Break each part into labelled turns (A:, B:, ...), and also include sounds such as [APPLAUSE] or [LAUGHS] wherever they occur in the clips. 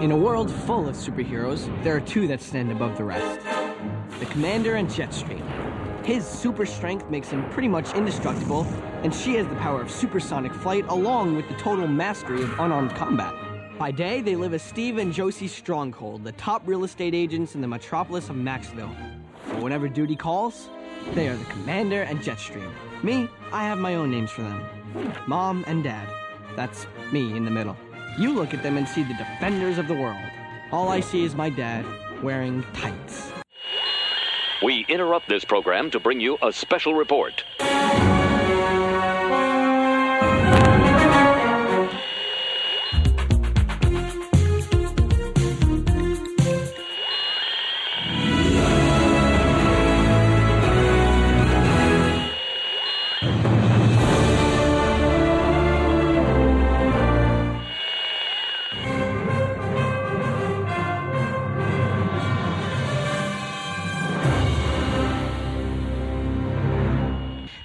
A: In a world full of superheroes, there are two that stand above the rest the Commander and Jetstream. His super strength makes him pretty much indestructible, and she has the power of supersonic flight along with the total mastery of unarmed combat. By day, they live as Steve and Josie Stronghold, the top real estate agents in the metropolis of Maxville. But whenever duty calls, they are the Commander and Jetstream. Me, I have my own names for them Mom and Dad. That's me in the middle. You look at them and see the defenders of the world. All I see is my dad wearing tights.
B: We interrupt this program to bring you a special report.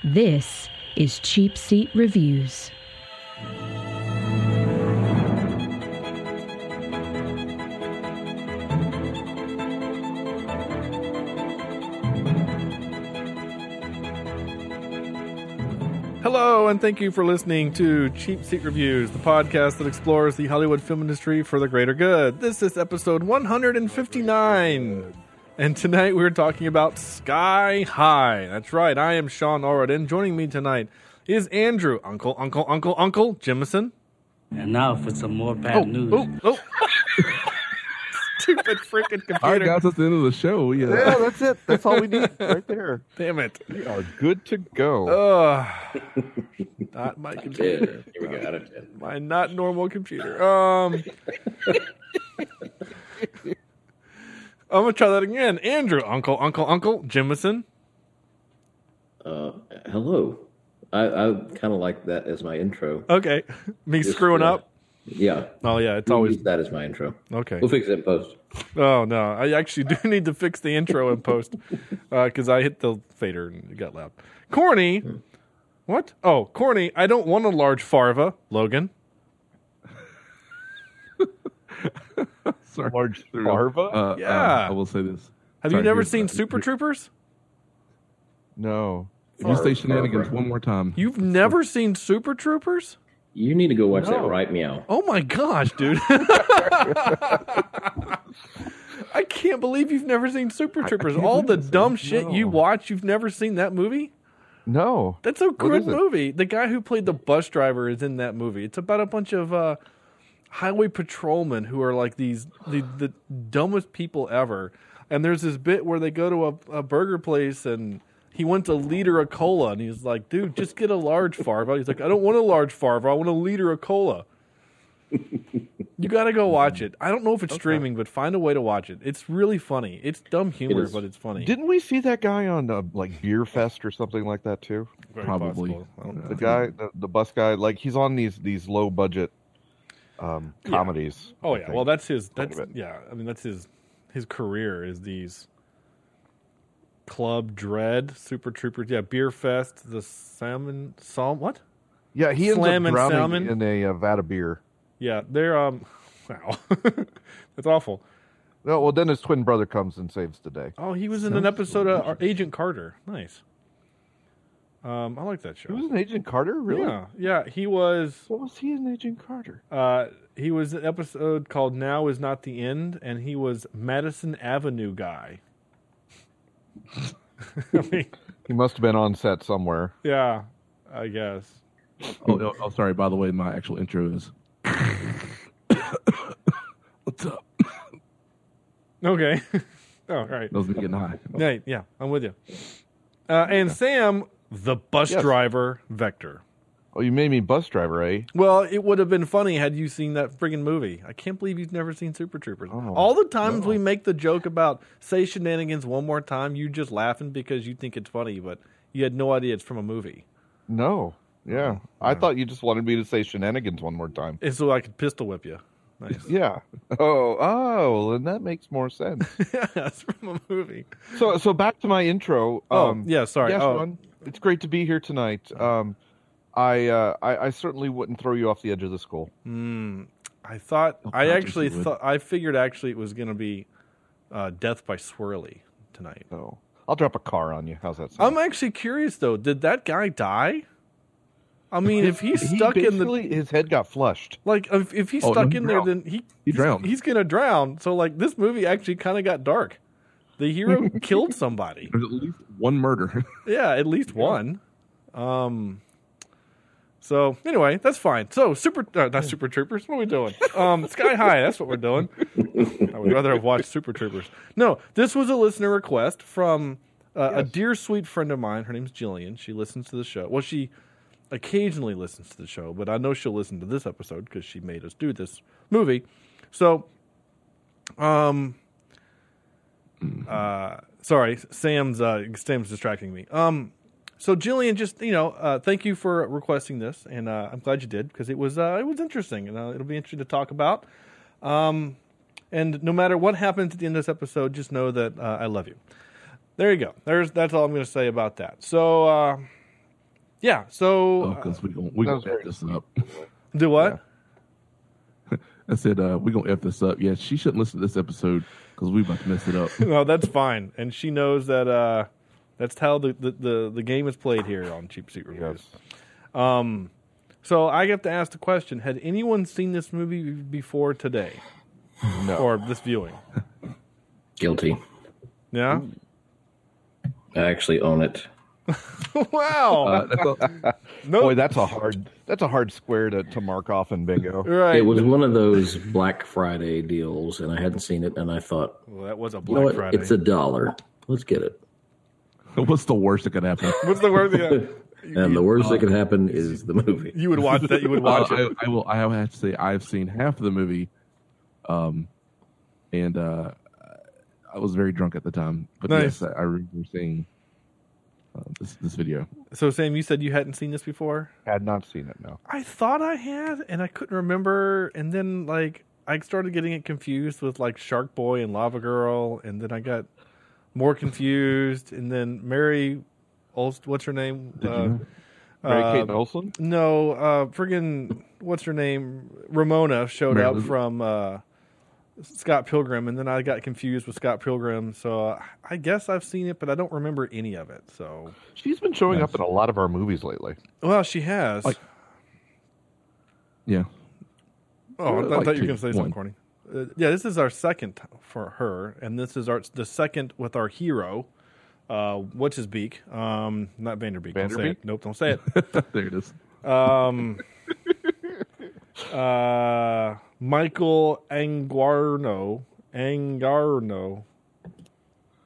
C: This is Cheap Seat Reviews.
D: Hello, and thank you for listening to Cheap Seat Reviews, the podcast that explores the Hollywood film industry for the greater good. This is episode 159. And tonight we're talking about Sky High. That's right, I am Sean Allred, and joining me tonight is Andrew, Uncle, Uncle, Uncle, Uncle [LAUGHS] Jemison.
E: And now for some more bad
D: Oh,
E: news.
D: oh, oh. Stupid freaking
F: All right,
D: computer.
F: guys, that's the end of the show. uh, Yeah.
G: Yeah, that's it. That's all we need right there.
D: Damn it.
F: We are good to go.
D: Ugh. Not my [LAUGHS] computer.
H: Here we go. Out of ten.
D: my not normal computer. Um, I'm gonna try that again. Andrew, Uncle, Uncle, Uncle, Jimison.
H: Uh, hello. I, I kind of like that as my intro.
D: Okay, me
H: Just,
D: screwing
H: uh,
D: up.
H: Yeah.
D: Oh yeah, it's
H: We'll
D: always
H: use that as my intro.
D: okay.
H: We'll fix it in post.
D: Oh no, I actually do need to fix the intro in post because I hit the fader and it got loud. Corny, what? Oh, corny. I don't want a large farva, Logan.
F: [LAUGHS] Sorry.
G: Large through.
F: Uh, uh,
D: Yeah.
F: I will say this.
D: Have
F: Sorry,
D: you never
F: here's-
D: seen
F: uh,
D: Super
F: here-
D: Troopers?
F: No. If you
H: Farva.
F: say shenanigans one more time,
D: You've never seen Super Troopers?
H: You need to go watch
D: No.
H: that right meow.
D: Oh my gosh, dude. [LAUGHS] I can't believe you've never seen Super Troopers.
F: can't
D: All the
F: believe this,
D: dumb
F: man.
D: shit you
F: No.
D: watch, you've never seen that movie?
F: no.
D: That's a good
F: is it?
D: movie. The guy who played the bus driver is in that movie. It's about a bunch of uh, highway patrolmen who are like these the, the dumbest people ever. And there's this bit where they go to a, a burger place and he wants a liter of cola and he's like, dude, just get a large farva. He's like, I don't want a large farva. I want a liter of cola. You gotta go watch it. I don't know if it's streaming, but find a way to watch it. It's really funny. It's dumb humor,
H: is.
D: but it's funny.
G: Didn't we see that guy on uh, like Beer Fest or something like that too?
D: Very
F: probably.
D: possible. I don't know.
G: The guy, the, the bus guy, like he's on these these low budget um, comedies.
D: Oh
G: I
D: yeah,
G: think.
D: well that's his. That's
G: about it.
D: yeah. I mean that's his. His career is these Club Dread, Super Troopers, yeah, Beer Fest, the Salmon Salm. What?
G: yeah, he ends
D: Slam
G: up
D: and
G: drowning
D: Salmon.
G: in a uh, vat of beer.
D: Yeah, they're um. [LAUGHS] Wow, that's awful.
G: No, well then his twin brother comes and saves the day.
D: Oh, he was in an episode of Ar- Agent Carter. Nice. Um, I like that show.
G: He was an Agent Carter, really?
D: Yeah, yeah, he was.
G: What was he in Agent Carter?
D: Uh, he was in an episode called "Now Is Not the End," and he was Madison Avenue guy. [LAUGHS] I mean,
G: He must have been on set somewhere.
D: Yeah, I guess.
F: Oh, oh, oh, sorry. By the way, my actual intro is. What's up?
D: Okay. [LAUGHS] oh, all right.
F: That was me getting high.
D: Yeah, yeah, I'm with you. Uh, and Sam, the bus
G: Yes.
D: driver, Vector.
G: Oh, you made me bus driver, eh?
D: Well, it would have been funny had you seen that friggin' movie. I can't believe you've never seen Super Troopers.
G: Oh,
D: All the times we make the joke about say shenanigans one more time, you just laughing because you think it's funny, but you had no idea it's from a movie.
G: No. Yeah. I thought you just wanted me to say shenanigans one more time.
D: And so I could pistol whip you.
G: [LAUGHS]
D: Nice. [LAUGHS]
G: Yeah. Oh, oh, well, then that makes more sense.
D: yeah, it's from a movie.
G: so, so back to my intro.
D: Oh,
G: um,
D: yeah, sorry.
G: Yes,
D: oh,
G: Ron, it's great to be here tonight. Um, I, uh, I, I certainly wouldn't throw you off the edge of the school.
D: Mm, I thought
F: Oh,
D: I
F: God,
D: actually
F: yes, you would.
D: thought I figured actually it was going to be uh, Death by Swirly tonight.
G: So I'll drop a car on you. How's that sound?
D: I'm actually curious though. Did that guy die? I mean, if he's
G: He
D: stuck in the
G: basically- his head got flushed.
D: like, if, if he's
F: Oh,
D: stuck
F: he
D: in there, then
F: drowned.
D: he
F: He
D: he's-
F: drowned.
D: He's, gonna drown. So like, this movie actually kind of got dark. The
F: [LAUGHS]
D: hero killed somebody.
F: There's at least one murder. [LAUGHS]
D: Yeah, at least one. Um. So anyway, that's fine. So super, uh, not Super Troopers. What are we doing? Um, Sky High. That's what we're doing. I would rather have watched Super Troopers. No, this was a listener request from uh, a dear sweet friend of mine. Her name's Jillian. She listens to the show. Well, she occasionally listens to the show, but I know she'll listen to this episode because she made us do this movie. So, um, uh, sorry, Sam's uh, Sam's distracting me. Um, so Jillian, just you know, uh, thank you for requesting this, and uh, I'm glad you did because it was uh, it was interesting, and uh, it'll be interesting to talk about. Um, and no matter what happens at the end of this episode, just know that uh, I love you. There you go. There's that's all I'm going to say about that. So, uh, yeah. So uh,
F: Because Oh, we gonna we
G: That
F: gonna
G: was
F: f
G: very
F: this up.
D: do what?
F: I said uh, we gonna f this up. Yeah, she shouldn't listen to this episode because we about to mess it up.
D: [LAUGHS]
F: [LAUGHS]
D: no, that's fine. And she knows that uh, that's how the, the, the, the game is played here on Cheap Seat Reviews.
G: Yes.
D: Um, so I have to ask the question Had anyone seen this movie before today?
G: No.
D: Or this viewing?
H: Guilty.
D: Yeah? [LAUGHS]
H: I actually own it.
D: wow.
F: Uh, that's all,
D: no.
G: Boy, that's a hard that's a hard square to, to mark off in bingo.
D: right.
H: It was one of those Black Friday deals, and I hadn't seen it, and I thought,
D: well, that was a
H: you
D: Black
H: know what?
D: Friday.
H: It's a dollar. Let's get it.
F: what's the worst that could happen?
D: What's the word?
H: [LAUGHS]
D: Yeah.
H: And the worst that could happen is the movie. [LAUGHS]
D: You would watch that. You would watch
F: Uh,
D: it.
F: I, I will. I have to say I've seen half of the movie, um, and uh, I was very drunk at the time. But
D: Nice.
F: yes, I, I remember seeing uh, this this video.
D: So, Sam, you said you hadn't seen this before?
G: Had not seen it. No.
D: I thought I had, and I couldn't remember. And then like I started getting it confused with like Shark Boy and Lava Girl, and then I got more confused. And then Mary, Olst, what's her name?
F: Did you
D: Uh,
F: know?
G: Mary Kate
D: uh,
G: Olsen.
D: no, uh, friggin' what's her name? Ramona showed
F: Mary
D: up
F: Lou.
D: from uh, Scott Pilgrim, and then I got confused with Scott Pilgrim. So uh, I guess I've seen it, but I don't remember any of it. So
G: She's been showing up in a lot of our movies lately.
D: well, she has.
F: Like- Yeah, [LAUGHS]
D: Oh, I thought,
F: Like
D: thought you were
F: two,
D: going to say something
F: one.
D: corny. Uh, yeah, this is our second for her, and this is our the second with our hero. Uh, what's his beak? Um, not Vanderbeek. Don't say
G: Vanderbeek?
D: it. [LAUGHS] Nope, don't say
F: there it is.
D: it. Um, uh, Michael Anguarno. Angarno.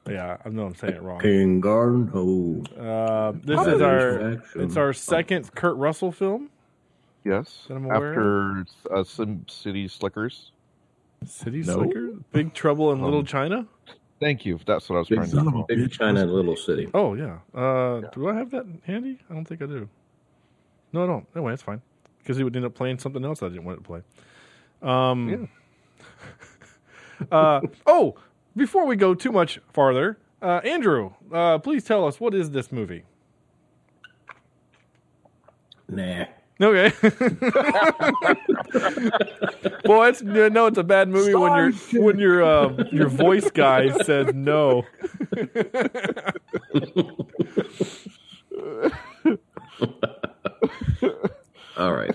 D: Yeah, I know I'm saying it wrong.
H: Ingarno.
D: Uh, this
H: How
D: is
H: did
D: our
H: this action-
D: it's our second Kurt Russell film.
G: Yes.
D: That I'm aware
G: After uh, Sim City Slickers.
D: City
F: No.
D: Slicker, Big Trouble in Little China.
G: Thank you. That's what I was trying to.
F: of a
H: Big China Little City.
D: Oh yeah. Uh, Do I have that handy? I don't think I do. No, I don't. Anyway, it's fine because he would end up playing something else I didn't want it to play. Um, [LAUGHS] uh, oh, before we go too much farther, uh, Andrew, uh, please tell us what is this movie?
H: Nah.
D: Okay. [LAUGHS] Boy, it's, no, it's a bad movie when your when your uh, your voice guy says no.
H: All right.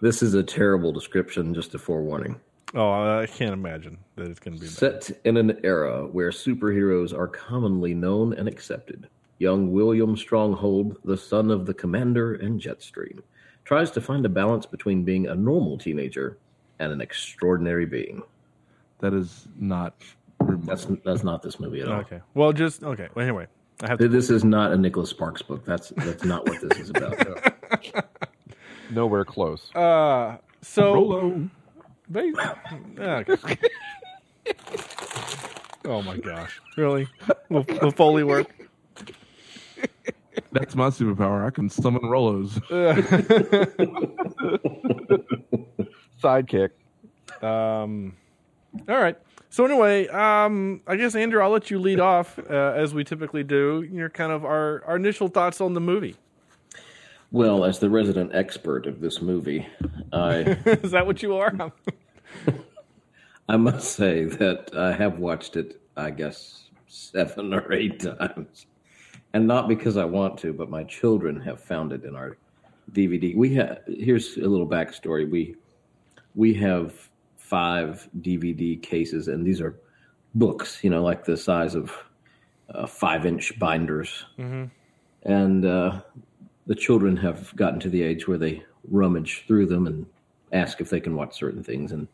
H: This is a terrible description, just a forewarning.
D: Oh, I can't imagine that it's going to be bad.
H: Set in an era where superheroes are commonly known and accepted, young William Stronghold, the son of the commander in Jetstream, tries to find a balance between being a normal teenager and an extraordinary being.
F: That is not.
H: That's that's not this movie at all.
D: Okay. Well, just okay. Well, anyway, I have to
H: This is not a Nicholas Sparks book. That's that's not what this is about.
G: Nowhere close.
D: Uh, so
F: Rolo.
D: They- Yeah, okay. [LAUGHS] oh my gosh! Really? Will, will Foley work?
F: That's my superpower. I can summon Rolos.
G: Sidekick.
D: Um, all right. So anyway, um, I guess Andrew, I'll let you lead off uh, as we typically do. Your kind of our, our initial thoughts on the movie.
H: Well, as the resident expert of this movie, I
D: [LAUGHS] Is that what you are?
H: I must say that I have watched it, I guess, seven or eight times. And not because I want to, but my children have found it in our DVD. We have here's a little backstory. We we have five DVD cases, and these are books, you know, like the size of uh, five inch binders. And uh, the children have gotten to the age where they rummage through them and ask if they can watch certain things. And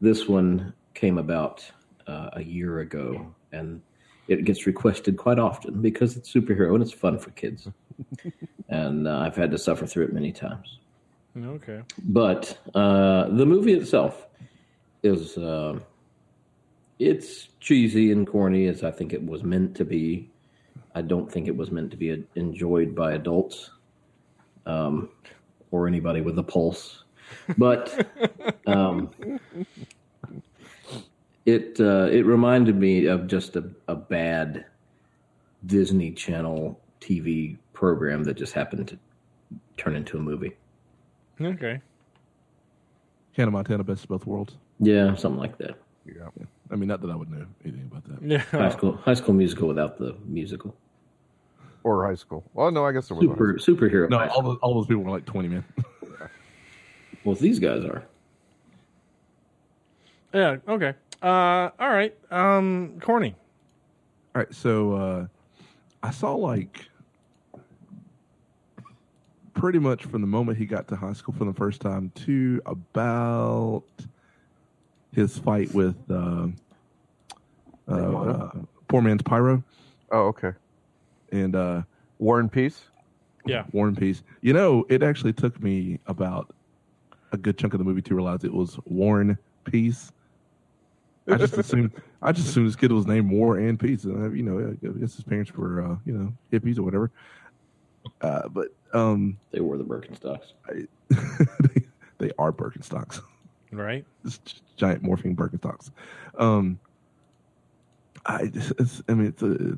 H: this one came about uh, a year ago, and it gets requested quite often because it's superhero and it's fun for kids. and uh, I've had to suffer through it many times.
D: [LAUGHS] okay.
H: But uh, the movie itself is uh, it's cheesy and corny as I think it was meant to be. I don't think it was meant to be enjoyed by adults um, or anybody with a pulse. But um, it uh, it reminded me of just a, a bad Disney Channel TV program that just happened to turn into a movie.
D: Okay.
F: Hannah Montana, best of both worlds.
H: Yeah, something like that.
F: I mean, not that I would know anything about that.
D: Yeah.
H: [LAUGHS] High school, high school musical without the musical.
G: Or high school. Well, no, I guess there was. a high
H: Super superhero.
F: No,
H: high
F: all
H: school.
F: those, [LAUGHS] all those people were like twenty men.
H: well, these guys are.
D: Yeah. Okay. Uh, all right. Um, corny.
F: All right, so uh, I saw like pretty much from the moment he got to high school for the first time to about his fight with uh, uh, uh, poor man's pyro
G: Oh, okay.
F: and uh,
G: War and Peace.
D: Yeah.
F: War and Peace. You know, it actually took me about a good chunk of the movie to realize it was Warren Peace. I just assumed I just assumed this kid was named War and Peace, and uh, you know, I guess his parents were uh, you know hippies or whatever. Uh, but um,
H: They wore the Birkenstocks.
F: they, [LAUGHS] they are Birkenstocks, [LAUGHS]
D: Right.
F: Just gi- giant morphing Birkenstocks. Um, I just, it's, I mean, it's a,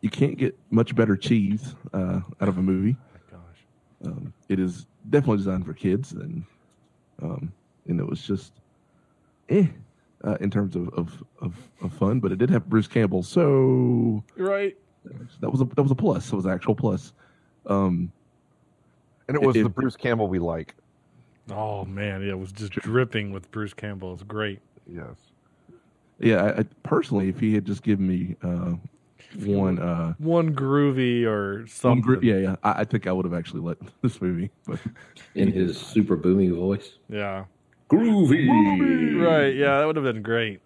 F: you can't get much better cheese uh, out of a movie.
D: Gosh.
F: um, it is definitely designed for kids and um, and it was just eh uh, in terms of, of, of, of fun but it did have bruce campbell so
D: Right.
F: that was a that was a plus it was an actual plus um,
G: And it was
F: It-
G: the Bruce Campbell we like.
D: Oh man, yeah, it was just dripping with Bruce Campbell. It's great.
G: Yes.
F: yeah I, I, personally if he had just given me uh, one uh,
D: One groovy or something.
F: some group yeah yeah I, I think i would have actually liked this movie but
H: In his super boomy voice.
D: Yeah.
H: Groovy.
D: Right. Yeah, that would have been great.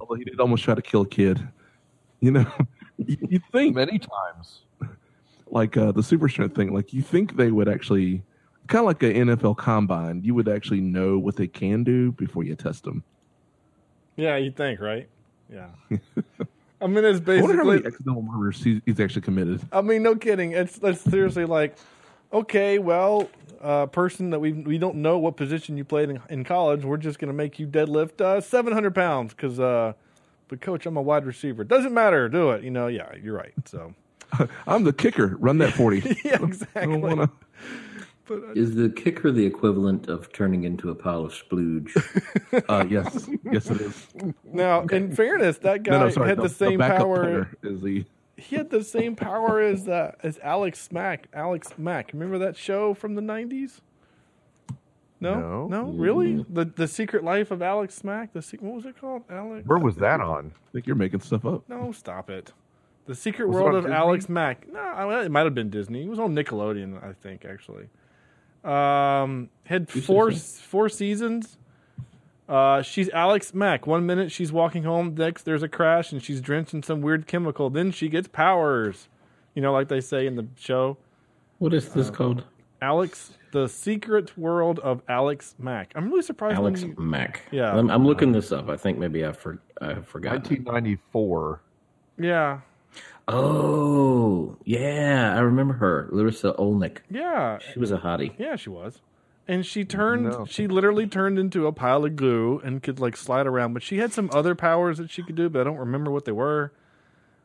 F: although he did almost try to kill a kid you know [LAUGHS] you, you think
G: Many times.
F: like uh, the super strength thing, like you think they would actually kind of like an NFL combine, you would actually know what they can do before you test them.
D: Yeah, you think, right? [LAUGHS] Yeah. I mean, it's
F: I wonder how many
D: basically.
F: accidental murders he- he's actually committed.
D: I mean, no kidding. It's that's seriously like, okay, well, uh, person that we we don't know what position you played in, in college, we're just gonna make you deadlift uh, seven hundred pounds because. Uh, but coach, I'm a wide receiver. Doesn't matter. Do it. You know. Yeah, you're right. So. [LAUGHS]
F: I'm the kicker. Run that forty.
D: Yeah,
F: I don't
D: exactly.
F: wanna.
H: Is the kicker the equivalent of turning into a pile of splooge?
F: Uh, yes, yes, it is.
D: Now, in fairness, that guy
F: no, no, sorry.
D: had the, same
F: backup
D: power.
F: player is the
D: He had the same power as uh, as Alex Mack. Alex Mack, remember that show from the nineties? No,
G: No.
D: really? The the Secret Life of Alex Mack. The se- what was it called? Alex?
G: Where was that on?
F: I think you're making stuff up.
D: No, stop it. The Secret
G: Was it
D: World
G: on
D: of
G: Disney?
D: Alex Mack. No, I mean, it might have been Disney. It was on Nickelodeon, I think, actually. Um, had four four seasons. Uh, she's Alex Mack. One minute she's walking home, next there's a crash and she's drenched in some weird chemical. Then she gets powers. You know, like they say in the show,
E: What is
F: Uh,
E: this called?
D: Alex, the Secret World of Alex Mack. I'm really surprised.
H: [LAUGHS] Alex
D: when you-
H: Mack.
D: Yeah.
H: I'm, I'm looking this up. I think maybe I for I have forgotten.
G: 1994.
D: yeah,
H: Oh yeah, I remember her, Larissa Olnick.
D: yeah.
H: She was a hottie.
D: Yeah, she was. And she turned,
G: No.
D: she literally turned into a pile of glue and could like slide around. But she had some other powers that she could do, but I don't remember what they were.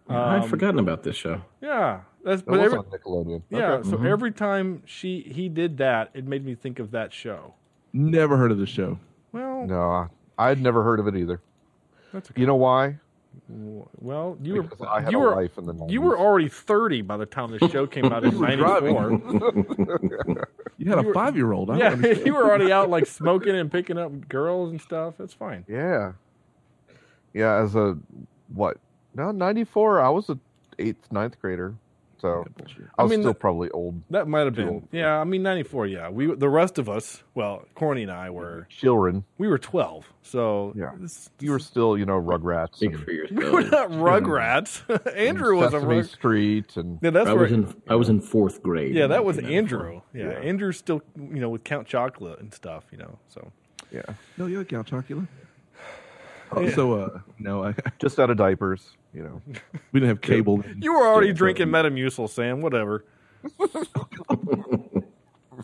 H: I'd forgotten about this show.
D: Yeah, That's
G: That
D: but
G: was
D: every,
G: on Nickelodeon.
D: yeah.
G: Okay. mm-hmm.
D: So every time she he did that, it made me think of that show.
F: Never heard of the show.
D: Well,
G: No, I- I'd never heard of it either.
D: that's okay.
G: You know why?
D: well, you were
G: Because I had
D: you
G: a
D: were
G: life in the 90s.
D: you were already thirty by the time the show came out
G: [LAUGHS]
D: in '94.
F: You had a five year old.
D: Yeah, [LAUGHS] you were already out like smoking and picking up girls and stuff. That's fine.
G: Yeah. Yeah, as a what? No, ninety four. I was a eighth, ninth grader, so I
D: [LAUGHS] I
G: was
D: mean,
G: still
D: the-
G: probably old.
D: That might have been.
G: old.
D: Yeah, I mean '94. Yeah, we the rest of us. Well, Corny and I were
G: Children,
D: we were twelve. So
G: Yeah.
D: this- [LAUGHS]
G: you were still, you know, Rugrats.
H: Speak
G: and-
H: for
D: we were
H: yourself.
D: not Rugrats.
G: and
D: [LAUGHS] Andrew was a
G: Hmm. Sesame
D: rug.
G: Street, and
D: Yeah, that's
H: I
D: where
H: was in I was in fourth grade.
D: Yeah,
H: in
D: that was
H: 1994.
D: Andrew. Yeah, Andrew's still, you know, with Count Chocula and stuff, you know. So
G: yeah,
F: No, you like Count Chocula. Oh, So, uh, no, I, [LAUGHS]
G: just out of diapers, you know.
F: we didn't have cable.
D: you were already drinking Metamucil, Sam.
G: [LAUGHS]
D: Whatever.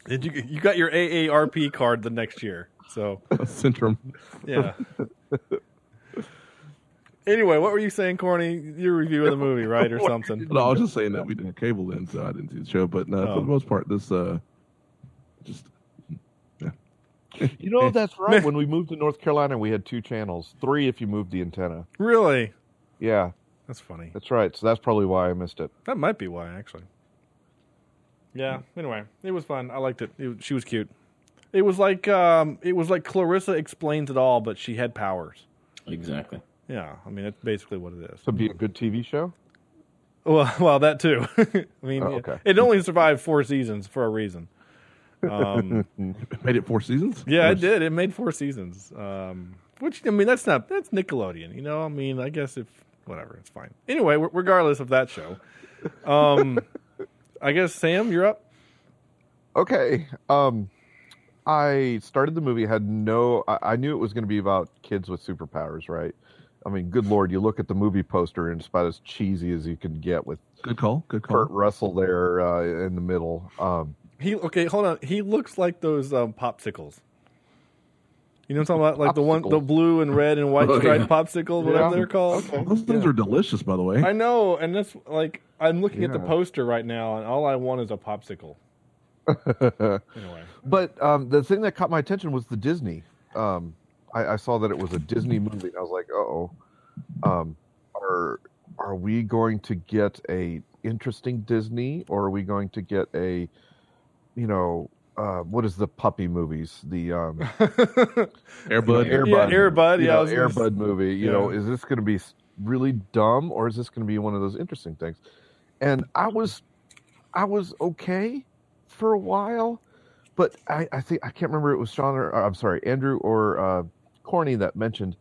D: Did you you got your AARP card the next year? So
F: Centrum.
D: yeah. Anyway, what were you saying, Corny? You're reviewing the movie,
F: [LAUGHS]
D: right, or
G: [LAUGHS]
D: something?
F: No, I was just saying that we didn't have cable then, so I didn't see the show. But no,
D: Oh.
F: for the most part, this uh, just
G: You know, that's right. when we moved to North Carolina, we had two channels, three if you moved the antenna.
D: Really?
G: Yeah,
D: That's funny.
G: that's right. So that's probably why I missed it.
D: That might be why, actually. Yeah. Anyway, it was fun. I liked it. it she was cute. It was like um, it was like Clarissa explains it all, but she had powers.
H: Exactly.
D: Yeah, I mean that's basically what it is.
G: To be a good TV show.
D: Well, [LAUGHS] well, that too. I mean,
G: Oh, okay.
D: it only survived four seasons for a reason. Um,
F: made it four seasons.
D: yeah, it
F: Yes.
D: did. It made four seasons. Um, which I mean, that's not that's Nickelodeon. You know, I mean, I guess if whatever, it's fine. Anyway, w- regardless of that show, um, [LAUGHS] I guess Sam, you're up.
G: Okay. Um, I started the movie. Had no. I, I knew it was going to be about kids with superpowers, right? I mean, good lord, you look at the movie poster, and it's about as cheesy as you can get with
F: Good call. Good call.
G: Kurt Russell there uh, in the middle. Um,
D: He okay, hold on. He looks like those um, popsicles. You know what I'm talking about? Like the one, the
G: Popsicles.
D: blue and red and white
H: Oh,
D: striped
H: yeah.
D: popsicles, whatever
G: Yeah.
D: they're called.
F: Those things are delicious, by the way.
D: I know, and that's like I'm looking at the
G: Yeah.
D: poster right now, and all I want is a popsicle. Anyway,
G: but um, the thing that caught my attention was the Disney. Um, I, I saw that it was a Disney movie, and I was like, "Uh oh, um, are are we going to get a interesting Disney, or are we going to get a, you know, uh, what is the puppy movies? The um,
F: Airbud.
G: Air
D: Yeah,
G: Bud.
D: Air Bud,
G: You
D: yeah, I
G: know,
D: was gonna
G: Air
D: s-
G: Bud movie. You know,
D: yeah.
G: is this going to be s- really dumb or is this going to be one of those interesting things? And I was, I was okay for a while, but I, I think I can't remember it was Sean or uh, I'm sorry, Andrew or uh, Corny that mentioned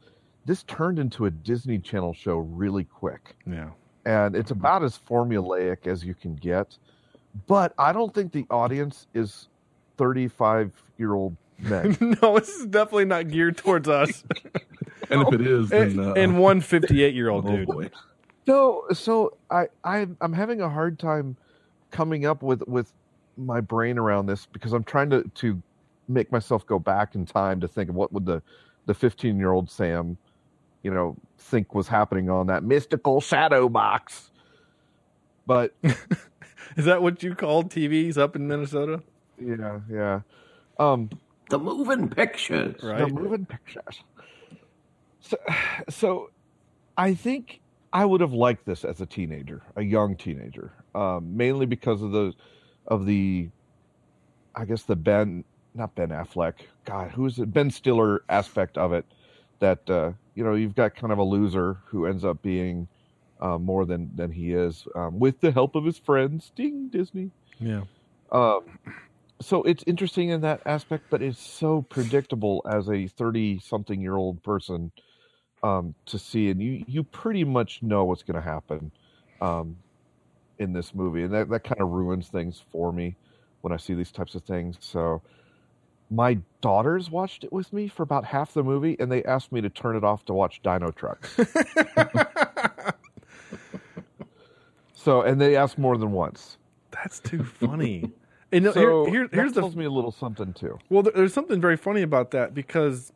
G: this turned into a Disney Channel show really quick
D: yeah,
G: and it's
D: Mm-hmm.
G: about as formulaic as you can get. But I don't think the audience is 35 year old men.
D: [LAUGHS] no, this is definitely not geared towards us.
F: And if it is, then
D: and,
F: uh,
D: and one 58 year old
F: oh
D: dude.
F: boy,
G: No, so I, I I'm having a hard time coming up with with my brain around this because I'm trying to to make myself go back in time to think of what would the the 15 year old Sam, you know, think was happening on that mystical shadow box. But [LAUGHS]
D: Is that what you call TVs up in Minnesota?
G: yeah, yeah, um,
H: The moving pictures.
D: Right.
G: the moving pictures. So, so I think I would have liked this as a teenager, a young teenager, um, mainly because of the, of the, I guess the Ben, not Ben Affleck, God, who's it? Ben Stiller aspect of it. That uh, you know, you've got kind of a loser who ends up being uh, more than than he is, um, with the help of his friends. Ding, Disney.
D: Yeah.
G: Um, so it's interesting in that aspect, but it's so predictable as a thirty-something-year-old person um, to see, and you you pretty much know what's going to happen um, in this movie, and that that kind of ruins things for me when I see these types of things. So my daughters watched it with me for about half the movie, and they asked me to turn it off to watch
D: [LAUGHS]
G: Dino Trucks. so, and they asked more than once.
D: That's too funny. And no,
G: so
D: here, here,
G: that
D: here's the
G: tells me a little something too.
D: Well, there, there's something very funny about that because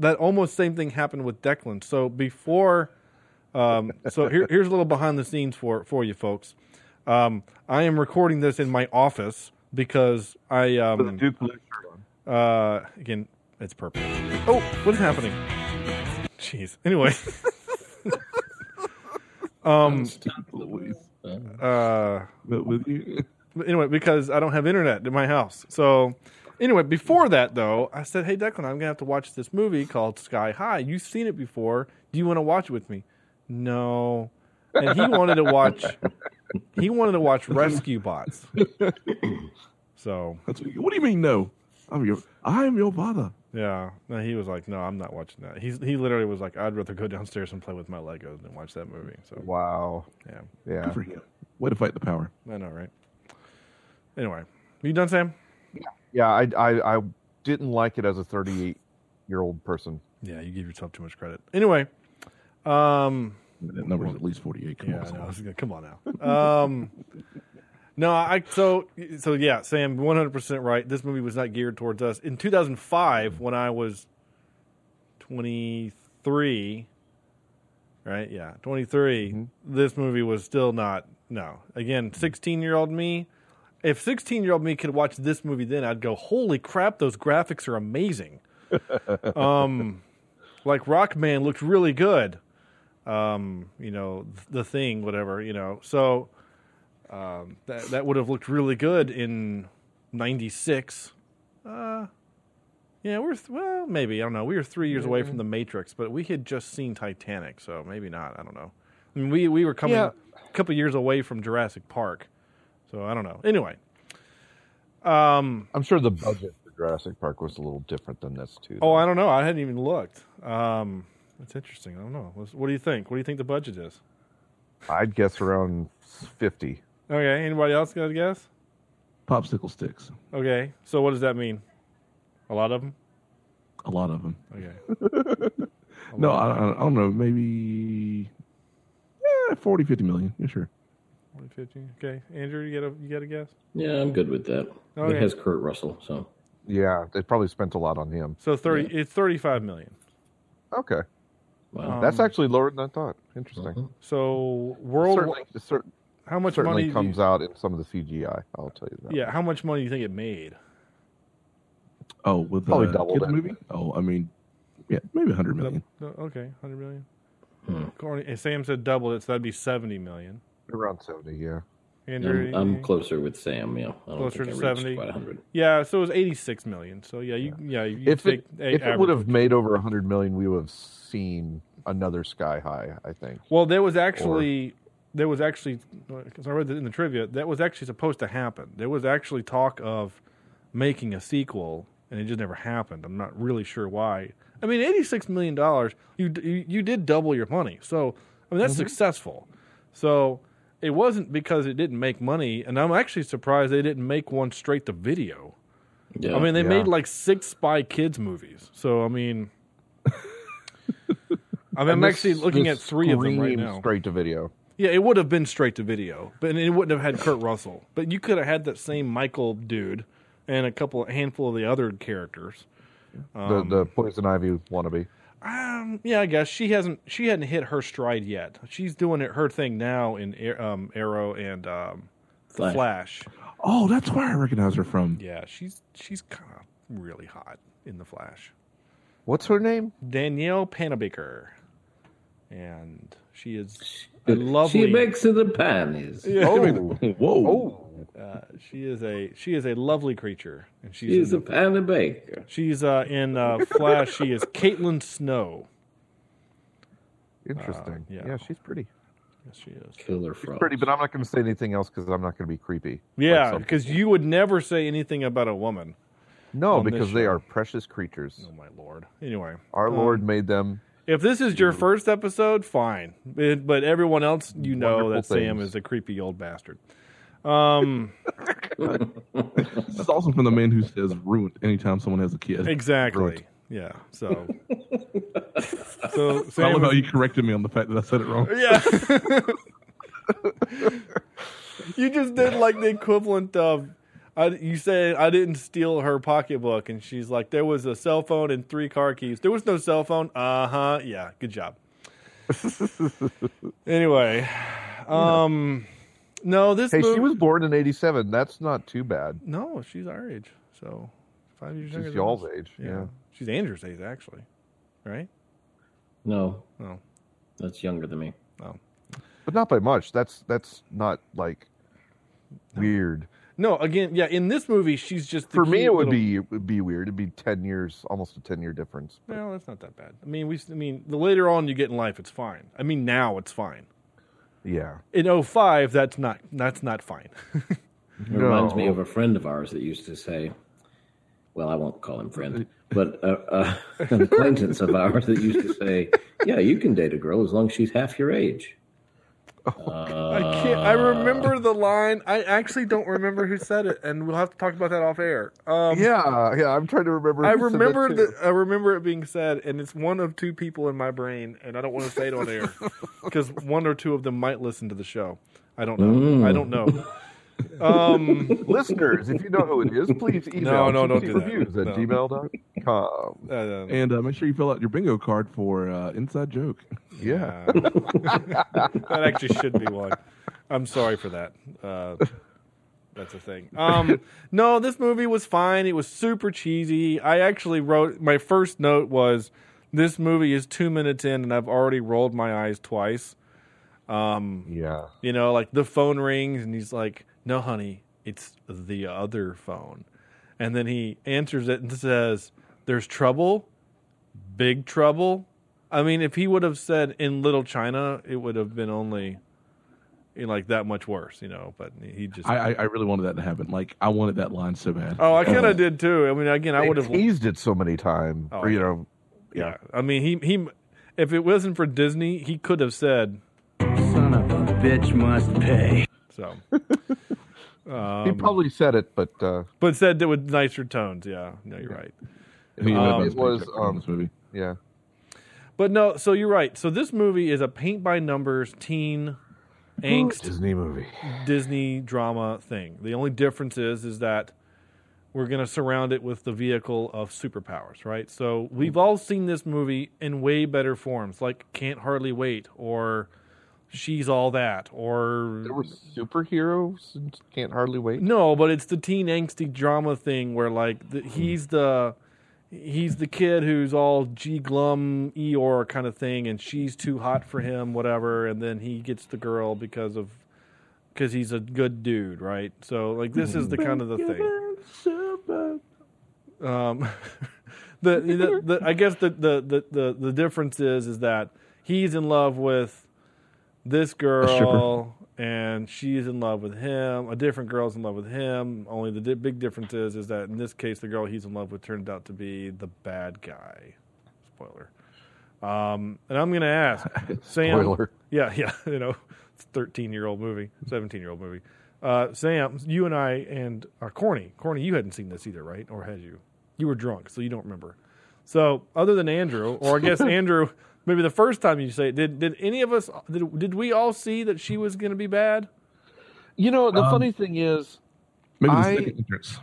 D: that almost same thing happened with Declan. So before, um, so here, here's a little behind the scenes for for you folks. Um, I am recording this in my office because I
G: With a
D: um,
G: Duke Blue shirt
F: [LAUGHS]
G: on.
D: uh, again it's purple. Oh, what is happening? Jeez. Anyway, [LAUGHS] um, uh,
F: But with you, [LAUGHS]
D: But anyway, because I don't have internet in my house. So anyway, before that though, I said, "Hey Declan, I'm gonna have to watch this movie called Sky High. You've seen it before. Do you want to watch it with me?" No. And he wanted to watch. He wanted to watch Rescue Bots. So
F: that's what, you- what do you mean? No, I'm your. I am your father.
D: yeah, no, he was like, "No, I'm not watching that." He's he literally was like, "I'd rather go downstairs and play with my Legos than watch that movie." So
G: Wow.
D: yeah,
G: Yeah.
F: Good for him. Way to fight the power.
D: I know, right? Anyway, you done, Sam?
G: Yeah, I, I I didn't like it as a 38 year old person.
D: Yeah, you give yourself too much credit. Anyway, um,
F: That number is at least forty-eight. Come
D: yeah, I
F: on,
D: know. I
F: someone.
D: was gonna- come on now. Um, [LAUGHS] no, I so so yeah, Sam, one hundred percent right. This movie was not geared towards us. In two thousand five, when I was twenty three, right? Yeah, twenty
F: Mm-hmm.
D: This movie was still not. No, again, sixteen year old me. If sixteen year old me could watch this movie, then I'd go, "Holy crap! Those graphics are amazing." um, like Rockman looked really good um, you know, th- the thing, whatever, you know. So um, that that would have looked really good in '96. Uh, yeah, we're th- well, maybe I don't know. We were three years away from the Matrix, but we had just seen Titanic, so maybe not. I don't know. I mean, we we were coming
G: Yeah.
D: a couple years away from Jurassic Park, so I don't know. Anyway, um,
G: I'm sure the budget for Jurassic Park was a little different than this too.
D: oh, I don't know. I hadn't even looked. Um, that's interesting. I don't know. What's- What do you think? What do you think the budget is?
G: I'd guess around 50.
D: Okay, anybody else got a guess?
F: Popsicle sticks.
D: Okay. So what does that mean? A lot of them.
F: A lot of them.
D: Okay. A
F: No,
D: lot of
F: I,
D: 'em.
F: I I don't know. Maybe yeah, 40, 50 million. Yeah, sure.
D: 40, 50. Okay, Andrew, you got a you got a guess?
H: Yeah, I'm good with that.
D: Okay.
H: It has Kurt Russell, so
G: Yeah, they probably spent a lot on him.
D: So thirty. It's thirty-five million.
G: Okay,
H: wow.
G: that's
D: Um,
G: actually lower than I thought. Interesting.
H: Mhm.
D: So world.
G: certainly, cer-
D: how much
G: certainly
D: money? do you-
G: comes out in some of the CGI. I'll tell you that.
D: yeah. How much money do you think it made?
F: Oh, with
G: Probably
F: uh,
G: doubled
F: kid
G: it.
F: movie. Oh, I mean, yeah, maybe hundred million.
D: No, okay, hundred million.
H: Hmm.
D: Corny. and Sam said double it, so that'd be seventy million.
G: around seventy. Yeah,
D: Andrew,
H: I'm, I'm
D: you-
H: closer with Sam. Yeah, I don't
D: Closer
H: think I
D: to
H: reached
D: 70.
H: quite 100.
D: Yeah, so it was eighty-six million. So yeah, you yeah. You
G: if
D: take
G: it
D: a
G: if it
D: average.
G: would have made over hundred million, we would have seen another Sky High. I think.
D: Well, there was actually there was actually because I read it in the trivia that was actually supposed to happen. There was actually talk of making a sequel, and it just never happened. I'm not really sure why. I mean, eighty six million dollars. You, you you did double your money, so I mean
G: Mm-hmm.
D: that's successful. So it wasn't because it didn't make money, and I'm actually surprised they didn't make one straight to video.
H: Yeah.
D: I mean, they
G: Yeah.
D: made like six Spy Kids movies. So I
G: [LAUGHS]
D: mean, I mean, I'm
G: And this-
D: actually looking
G: this
D: at three of them right
G: screams
D: now.
G: Straight to video.
D: Yeah, it would have been straight to video, but it wouldn't have had Kurt Russell. But you could have had that same Michael dude and a couple, a handful of the other characters. Um,
G: the the Poison Ivy wannabe.
D: um, yeah, I guess she hasn't she hadn't hit her stride yet. She's doing it, her thing now in Ar- um, Arrow and um,
H: Flash.
D: Flash.
F: Oh, that's where I recognize her from.
D: Yeah, she's she's kind of really hot in the Flash.
G: What's her name?
D: uh, Danielle Panabaker, and she is a
H: She
D: lovely.
H: makes the panties.
D: Yeah,
G: Oh,
F: Whoa.
G: oh,
D: uh, she is a she is a lovely creature, and she's
H: She's
D: in
H: a panty baker.
D: She's uh, in uh, Flash. she is Caitlin Snow.
G: interesting.
D: yeah.
G: yeah. she's pretty.
D: Yes, she is.
H: Killer frog.
G: Pretty, but I'm not going to say anything else because I'm not going to be creepy. Like
D: Yeah,
G: some-
D: because you would never say anything about a woman.
G: no,
D: on this
G: because they
D: show. Um,
G: are precious creatures.
D: Oh my lord. Anyway,
G: Our Lord made them.
D: if this is your first episode, fine. It- but everyone else, you know that
G: Wonderful
D: Sam
G: things.
D: is a creepy old bastard. Um,
F: This is also from the man who says ruined anytime someone has a kid.
D: exactly.
G: Right.
D: Yeah. So. [LAUGHS] so
F: I love
D: Sam.
F: how you corrected me on the fact that I said it wrong.
D: yeah. [LAUGHS] you just did like the equivalent of I, you said I didn't steal her pocketbook, and she's like, "There was a cell phone and three car keys. There was no cell phone." Uh huh. Yeah.
G: [LAUGHS]
D: Good job. anyway, um, No, this
G: Hey,
D: movie.
G: she was born in '87. That's not too bad.
D: no, she's our age. So five years younger.
G: She's
D: than
G: y'all's
D: us.
G: age. Yeah.
D: she's Andrew's age actually, right?
H: No,
D: No,
H: that's younger than me.
D: Oh.
G: but not by much. That's that's not like weird.
D: no. Again, yeah. In this movie, she's just the
G: For me,
D: cute
G: it would
D: little-
G: be it would be weird. It'd be ten years, almost a ten year difference. But
D: Well, that's not that bad. I mean, we. I mean, the later on you get in life, it's fine. I mean, now it's fine.
G: yeah,
D: In 05, that's not that's not fine. [LAUGHS]
H: It reminds me
G: No.
H: of a friend of ours that used to say, well, I won't call him friend, but uh, uh, [LAUGHS] an acquaintance of ours that used to say, yeah, you can date a girl as long as she's half your age.
D: I can't. I remember the line. I actually don't remember who said it, and we'll have to talk about that off air. Um,
G: yeah, yeah. I'm trying to remember.
D: I
G: who said that
D: remember
G: too.
D: that. I remember it being said, and it's one of two people in my brain, and I don't want to say it on air because one or two of them might listen to the show. I don't know. I don't
G: Mm.
D: know. Um,
G: listeners. If you know who it is, please email
D: no, don't
G: TC
D: do that.
G: reviews
D: No.
G: at gmail.com.
D: uh,
F: And uh, make sure you fill out your bingo card for uh, inside joke.
G: Yeah,
D: Uh, [LAUGHS] that actually should be one. I'm sorry for that. Uh, that's a thing. Um, no, this movie was fine. It was super cheesy. I actually wrote my first note was this movie is two minutes in, and I've already rolled my eyes twice.
G: yeah.
D: You know, like the phone rings, and he's like, "No, honey, it's the other phone," and then he answers it and says, "There's trouble, big trouble." I mean, if he would have said in Little China, it would have been only you know, like that much worse, you know. But he just
F: I, I, I really wanted that to happen. Like I wanted that line so bad.
D: oh, I kind of did too. I mean, again, I
G: They
D: would have
G: teased it so many times.
D: Oh,
G: or, you
D: yeah.
G: know,
D: yeah. I mean, he he if it wasn't for Disney, he could have said
I: Son of a bitch must pay.
D: so.
G: he
D: Um,
G: probably said it, but uh,
D: But said that with nicer tones. Yeah, no, you're right.
F: Who you know about
D: it
F: this
G: was,
F: paycheck from
G: um,
F: this movie.
G: yeah.
D: But no, so you're right. So this movie is a paint by numbers teen angst
G: Disney movie.
D: Disney drama thing. The only difference is is that we're going to surround it with the vehicle of superpowers, right? So we've all seen this movie in way better forms, like Can't Hardly Wait or She's All That or
G: There were superheroes and can't hardly wait.
D: no, but it's the teen angsty drama thing where like the, he's the he's the kid who's all G glum Eeyore kind of thing, and she's too hot for him, whatever, and then he gets the girl because of because he's a good dude, right? So like this is the kind of the thing. Um, the, the, the I guess the, the, the, the, the difference is is that he's in love with this girl and she's in love with him. A different girl's in love with him. Only the di- big difference is is that in this case, the girl he's in love with turned out to be the bad guy. Spoiler. Um, and I'm gonna
G: [LAUGHS]
D: ask Sam.
G: Spoiler.
D: Yeah, yeah, [LAUGHS] you know, it's a 13 year old movie, 17 year old movie. Uh, Sam, you and I and uh, Corny, Corny, you hadn't seen this either, right? Or had you? You were drunk, so you don't remember. So, other than Andrew, or I
G: [LAUGHS]
D: guess Andrew, maybe the first time you say it, did did any of us did, did we all see that she was going to be bad?
G: You know, the
F: Um,
G: funny thing is,
F: Maybe the
G: I-
F: second entrance.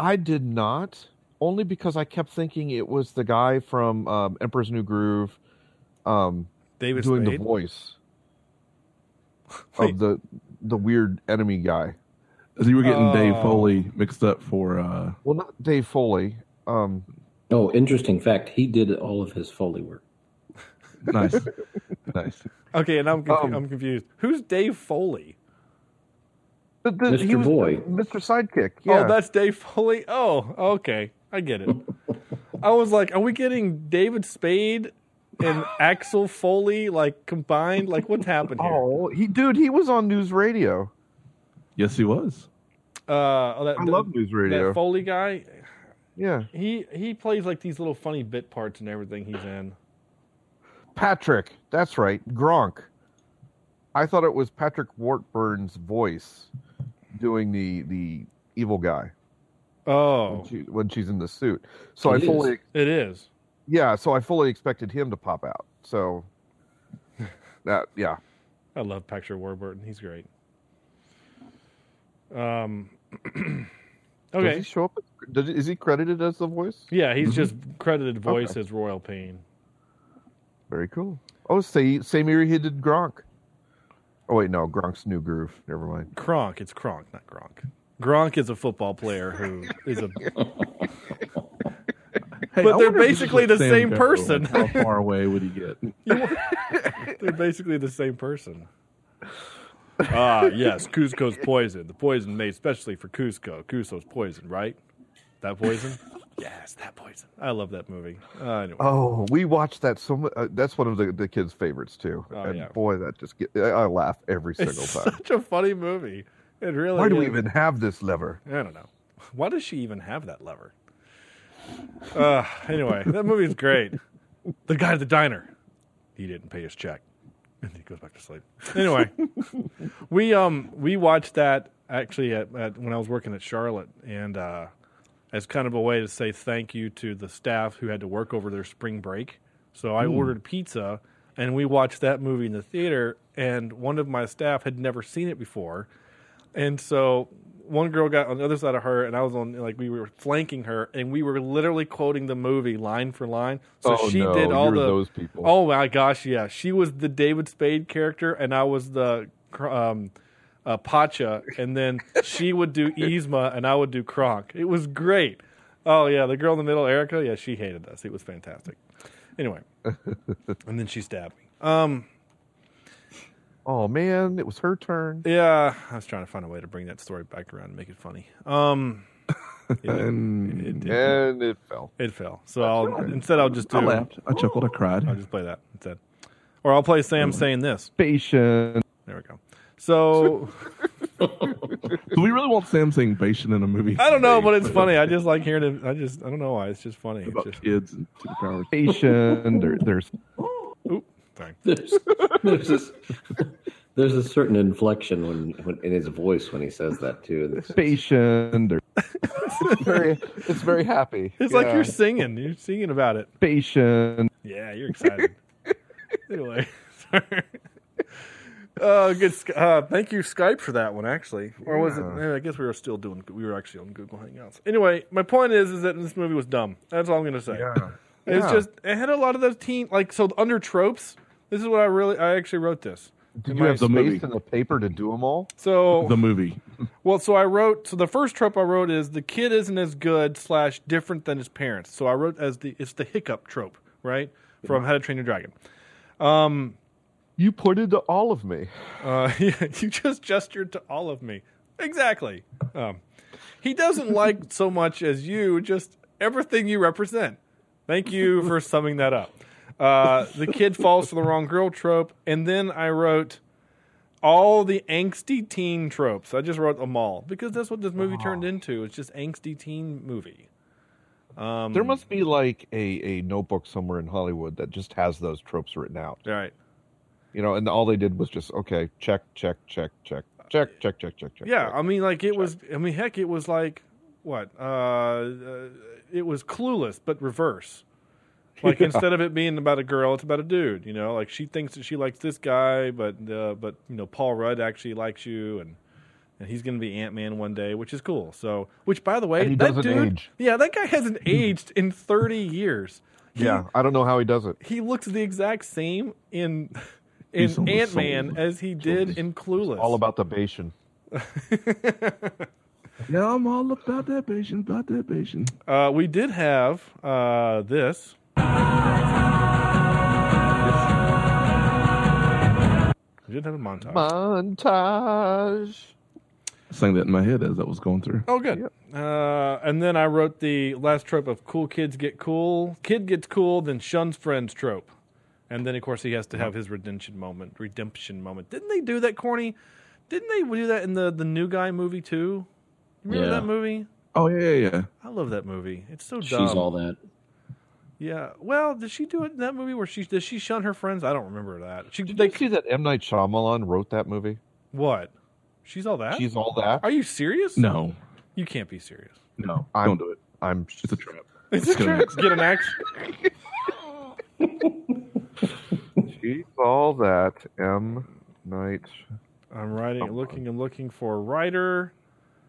G: I did not, only because I kept thinking it was the guy from um, Emperor's New Groove um,
D: David
G: doing
D: Spade. [LAUGHS]
G: the voice
D: Wait.
G: of the the weird enemy guy.
F: So you were getting Dave
D: Oh.
F: Foley mixed up for uh,
G: Well, not Dave Foley. Um,
H: Oh, interesting fact. He did all of his Foley work.
G: [LAUGHS]
F: nice, nice.
D: Okay, and I'm confu-
G: Um,
D: I'm confused. Who's Dave Foley?
G: the, the, he
H: Mr.
G: was-
H: Boy.
G: Mr. Sidekick. Yeah.
D: Oh, that's Dave Foley. Oh, okay, I get it. I was like, are we getting David Spade and Axel Foley like combined? Like, what's happened here?
G: Oh, he dude, he was on news radio.
F: Yes, he was.
D: Uh, oh, that,
G: I love news radio.
D: that Foley guy.
G: yeah,
D: He he plays like these little funny bit parts and everything he's in.
G: Patrick. That's right, Gronk. I thought it was Patrick Wartburn's voice doing the the evil guy
D: Oh,
G: when, she, when she's in the suit. So
H: It
G: I fully
D: it is.
G: yeah, so I fully expected him to pop out. So [LAUGHS] that yeah.
D: I love Patrick Warburton. He's great. Um. [CLEARS THROAT]
G: Does he Mm-hmm.
D: okay.
G: show up? Does, is he credited as the voice?
D: Yeah, he's just credited voice as Royal Pain.
G: Very cool. Oh, say, same year he did Gronk. Oh wait, no, Gronk's new groove. Never mind.
D: Kronk. It's Kronk, not Gronk. Gronk is a football player
G: [LAUGHS]
D: who is a.
F: Hey,
D: But they're
F: I wonder if this is
D: basically the
F: what Sam
D: same
F: Darnold-
D: person.
F: How far away would he get?
D: They're basically the same person. Ah, yes, Cusco's poison. The poison made especially for Cusco. Cusco's poison, right? That
G: [LAUGHS]
D: poison? yes, that poison. I love that movie. Uh, anyway.
G: Oh, we watched that. So mu- uh, that's one of the, the kids' favorites too.
D: Oh,
G: and
D: yeah.
G: boy, that just get, I, I laugh every [LAUGHS] single
D: it's [LAUGHS]
G: time.
D: such a funny movie. It really
G: Why do we
D: is.
G: even have this lever?
D: I don't know. Why does she even have that lever? Uh, anyway, that movie's great. The guy at the diner, he didn't pay his check, and he goes back to sleep. Anyway, we um we watched that actually at, at when I was working at Charlotte, and uh, as kind of a way to say thank you to the staff who had to work over their spring break. So I ordered pizza, and we watched that movie in the theater. And one of my staff had never seen it before, and so one girl got on the other side of her, and I was on like we were flanking her, and we were literally quoting the movie line for line. So
G: Oh,
D: she
G: no,
D: did all
G: you're
D: the
G: those people.
D: Oh my gosh, yeah, she was the David Spade character, and I was the um, uh, Pacha, and then she would
G: [LAUGHS]
D: do Yzma, and I would do Kronk. It was great. Oh yeah, the girl in the middle, Erica. Yeah, she hated us. It was fantastic.
G: [LAUGHS]
D: Anyway, and then she stabbed me. Um,
G: Oh man, it was her turn.
D: yeah, I was trying to find a way to bring that story back around and make it funny. Um,
F: And
D: it, it,
G: And it fell.
D: it fell. So I'll instead I'll just do.
F: I laughed. I chuckled.
D: [LAUGHS]
F: I
D: I'll
F: cried.
D: just play that instead, or I'll play Sam saying this.
G: Patient.
D: There we go. So
F: Do we really want Sam saying Bashan in a movie?
D: I don't know, but it's funny. I just like hearing it. I just I don't know why. It's just funny. It's
F: [LAUGHS] about
D: just,
F: kids and superpowers.
G: Patient. There, there's
D: oop, sorry.
H: There's [LAUGHS] there's this there's a certain inflection when, when in his voice when he says that too. It's-
G: patient. There. it's [LAUGHS] very. It's very happy.
D: It's like
G: Yeah.
D: you're singing. You're singing about it.
G: patient.
D: Yeah, you're
G: [LAUGHS]
D: excited. anyway, [LAUGHS] sorry. Oh, good. Sky- Uh, thank you, Skype, for that one. Actually, or was it? eh, I guess we were still doing. We were actually on Google Hangouts. Anyway, my point is, is that this movie was dumb. That's all I'm gonna say. It's
G: Yeah.
D: just it had a lot of those teen like so under tropes. This is what I really I actually wrote this.
G: Did
D: In
G: you
D: my
G: have
F: the
G: space
F: movie.
G: in the paper to do them all?
D: So
F: [LAUGHS] The movie.
D: Well, so I wrote. So the first trope I wrote is the kid isn't as good slash different than his parents. So I wrote as the it's the hiccup trope, right, from How to Train Your Dragon.
G: You pointed to all of me.
D: Uh, [LAUGHS] you just gestured to all of me. Exactly. Um, he doesn't like so much as you, just everything you represent. Thank you for summing that up. Uh, the kid falls for the wrong girl trope, and then I wrote all the angsty teen tropes. I just wrote them all because that's what this movie turned into. It's just angsty teen movie.
G: There must be like a, a notebook somewhere in Hollywood that just has those tropes written out.
D: All right.
G: You know, and all they did was just okay, check, check, check, check, check, check, check, check, check.
D: Yeah,
G: check.
D: I mean, like it was. I mean, heck, it was like what? Uh, uh, it was clueless, but
G: [LAUGHS]
D: reverse. Like
G: Yeah.
D: instead of it being about a girl, it's about a dude. You know, like she thinks that she likes this guy, but uh, but you know, Paul Rudd actually likes you, and and he's going to be Ant Man one day, which is cool. So, which by the way,
G: And he
D: that
G: doesn't
D: dude,
G: age.
D: yeah, that guy
G: [LAUGHS]
D: hasn't aged in thirty years. He-
G: yeah. I don't know how he does it.
D: he looks the exact same in
F: He's on
D: in
F: the
D: Ant Man
F: soul.
D: as he did in Clueless.
G: All about the Bashan.
F: Yeah, I'm all about that Bashan, about that Bashan.
D: Uh, we did have uh, this. We did have a montage.
G: Montage.
F: I sang that in my head as I was going through.
D: oh, good. Uh, and then I wrote the last trope of cool kids get cool. Kid gets cool, then shuns friends trope. And then, of course, he has to have his redemption moment. Redemption moment. Didn't they do that, Corny? Didn't they do that in the, the New Guy movie, too? You remember
H: Yeah.
D: that movie?
F: Oh yeah, yeah, yeah.
D: I love that movie. It's so
H: she's
D: dumb.
H: all that.
D: yeah. Well, did she do it in that movie where she does she shun her friends? I don't remember that. She
G: Did
D: they
G: you see that M Night Shyamalan wrote that movie?
D: What? She's all that?
G: She's all that.
D: Are you serious?
F: No,
D: You can't be serious.
F: no,
G: I'm-
F: don't do it.
G: I'm.
F: It's a trap.
D: It's
F: It's
D: a
F: gonna-
D: trap. Get an action.
G: She's all that. M Night.
D: I'm writing, looking, I'm looking for a writer.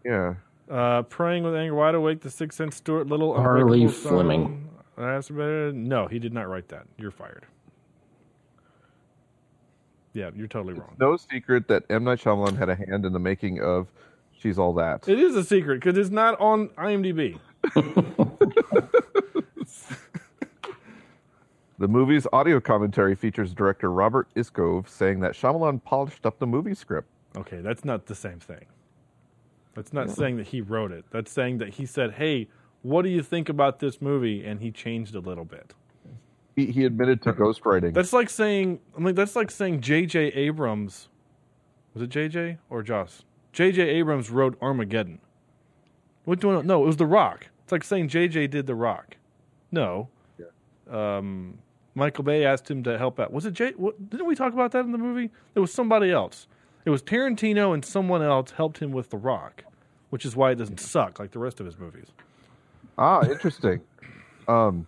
G: Yeah.
D: Uh, praying with anger, wide awake, the sixth sense, Stuart Little,
H: Harley
D: Unbreakable Sun.
H: Fleming.
D: That's better. No, he did not write that. You're fired. Yeah, you're totally wrong.
G: No secret that M Night Shyamalan had a hand in the making of She's All That.
D: It is a secret because it's not on IMDb.
G: The movie's audio commentary features director Robert Iskov saying that Shyamalan polished up the movie script.
D: Okay, that's not the same thing. That's not saying that he wrote it. That's saying that he said, "Hey, what do you think about this movie?" and he changed a little bit.
G: He, he admitted [LAUGHS] to ghostwriting.
D: That's like saying, I mean, that's like saying J.J. Abrams, was it J.J. or Joss? J.J. Abrams wrote Armageddon. What do I No, it was The Rock. It's like saying J.J. did The Rock. No. Um, Michael Bay asked him to help out. Was it J? What, didn't we talk about that in the movie? It was somebody else. It was Tarantino and someone else helped him with The Rock, which is why it doesn't suck like the rest of his movies.
G: ah, interesting. Um,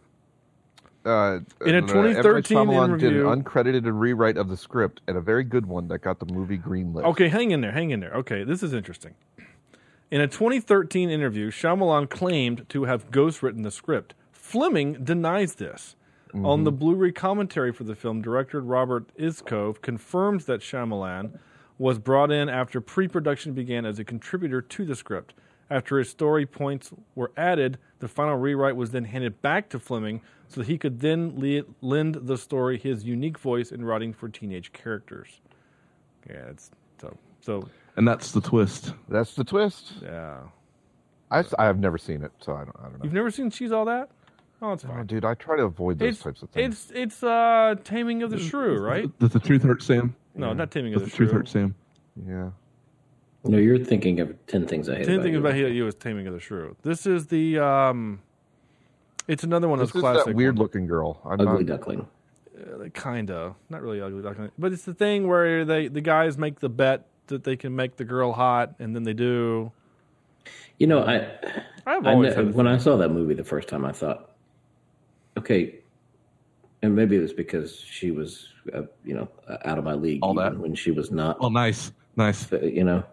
G: uh,
D: In a
G: uh, M. Night
D: 2013 in
G: Shyamalan did
D: review-
G: an uncredited rewrite of the script and a very good one that got the movie greenlit.
D: Okay, hang in there, hang in there. Okay, this is interesting. In a 2013 interview, Shyamalan claimed to have ghostwritten the script. Fleming denies this. On the Blu-ray commentary for the film, director Robert Iskov confirms that Shyamalan was brought in after pre-production began as a contributor to the script. After his story points were added, the final rewrite was then handed back to Fleming so that he could then le- lend the story his unique voice in writing for teenage characters. Yeah, it's so so
F: And that's the twist.
G: That's the twist.
D: yeah.
G: I, I have never seen it, so I don't, I don't know.
D: You've never seen She's All That? Oh, it's
G: Oh,
D: fine.
G: dude, I try to avoid those
D: It's
G: types of things.
D: it's it's uh Taming of the Shrew, right?
F: Does the truth hurt, Sam?
D: No, not Taming of
F: Does
D: the
F: the truth
D: Shrew.
F: hurt, Sam?
G: Yeah.
H: No, you're thinking of ten things I hate.
D: Ten
H: about
D: things
H: you.
D: about Hate You is Taming of the Shrew. This is the um it's another one of
G: This
D: those
G: is
D: classic
G: that weird
D: ones. Uh,
G: looking girl. I'm not,
H: Ugly duckling.
D: kinda. Not really ugly duckling. But it's the thing where they the guys make the bet that they can make the girl hot and then they do.
H: You know, I
D: I've
H: I
D: always
H: know,
D: had a
H: when I saw that movie the first time, I thought, okay, and maybe it was because she was, uh, you know, uh, out of my league
F: All
H: even
F: that.
H: when she was not,
F: Oh, nice, nice.
H: uh, you know.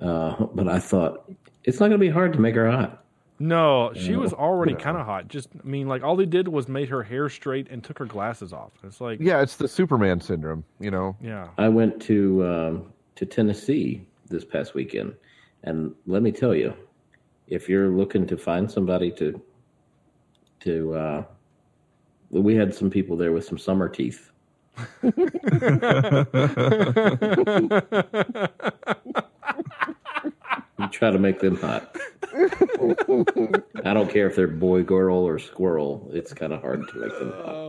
H: Uh, but I thought it's not going to be hard to make her hot.
D: No, she
G: Mm.
D: was already kind of hot. Just, I mean, like all they did was made her hair straight and took her glasses off. It's like, yeah,
G: yeah, it's the Superman syndrome, you know.
H: I went to um, to Tennessee this past weekend, and let me tell you, if you're looking to find somebody to to, uh, we had some people there with some summer teeth. You try to make them hot. I don't care if they're boy, girl, or squirrel. It's kind of hard to make them hot.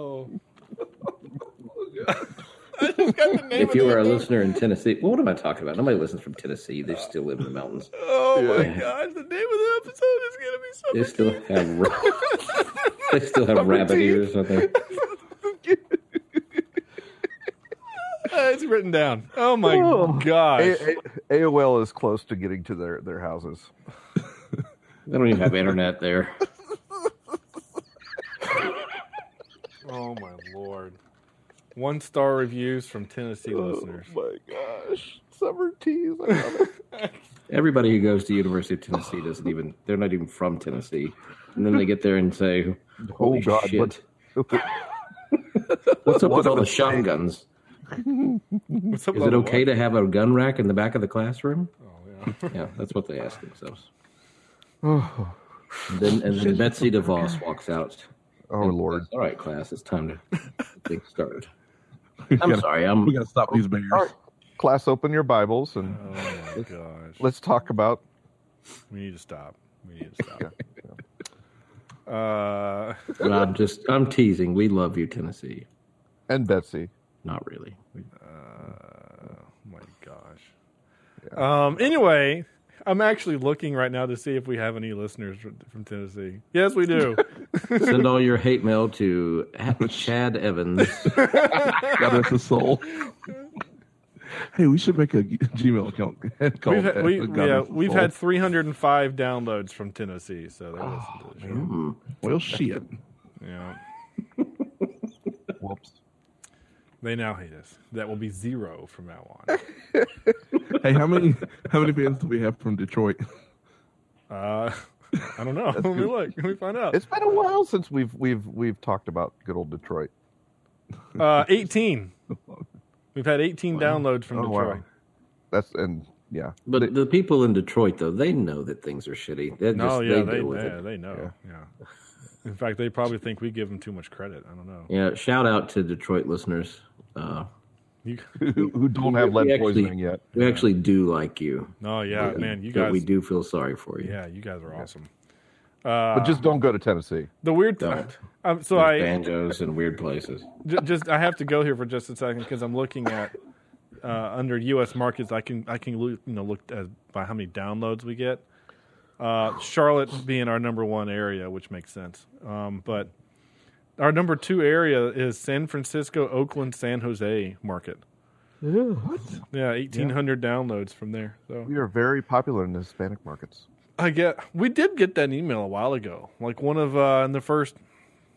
H: if you were a listener in Tennessee, well, what am I talking about? Nobody listens from Tennessee. They still live in the mountains.
D: Oh my gosh, the name of the episode is gonna be so.
H: They still have ra- [LAUGHS] they still have rabbit ears. I think.
D: Uh, it's written down. Oh my gosh.
G: A- A- AOL is close to getting to their, their houses.
H: They don't even have internet there.
D: oh my lord. One star reviews from
H: Oh.
D: Tennessee listeners.
G: my gosh. Summer teas. I love
D: [LAUGHS]
G: it.
H: Everybody who goes to University of Tennessee doesn't even. They're not even from Tennessee, and then they get there and say, "Holy
G: God,
H: shit! [LAUGHS]
G: what-
H: What's up with all
G: a
H: the shotguns?
D: What's up
H: Is
D: with
H: it
D: all the
H: okay to have a gun rack in the back of the classroom?" yeah. that's what they ask [SIGHS] themselves. and then, and then Betsy DeVos walks out.
G: oh, Lord.
H: All right, class, it's time to get things started. I'm sorry. I'm.
F: We [LAUGHS] gotta stop these bears.
G: All right. Class, open your Bibles and
D: Oh my gosh.
G: let's talk about.
D: We need to stop. We need to stop. [LAUGHS] Uh,
H: but I'm just. I'm teasing. We love you, Tennessee.
G: And Betsy.
H: Not really. We-
D: my gosh. Um, anyway, I'm actually looking right now to see if we have any listeners from, from Tennessee. Yes, we
H: [LAUGHS]
D: do.
H: Send all your hate mail to at Chad Evans.
F: God rest
G: [LAUGHS]
F: his soul. hey, we should make a g- Gmail account. called,
D: we've had,
F: uh,
D: we,
F: God
D: yeah,
F: Rest His
D: we've
F: Soul.
D: had 305 downloads from Tennessee, so they
H: Oh,
D: listen to the show.
F: well shit.
D: Yeah.
G: Whoops.
D: They now hate us. That will be zero from now on.
F: Hey, how many how many fans do we have from Detroit?
D: Uh, I don't know. Let me look. Let me find out.
G: It's been a while since we've we've we've talked about good old Detroit.
D: Uh, 18. Uh, We've had 18 downloads from
G: Oh, wow.
D: Detroit.
G: That's and yeah,
H: But the people in Detroit, though, they know that things are shitty. They're
D: No,
H: just,
D: Oh, yeah,
H: they
D: they
H: deal with
D: yeah,
H: it.
D: they know. Yeah. In fact, they probably think we give them too much credit. I don't know.
H: Yeah, shout out to Detroit listeners. Uh,
D: You,
G: who, who don't have
H: we
G: lead
H: actually-
G: poisoning yet.
H: we actually do like you.
D: oh yeah, man, you
H: But
D: guys.
H: we do feel sorry for you.
D: Yeah, you guys are awesome.
G: but just don't go to Tennessee.
D: The weird thing.
H: Don't.
D: Um, so
H: Those
D: I
H: banjos and weird places.
D: Ju- just I have to go here for just a second because I'm looking at uh, under U.S. markets. I can I can look, you know look at by how many downloads we get. Uh, Charlotte being our number one area, which makes sense. Um, but our number two area is San Francisco, Oakland, San Jose market. What? Yeah, eighteen hundred downloads from there. So
G: We are very popular in the Hispanic markets.
D: I get we did get that email a while ago. Like one of uh, in the first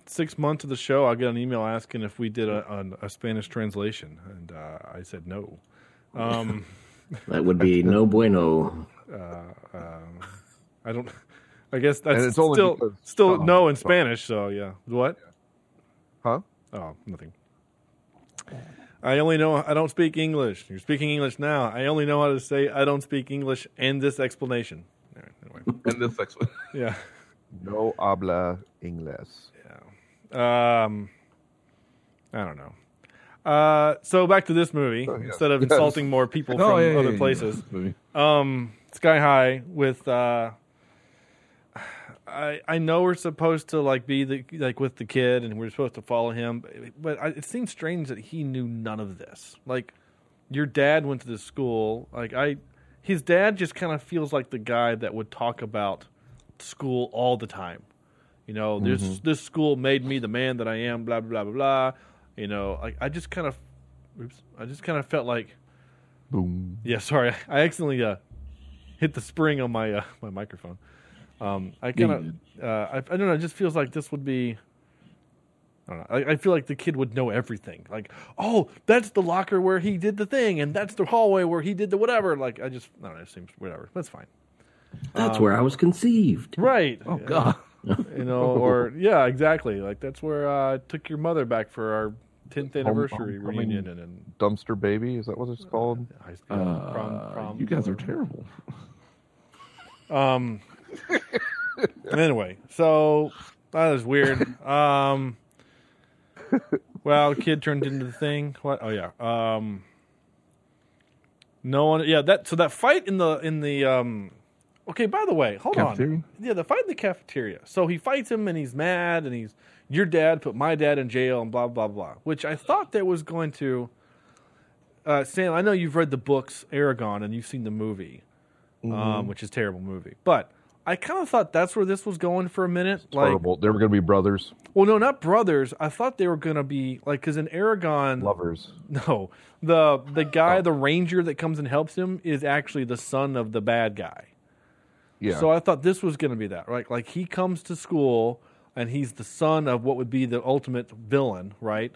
D: six months of the show, I got an email asking if we did a, an- a Spanish translation, and uh, I said no. Um,
H: That would be no bueno.
D: I don't. [LAUGHS] I guess that's
G: it's only
D: still
G: because-
D: still
G: oh,
D: no in
G: sorry.
D: Spanish. So yeah, what?
G: Huh?
D: Oh, nothing. I only know I don't speak English. You're speaking English now. I only know how to say I don't speak English and this explanation. All right,
G: [LAUGHS]
D: Anyway,
F: And this next one.
D: yeah.
G: No habla inglés.
D: Um, I don't know. Uh, so back to this movie
F: Oh,
D: instead of insulting more people from
F: yeah, yeah,
D: other
F: yeah,
D: places.
F: yeah. Movie.
D: Um, Sky High with uh, I I know we're supposed to like be the like with the kid and we're supposed to follow him, but- but I, it seems strange that he knew none of this. Like your dad went to this school. Like I, his dad just kind of feels like the guy that would talk about school all the time. You know, this this school made me the man that I am. Blah blah blah blah. blah. You know, like I just kind of, oops, I just kind of felt like, boom. Yeah, sorry, [LAUGHS] I accidentally uh, hit the spring on my uh, my microphone. Um, I kind of, uh, I, I don't know. It just feels like this would be. I don't know. I, I feel like the kid would know everything. Like, oh, that's the locker where he did the thing, and that's the hallway where he did the whatever. Like, I just, I don't know. It seems whatever. That's fine.
H: That's where I was conceived.
D: Right. Oh God.
F: [LAUGHS]
D: You know, or yeah, exactly. Like that's where uh, I took your mother back for our tenth anniversary
G: homecoming.
D: reunion, and, and
G: Dumpster baby, is that what it's called?
D: high school prom,
F: Uh,
D: prom.
F: you guys are terrible.
D: Um. anyway, so that is weird. Um. Well, kid turned into the thing. What? Oh yeah. Um. No one. Yeah. That. So that fight in the in the um. Okay. By the way, hold
F: Cafeteria?
D: on. Yeah, the fight in the cafeteria. So he fights him, and he's mad, and he's your dad put my dad in jail, and blah blah blah. Which I thought that was going to. Uh, Sam, I know you've read the books Aragon, and you've seen the movie um, which is a terrible movie. But I kind of thought that's where this was going for a minute. Like,
G: Horrible. They were going to be brothers,
D: well, no, not brothers. I thought they were gonna be like, because in Aragon,
G: lovers.
D: [LAUGHS] no, the the guy, the ranger that comes and helps him is actually the son of the bad guy.
G: Yeah.
D: So I thought this was gonna be that, right? Like he comes to school and he's the son of what would be the ultimate villain, right?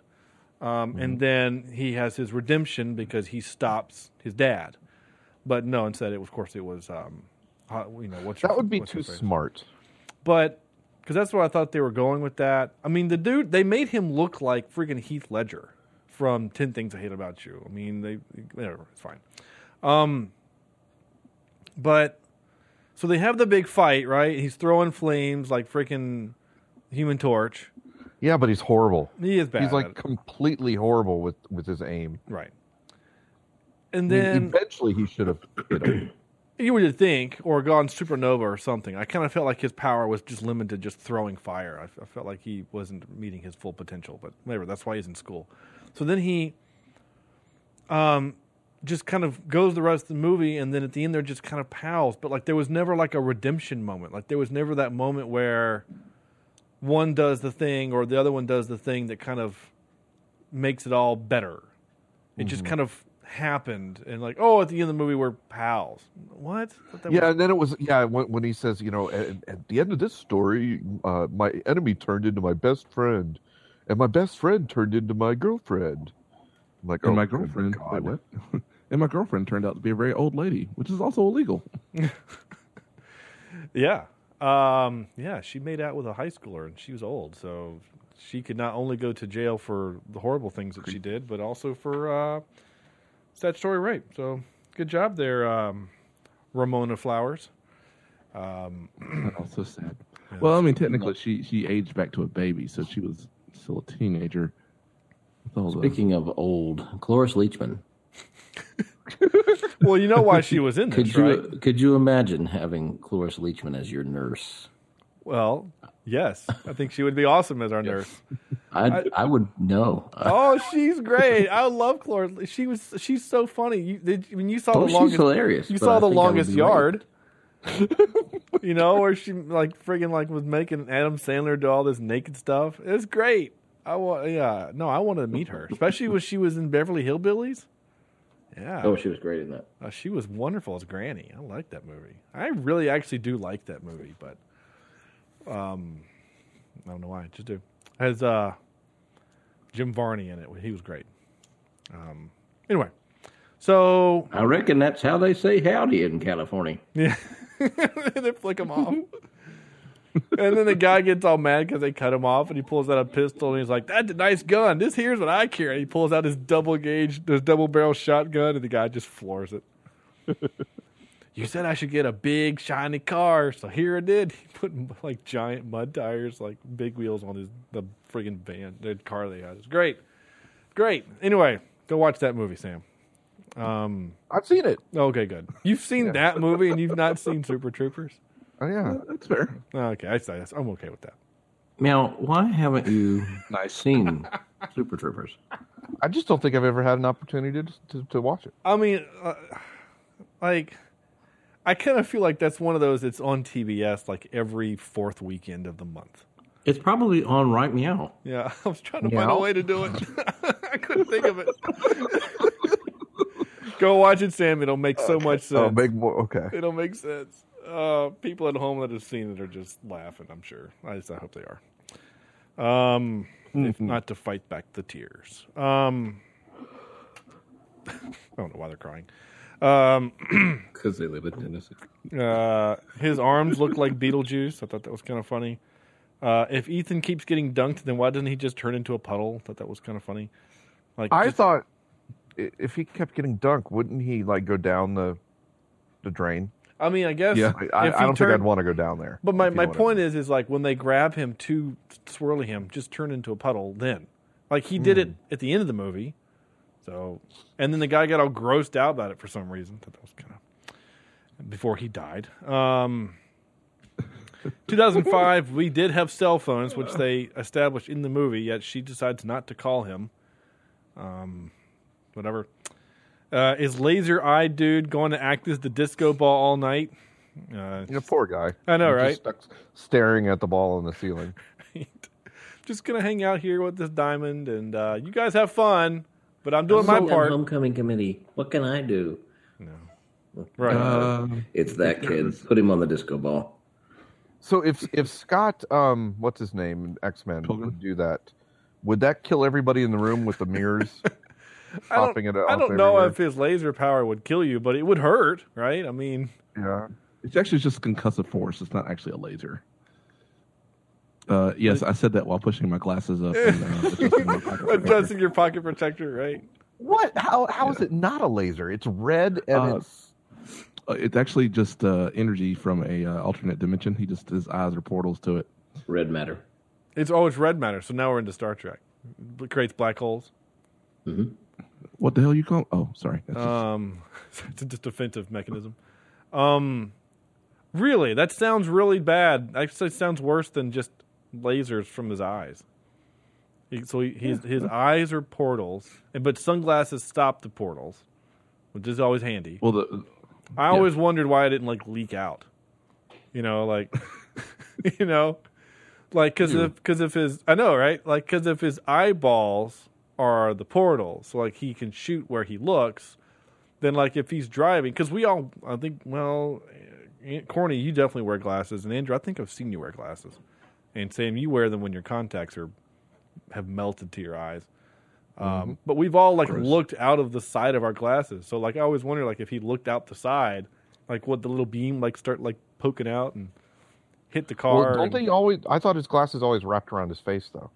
D: Um,
G: Mm-hmm.
D: And then he has his redemption because he stops his dad. But no, instead, it of course it was, um, how- you know, what's
G: that
D: your-
G: would be
D: what's your
G: too
D: phrase?
G: smart.
D: but because that's where I thought they were going with that. I mean, the dude they made him look like freaking Heath Ledger from Ten Things I Hate About You. I mean, they whatever, it's fine. Um, but so they have the big fight, right? He's throwing flames like freaking Human Torch.
G: Yeah, but he's horrible.
D: He is bad.
G: He's
D: at
G: like
D: it.
G: completely horrible with with his aim.
D: right. And
G: I mean,
D: then
G: eventually he should have hit him.
D: you would think, or gone supernova or something. I kind of felt like his power was just limited to just throwing fire. I, I felt like he wasn't meeting his full potential, but whatever. That's why he's in school. So then he, um, just kind of goes the rest of the movie, and then at the end they're just kind of pals. But like there was never like a redemption moment. Like there was never that moment where one does the thing or the other one does the thing that kind of makes it all better. It just kind of happened, and like, oh, at the end of the movie we're pals. What? But that
G: Yeah,
D: was-
G: and then it was yeah when, when he says you know at, at the end of this story, uh, my enemy turned into my best friend, and my best friend turned into my girlfriend. I'm like
F: And
G: oh,
F: my
G: good
F: girlfriend.
G: God.
F: Wait, what? [LAUGHS] and my girlfriend turned out to be a very old lady, which is also illegal.
D: Yeah. Um, yeah, she made out with a high schooler and she was old, so she could not only go to jail for the horrible things that she did, but also for uh, statutory rape. So good job there, um, Ramona Flowers.
F: Oh, so sad. Well, I mean, technically, she she aged back to a baby, so she was still a teenager. With all the-
H: Speaking of old, Cloris Leachman.
D: Well, you know why she was
H: [LAUGHS]
D: in
H: Could
D: this,
H: you
D: right?
H: could you imagine having Cloris Leachman as your nurse?
D: Well, yes. I think she would be awesome as our nurse.
H: I'd, I would know. Uh,
D: Oh, she's great. I love Clara. She was. She's so funny. You, did, when you saw
H: Oh,
D: the
H: she's
D: longest,
H: hilarious,
D: You
H: but
D: saw
H: I
D: the
H: think I would
D: longest
H: be
D: yard. [LAUGHS] you know, where she like friggin' like was making Adam Sandler do all this naked stuff. It's great. I want. Yeah. No, I wanted to meet her, especially when she was in Beverly Hillbillies. Yeah.
H: oh, she was great in that.
D: Uh, she was wonderful as Granny. I like that movie. I really actually do like that movie, but um, I don't know why. I just do. It has uh, Jim Varney in it. He was great. Um, anyway, so
H: I reckon that's how they say howdy in California.
D: yeah, [LAUGHS] they flick him off. and then the guy gets all mad because they cut him off, and he pulls out a pistol, and he's like, "That's a nice gun. This here's what I carry." He pulls out his double gauge, his double barrel shotgun, and the guy just floors it. [LAUGHS] you said I should get a big shiny car, so here it did. [LAUGHS] He put like giant mud tires, like big wheels on his the friggin' van, the car they had. It's great, great. Anyway, go watch that movie, Sam.
G: I've seen it.
D: Okay, good. You've seen that movie, and you've not seen Super Troopers.
G: Oh, yeah.
F: That's fair.
D: Okay, I, I, I'm okay with that.
H: Now, why haven't
D: [LAUGHS]
H: you seen Super Troopers?
G: I just don't think I've ever had an opportunity to to, to watch it.
D: I mean, uh, like, I kind of feel like that's one of those that's on TBS like every fourth weekend of the month.
H: It's probably on right now.
D: Yeah, [LAUGHS] I was trying to find a
G: Yeah.
D: way to do it. [LAUGHS] I couldn't think of it. [LAUGHS] Go watch it, Sam. It'll make so much sense.
G: Oh, big boy. Okay.
D: [LAUGHS] It'll make sense. Uh, people at home that have seen it are just laughing. I'm sure. I just I hope they are. Um, if not to fight back the tears. Um, [LAUGHS] I don't know why they're crying. Um,
H: Because they live in Tennessee.
D: Uh, his arms look like Beetlejuice. I thought that was kind of funny. Uh, if Ethan keeps getting dunked, then why doesn't he just turn into a puddle? I thought that was kind of funny. Like
G: I
D: just-
G: thought i- if he kept getting dunked, wouldn't he like go down the the drain?
D: I mean, I guess.
G: I, I,
D: if
G: I
D: he
G: don't think
D: turned-
G: I'd want to go down there.
D: But my,
G: if you
D: my
G: know what I
D: point
G: mean.
D: is, is like when they grab him to swirly him, just turn into a puddle. Then, like he
G: Hmm.
D: did it at the end of the movie. So, and then the guy got all grossed out about it for some reason. Thought that was kind of before he died.
G: [LAUGHS]
D: Um, 2005, we did have cell phones, which they established in the movie. Yet she decides not to call him. Um, whatever. Uh, is laser eyed dude going to act as the disco ball all night? Uh,
G: You know, poor guy.
D: I know,
G: He's just
D: right?
G: stuck staring at the ball on the ceiling.
D: right. [LAUGHS] Just gonna hang out here with this diamond, and uh, you guys have fun. But I'm doing my
H: So-
D: part.
H: Homecoming committee. What can I do?
D: Right.
G: Uh,
F: Um,
H: It's that kid. Put him on the disco ball.
G: So if if Scott, um, what's his name, X Men,
F: Pilgrim?
G: would do that, would that kill everybody in the room with the mirrors?
D: [LAUGHS] I don't,
G: popping it
D: I
G: off
D: don't know
G: everywhere.
D: if his laser power would kill you, but it would hurt, right? I mean, [LAUGHS]
G: yeah.
F: it's actually just concussive force. It's not actually a laser. Uh, yes, I said that while pushing my glasses up. And, uh, adjusting my pocket protector.
D: adjusting your pocket protector, right?
G: What? How how is it not a laser? It's red and
F: Uh,
G: it's
F: Uh, it's actually just uh, energy from a uh, alternate dimension. He just his eyes are portals to it.
H: Red matter.
D: It's oh, it's red matter. So now we're into Star Trek. It creates black holes.
F: What the hell you call? Oh, sorry. That's just-
D: Um, [LAUGHS] it's a just defensive mechanism. Um, really, that sounds really bad. Actually, it sounds worse than just lasers from his eyes. He- So he, his his eyes are portals, and but sunglasses stop the portals, which is always handy.
F: well, the
D: I always wondered why I didn't like leak out. You know, like, [LAUGHS] you know, like because if because if his I know right, like because if his eyeballs are the portals, so like he can shoot where he looks. Then like if he's driving, because we all I think well, eh, Corny, you definitely wear glasses, and Andrew, I think I've seen you wear glasses, and Sam, you wear them when your contacts are have melted to your eyes.
G: Mm-hmm.
D: Um, but we've all like looked out of the side of our glasses. So like I always wonder like if he looked out the side, like would the little beam like start like poking out and hit the car?
G: Well, don't
D: and-
G: they always? I thought his glasses always wrapped around his face, though.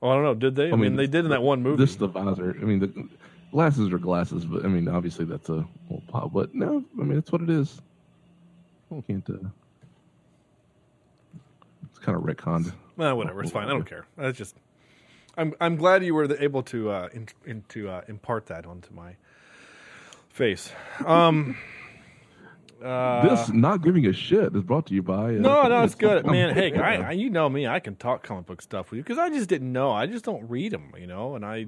D: oh, I don't know. Did they? I, mean,
F: mean,
D: they did in that one movie.
F: This is the visor. I mean, the, Glasses are glasses, but I mean, obviously that's a old pop. But no, I mean, that's what it is. Can't. Uh, it's kind of retconned.
D: Well, whatever. It's fine.
F: [LAUGHS]
D: I don't care. That's just. I'm I'm glad you were the- able to uh, in, in, to uh, impart that onto my face. Um, uh,
F: this not giving a shit is brought to you by. Uh,
D: no, no, it's good, man.
F: [LAUGHS]
D: Hey, I, I, you know me. I can talk comic book stuff with you because I just didn't know. I just don't read them, you know. And I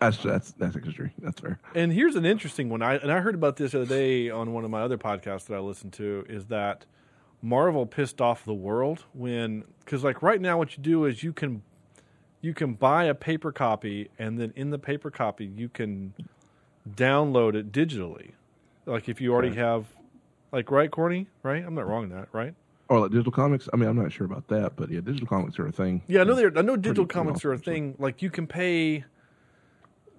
F: that's that's that's industry. That's fair.
D: and here's an interesting one. I and I heard about this the other day on one of my other podcasts that I listened to is that Marvel pissed off the world when because like right now what you do is you can you can buy a paper copy and then in the paper copy you can download it digitally. Like if you already have like right, Corny, right? I'm not wrong in that, right?
F: Or Oh, like digital comics. I mean, I'm not sure about that, but yeah, digital comics are a thing.
D: Yeah, I know they're, I know digital
F: pretty
D: comics are a
F: awesome, actually.
D: thing. Like you can pay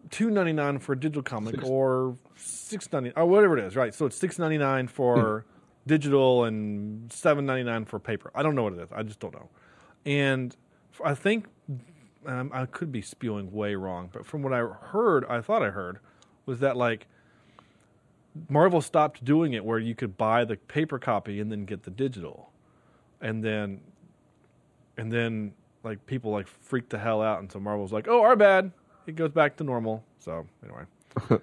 D: two ninety nine for a digital comic or six ninety or whatever it is, right? So it's six ninety nine for digital and seven ninety nine for paper. I don't know what it is. I just don't know. And f- I think um, I could be spewing way wrong, but from what I heard, I thought I heard was that like Marvel stopped doing it where you could buy the paper copy and then get the digital, and then and then like people like freaked the hell out, and so Marvel's like, "Oh, our bad." It goes back to normal. So anyway,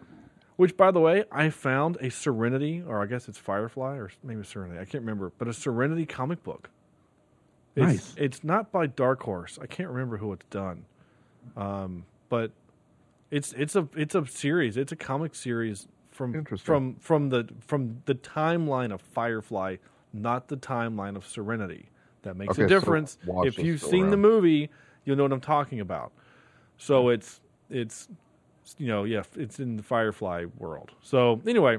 D: which by the way, I found a Serenity, or I guess it's Firefly, or maybe Serenity. I can't remember, but a Serenity comic book. It's,
F: Nice.
D: It's not by Dark Horse. I can't remember who it's done, um, but it's it's a it's a series. It's a comic series from
G: Interesting.
D: from from the from the timeline of Firefly, not the timeline of Serenity. That makes a
G: Okay, so
D: difference.
G: watch
D: if
G: is
D: you've
G: still
D: seen the
G: around.
D: movie, you'll know what I'm talking about. So it's it's you know yeah it's in the Firefly world. So anyway,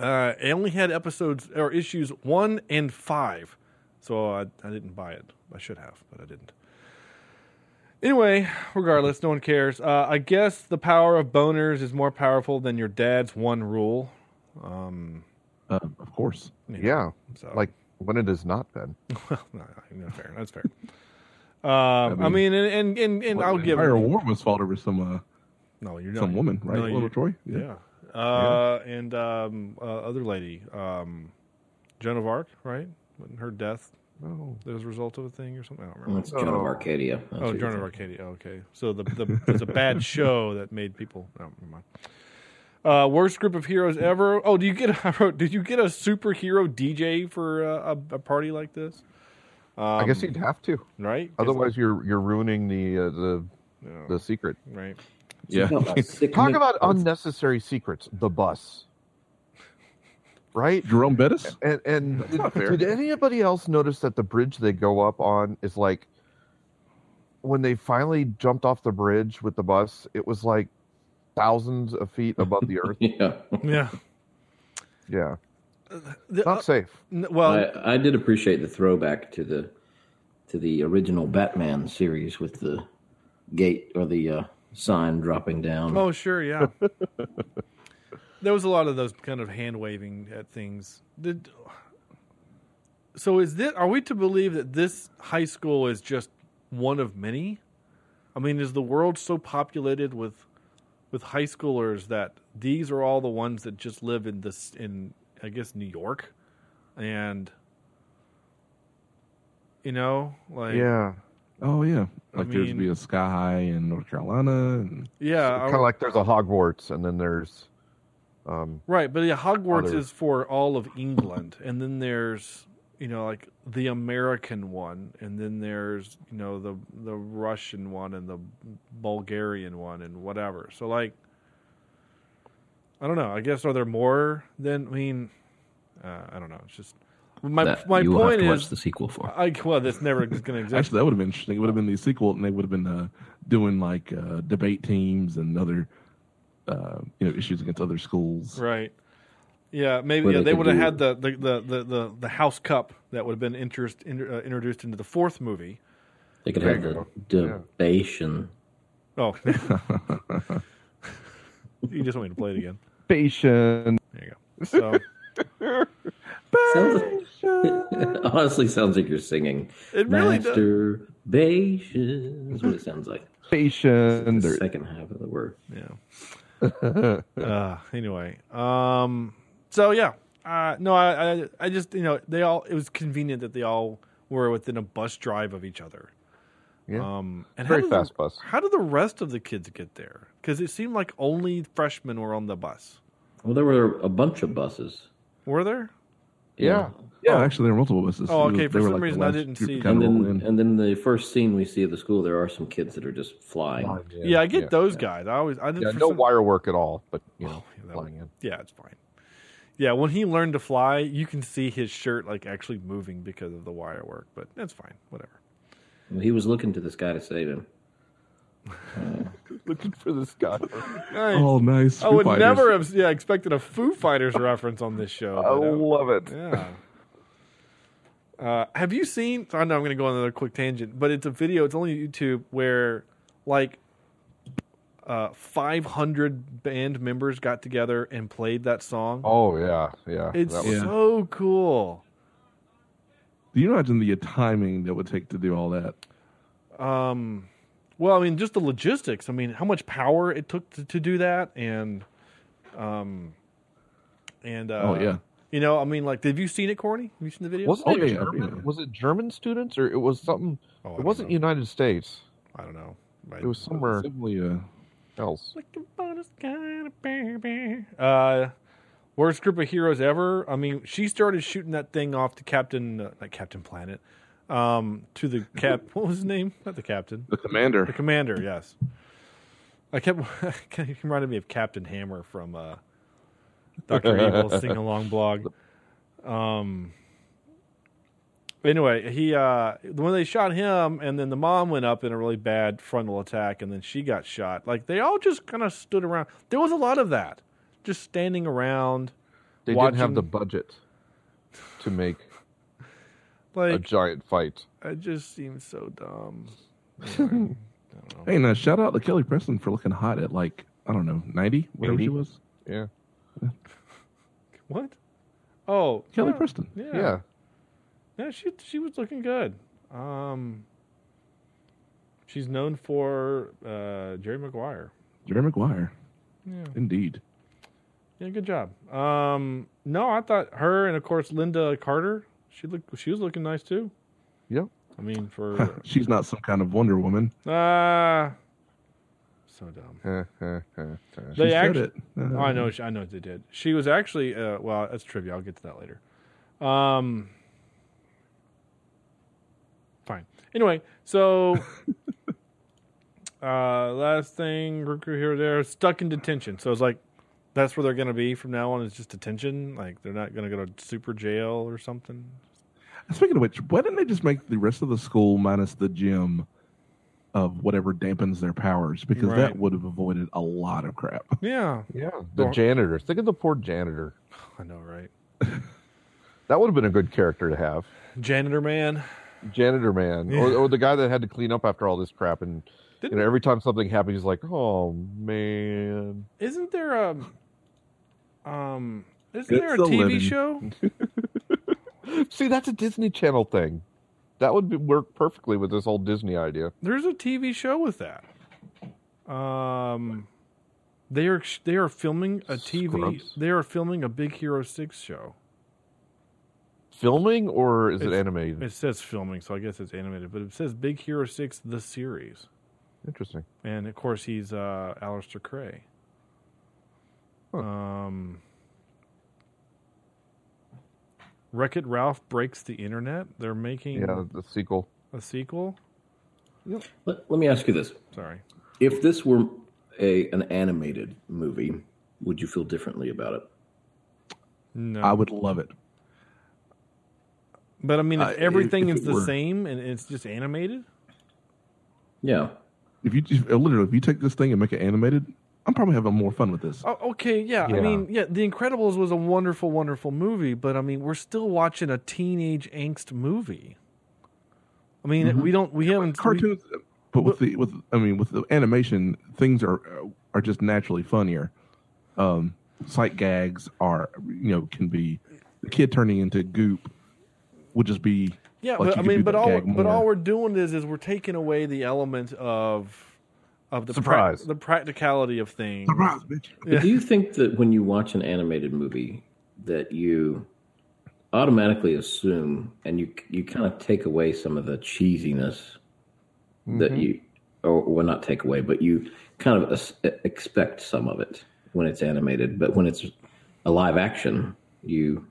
D: uh, I only had episodes or issues one and five, so I, I didn't buy it. I should have, but I didn't. Anyway, regardless, no one cares. Uh, I guess the power of boners is more powerful than your dad's one rule. [LAUGHS]
F: Uh, of course.
G: Yeah.
D: So.
G: Like when it is not, then.
D: Well, no, no, no, fair. That's fair. Um, I, mean, and and and, and I'll give.
F: Entire war was fought over some uh,
D: No, you're not.
F: some woman, right?
D: No, you-
F: Little Troy.
D: Yeah. Uh, And um, uh, other lady, um, Joan of Arc, right? Wasn't Her death
G: No.
D: as a result of a thing or something. I don't
H: Well,
D: remember.
H: it's Joan of Arcadia. That's
D: Oh, Joan
H: what you're
D: of Arcadia. Oh, okay. So the, the there's a bad [LAUGHS] show that made people. Oh, never mind. Uh, worst group of heroes ever. Oh, do you get? [LAUGHS] I wrote. Did you get a superhero DJ for uh, a, a party like this?
G: I
D: Um,
G: guess you'd have to.
D: Right.
G: Otherwise, you're you're ruining the uh, the the secret.
D: Right.
F: Yeah.
H: talking [LAUGHS] about. Sick
G: Talk
H: Nick-
G: about unnecessary secrets.
D: [LAUGHS]
G: The bus, right?
F: [LAUGHS] Jerome Bettis.
G: And and
F: not
G: did,
F: fair.
G: did anybody else notice that the bridge they go up on is like when they finally jumped off the bridge with the bus, it was like thousands of feet above the [LAUGHS] earth.
H: Yeah.
D: Yeah.
G: Yeah,
D: The- uh,
G: not safe.
D: n- well,
H: I, I did appreciate the throwback to the to the original Batman series with the gate or the uh, sign dropping down.
D: Oh, sure, yeah. there was a lot of those kind of hand waving at things. Did, so is this? Are we to believe that this high school is just one of many? I mean, is the world so populated with with high schoolers that these are all the ones that just live in this in I guess New York, and you know, like
G: Yeah,
F: Oh yeah. Like there's
D: mean-
F: be a Sky High in North Carolina, and
D: yeah, I-
G: kind of like there's a Hogwarts, and then there's
D: Right, but yeah, Hogwarts
G: other-
D: is for all of England, and then there's you know like the American one, and then there's you know the the Russian one and the Bulgarian one and whatever. So like, I don't know. I guess are there more than I mean? Uh, I don't know. It's just my
H: that
D: my
H: you will
D: point
H: have to
D: is
H: watch the sequel for.
D: I well that's never going
H: [LAUGHS]
D: to exist.
F: actually that would have been interesting. It would have been the sequel, and they would have been uh, doing like uh, debate teams and other uh, you know issues against other schools.
D: Right. Yeah, maybe
H: Where
D: yeah,
H: they
D: they
H: could
D: would have
H: do-
D: had the the, the, the, the the house cup that would have been interest, in, uh, introduced into the fourth movie.
H: They could have the debation.
G: [LAUGHS]
D: Oh. you just want me to play it again.
G: Station.
D: There you go. So
H: Sounds like- [LAUGHS] honestly, sounds like you're singing.
D: It really does.
H: Masturbation is what it sounds like.
G: Station.
H: The
G: There-
H: second half of the word.
D: yeah. uh, anyway, um, so yeah, uh, no, I, I, I just you know they all it was convenient that they all were within a bus drive of each other.
G: Yeah.
D: Um, and
G: Very
D: how did
G: fast
D: the,
G: bus.
D: How did the rest of the kids get there? Because it seemed like only freshmen were on the bus.
H: Well, there were a bunch of buses.
D: Were there?
G: yeah.
F: Yeah, actually, there were multiple buses.
D: Oh,
F: It
D: okay, for
F: they were,
D: some
F: the
D: reason I
F: last
D: didn't
F: group to
D: see
F: kinda
H: and
F: roll
H: then,
F: in.
H: and then the first scene we see at the school, there are some kids that are just flying.
D: Yeah, I get those guys. I always I didn't.
G: Oh, Yeah,
D: for
G: no
D: some- Oh,
G: wire work at all, but you know,
D: yeah, that
G: flying in.
D: Yeah, it's fine. Yeah, when he learned to fly, you can see his shirt like actually moving because of the wire work, but that's fine. Whatever.
H: He was looking to this guy to save him.
G: Looking for this [LAUGHS] guy.
F: Oh, nice.
D: I would
F: Foo Fighters.
D: never have yeah, expected a Foo Fighters reference on this show.
G: I
D: but, uh,
G: love it.
D: Yeah. Uh, have you seen? I know I'm going to go on another quick tangent, but it's a video. It's only YouTube where like uh, 500 band members got together and played that song.
G: Oh yeah, yeah.
D: it's
G: that was-
F: Yeah.
D: so cool.
F: Do you imagine the uh, timing that would take to do all that?
D: Um, well, I mean, just the logistics. I mean, how much power it took to, to do that, and um, and uh,
F: Oh, yeah.
D: you know, I mean, like, have you seen it, Corny? Have you seen the video?
G: Wasn't
F: Oh,
G: it
F: yeah, yeah,
G: German?
F: yeah.
G: Was it German students or it was something?
D: Oh, I
G: it
D: don't
G: wasn't
D: know.
G: United States.
D: I don't know. I-
G: It was somewhere
F: Simply, uh,
G: else.
D: Looking for this kind of baby. Uh, worst group of heroes ever. I mean, she started shooting that thing off to Captain, uh, not Captain Planet, um, to the cap. [LAUGHS] what was his name? Not the captain.
F: the commander.
D: The commander. Yes. I kept. [LAUGHS] he reminded me of Captain Hammer from uh, Doctor Evil sing along blog. Um. Anyway, he uh when they shot him, and then the mom went up in a really bad frontal attack, and then she got shot. Like they all just kind of stood around. There was a lot of that, just standing around.
G: They didn't
D: watching-
G: have the budget to make a
D: Like
G: giant fight.
D: it just seems so dumb.
H: Oh.
F: Hey, now shout out to Kelly Preston for looking hot at like I don't know ninety, whatever she
G: 80.
F: was.
G: Yeah,
D: What? Oh,
F: Kelly
D: yeah,
F: Preston.
G: yeah.
D: Yeah. Yeah, she she was looking good. Um, she's known for uh, Jerry Maguire.
F: Jerry Maguire.
D: Yeah.
F: Indeed.
D: Yeah, good job. Um, no, I thought her and of course Linda Carter. She looked she was looking nice too.
G: Yep.
D: I mean
F: [LAUGHS]
D: for
F: She's not some kind of Wonder Woman.
D: ah, so dumb.
G: Eh, eh, eh, eh.
F: [LAUGHS] She
D: They
F: said
D: actu-
F: it. Uh,
D: Oh, I know. She, I know they did. She was actually. Uh, well, that's trivia. I'll get to that later. Um. Fine. Anyway,
F: [LAUGHS]
D: so. uh, last thing, group crew here, there, stuck in detention. So it's like, that's where they're gonna be from now on. Is just detention. Like they're not gonna go to super jail or something.
F: Speaking of which, why didn't they just make the rest of the school minus the gym of whatever dampens their powers? Because
D: Right.
F: that would have avoided a lot of crap.
D: Yeah,
G: yeah, the janitor. Think of the poor janitor.
D: I know, right?
G: That would have been a good character to have.
D: Janitor man.
G: Janitor man, or, or the guy that had to clean up after all this crap, and you
D: Didn't-
G: know every time something happened, he's like, "Oh man."
D: Isn't there a um? Isn't
F: It's
D: there a
F: the
D: TV
F: living.
D: show?
G: See, that's a Disney Channel thing. That would be, work perfectly with this whole Disney idea.
D: There's a TV show with that. Um, they are they are filming a TV.
G: Scrubs?
D: They are filming a Big Hero Six show.
G: Filming or is it
D: It's-
G: animated?
D: It says filming, so I guess it's animated, but it says Big Hero Six the series,
G: Interesting.
D: and of course he's uh, Alistair Cray.
G: Huh.
D: Um, Wreck It Ralph breaks the internet. They're making
G: Yeah, the sequel.
D: a sequel.
H: Let, let me ask you this:
D: Sorry.
H: If this were a an animated movie, would you feel differently about it?
D: No,
F: I would love it.
D: but I mean, uh, if
F: I- if-
D: everything
F: if
D: is
F: it
D: the
F: were-
D: same and it's just animated.
H: Yeah.
F: If you if, literally, if you take this thing and make it animated, I'm probably having more fun with this.
D: Oh, okay, yeah. I
G: Yeah.
D: mean, yeah, The Incredibles was a wonderful, wonderful movie, but I mean, we're still watching a teenage angst movie. I mean, we don't, we haven't. we-
F: Cartoons, but with the with I mean with the animation, things are uh, are just naturally funnier. Um, sight gags are you know can be the kid turning into goop would just be
D: yeah,
F: like
D: but
F: you
D: I
F: could
D: mean,
F: do
D: but
F: that
D: all,
F: gag
D: but all
F: more.
D: we're doing is, is we're taking away the element of of the
G: Surprise.
D: the practicality of things.
F: Surprise, bitch.
D: Yeah.
H: Do you think that when you watch an animated movie that you automatically assume and you you kind of take away some of the cheesiness that
G: Mm-hmm.
H: you or well not take away but you kind of as- e, expect some of it when it's animated but when it's a live action you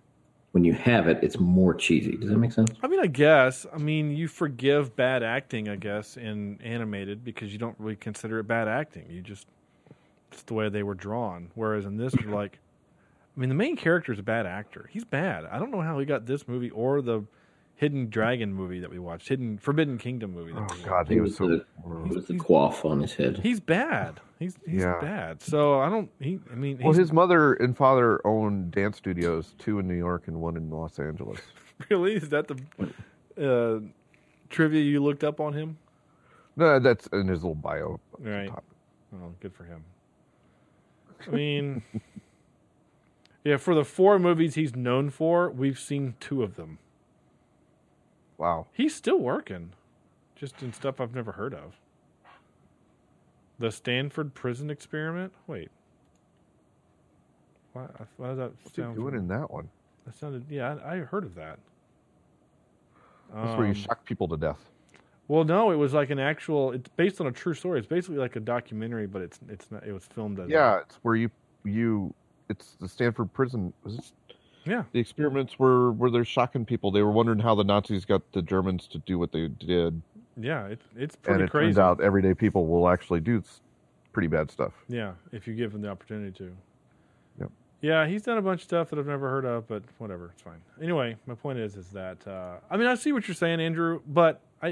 H: when you have it it's more cheesy does that make sense
D: I mean, I guess. I mean, you forgive bad acting, I guess, in animated because you don't really consider it bad acting. You just it's the way they were drawn. Whereas in this, you're like, I mean, the main character is a bad actor. He's bad. I don't know how he got this movie or the Hidden Dragon movie that we watched, Hidden Forbidden Kingdom movie. That
G: Oh
D: we watched.
G: God, he was so.
H: the, he was the quaff on his head
D: He's bad. He's he's
G: Yeah.
D: bad. So I don't. He. I mean,
G: Well,
D: he's
G: his mother and father own dance studios, two in New York and one in Los Angeles.
D: [LAUGHS] really is that the uh, trivia you looked up on him?
G: No, that's in his little bio. at the
D: Right.
G: top.
D: Well, good for him. I mean, [LAUGHS] yeah, for the four movies he's known for, we've seen two of them.
G: Wow.
D: He's still working, just in stuff I've never heard of. The Stanford Prison Experiment. Wait, why, why does that
G: What's he
D: sound?
G: doing in that one?
D: That sounded yeah, I, I heard of that.
G: That's where you
D: Um,
G: shock people to death.
D: Well, no, it was like an actual. It's based on a true story. It's basically like a documentary, but it's it's not. It was filmed as a-
G: Yeah, it's where you you. It's the Stanford prison. Was it
D: yeah.
G: the experiments were where they're shocking people. They were wondering how the Nazis got the Germans to do what they did,
D: Yeah, it, it's
G: and
D: pretty
G: it
D: crazy.
G: turns out everyday people will actually do s- pretty bad stuff.
D: Yeah, if you give him the opportunity to.
G: Yep.
D: Yeah, he's done a bunch of stuff that I've never heard of, but whatever, it's fine. Anyway, my point is, is that uh, I mean, I see what you're saying, Andrew, but I,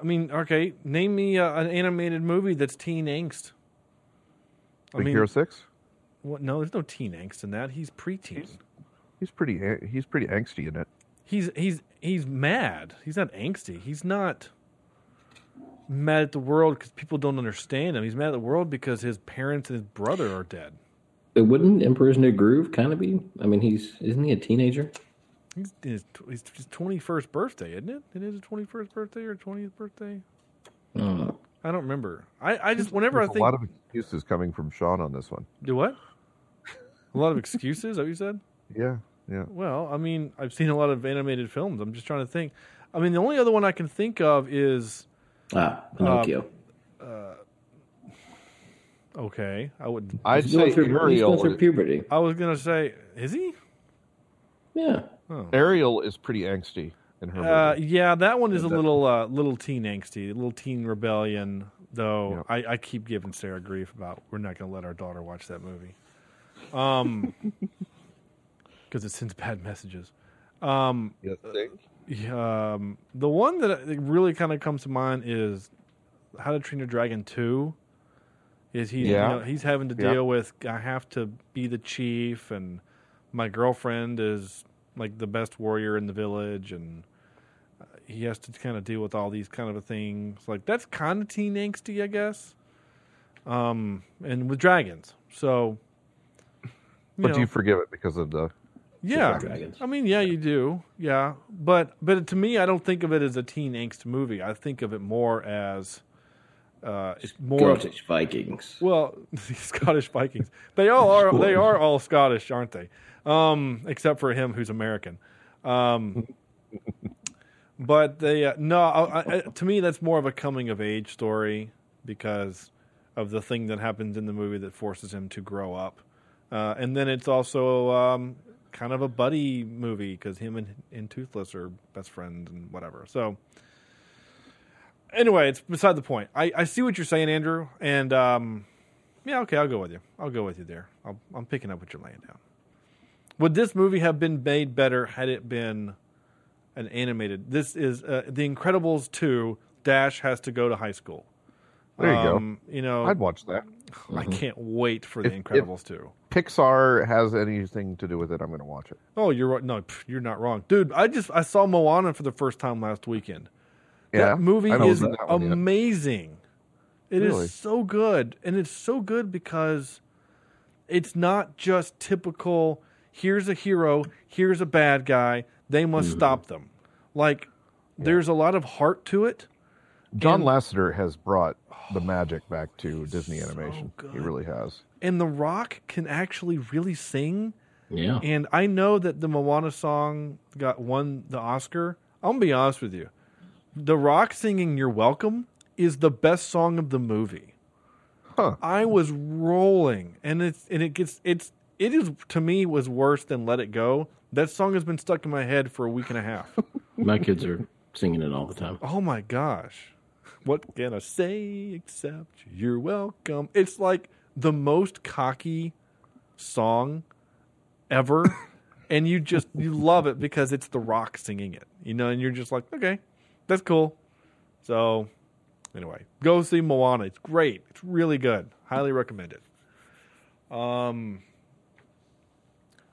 D: I mean, okay, name me uh, an animated movie that's teen angst. I
G: Big
D: mean,
G: Hero Six.
D: what, no, there's no teen angst in that. He's preteen.
G: He's pretty. a- He's pretty angsty in it.
D: He's he's he's mad. He's not angsty. He's not mad at the world because people don't understand him. He's mad at the world because his parents and his brother are dead.
H: it wouldn't emperor's new groove kind of be i mean he's isn't he a teenager
D: He's in his, tw- his, his 21st birthday, isn't it? It is his 21st birthday or 20th birthday?
H: I don't know.
D: I don't remember. I, I just, whenever I
G: There's
D: think.
G: a lot of excuses coming from Sean on this one.
D: do what? A lot of excuses, is that what you said?
G: Yeah, yeah.
D: Well, I mean, I've seen a lot of animated films. I'm just trying to think. I mean, the only other one I can think of is,
H: ah
G: Uh,
H: pinocchio
D: okay, I would.
G: I'd
H: He's going
G: say
H: through, he's going
G: Ariel.
H: through puberty.
D: I was going to say, is he?
H: Yeah.
G: Ariel is pretty angsty in her.
D: Uh,
G: movie.
D: yeah, that one is a
G: that-
D: little uh, little teen angsty, a little teen rebellion. Though
G: Yep.
D: I, I keep giving Sarah grief about we're not going to let our daughter watch that movie, um, [LAUGHS] because it sends bad messages.
G: You think?
D: Um, the one that I- that really kind of comes to mind is How to Train Your Dragon Two. Is he?
G: Yeah.
D: You know, he's having to
G: Yeah.
D: deal with I have to be the chief, and my girlfriend is like the best warrior in the village, and uh, he has to kind of deal with all these kind of things. Like that's kind of teen angsty, I guess. Um, and with dragons, so. you
G: But
D: know.
G: do you forgive it because of the?
D: Yeah,
H: Dragons.
D: I mean, yeah, you do. Yeah, but but to me, I don't think of it as a teen angst movie. I think of it more as uh, it's more of-
H: Scottish Vikings.
D: well, [LAUGHS] the Scottish Vikings. They all are. They are all Scottish, aren't they? Um, except for him, who's American. Um, but they uh, no. I, I, to me, that's more of a coming of age story because of the thing that happens in the movie that forces him to grow up, uh, and then it's also um, kind of a buddy movie because him and, and Toothless are best friends and whatever. So anyway, it's beside the point. I, I see what you're saying, Andrew, and um, yeah, okay, I'll go with you. I'll go with you there. I'll, I'm picking up what you're laying down. Would this movie have been made better had it been an animated? This is uh, The Incredibles two. Dash has to go to high school.
G: There you
D: Um, you know,
G: go. I'd watch that.
D: I can't wait for The
G: If- if-
D: Incredibles two.
G: Pixar has anything to do with it, I'm going to watch it.
D: Oh, you're right. No, pff, you're not wrong, dude. I just I saw Moana for the first time last weekend.
G: Yeah,
D: that movie
G: I haven't
D: is
G: seen that one yet.
D: amazing. It is
G: Really?
D: so good, and it's so good because it's not just typical. Here's a hero. Here's a
G: Mm-hmm.
D: bad guy. They must stop them. Like there's a lot of heart to it.
G: John
D: And- Oh,
G: Lasseter has brought the magic back to Disney animation. He really has.
D: And The Rock can actually really sing.
H: Yeah.
D: And I know that the Moana song got won the Oscar. I'm gonna be honest with you. The Rock singing "You're Welcome" is the best song of the movie.
G: Huh.
D: I was rolling, and it's and it gets it's it is to me was worse than "Let It Go." That song has been stuck in my head for a week and a half.
H: My kids are singing it all the time.
D: oh my gosh, what can I say except "You're Welcome"? It's like the most cocky song ever and you just you love it because it's the rock singing it you know and you're just like okay that's cool so anyway go see moana it's great it's really good highly recommend it um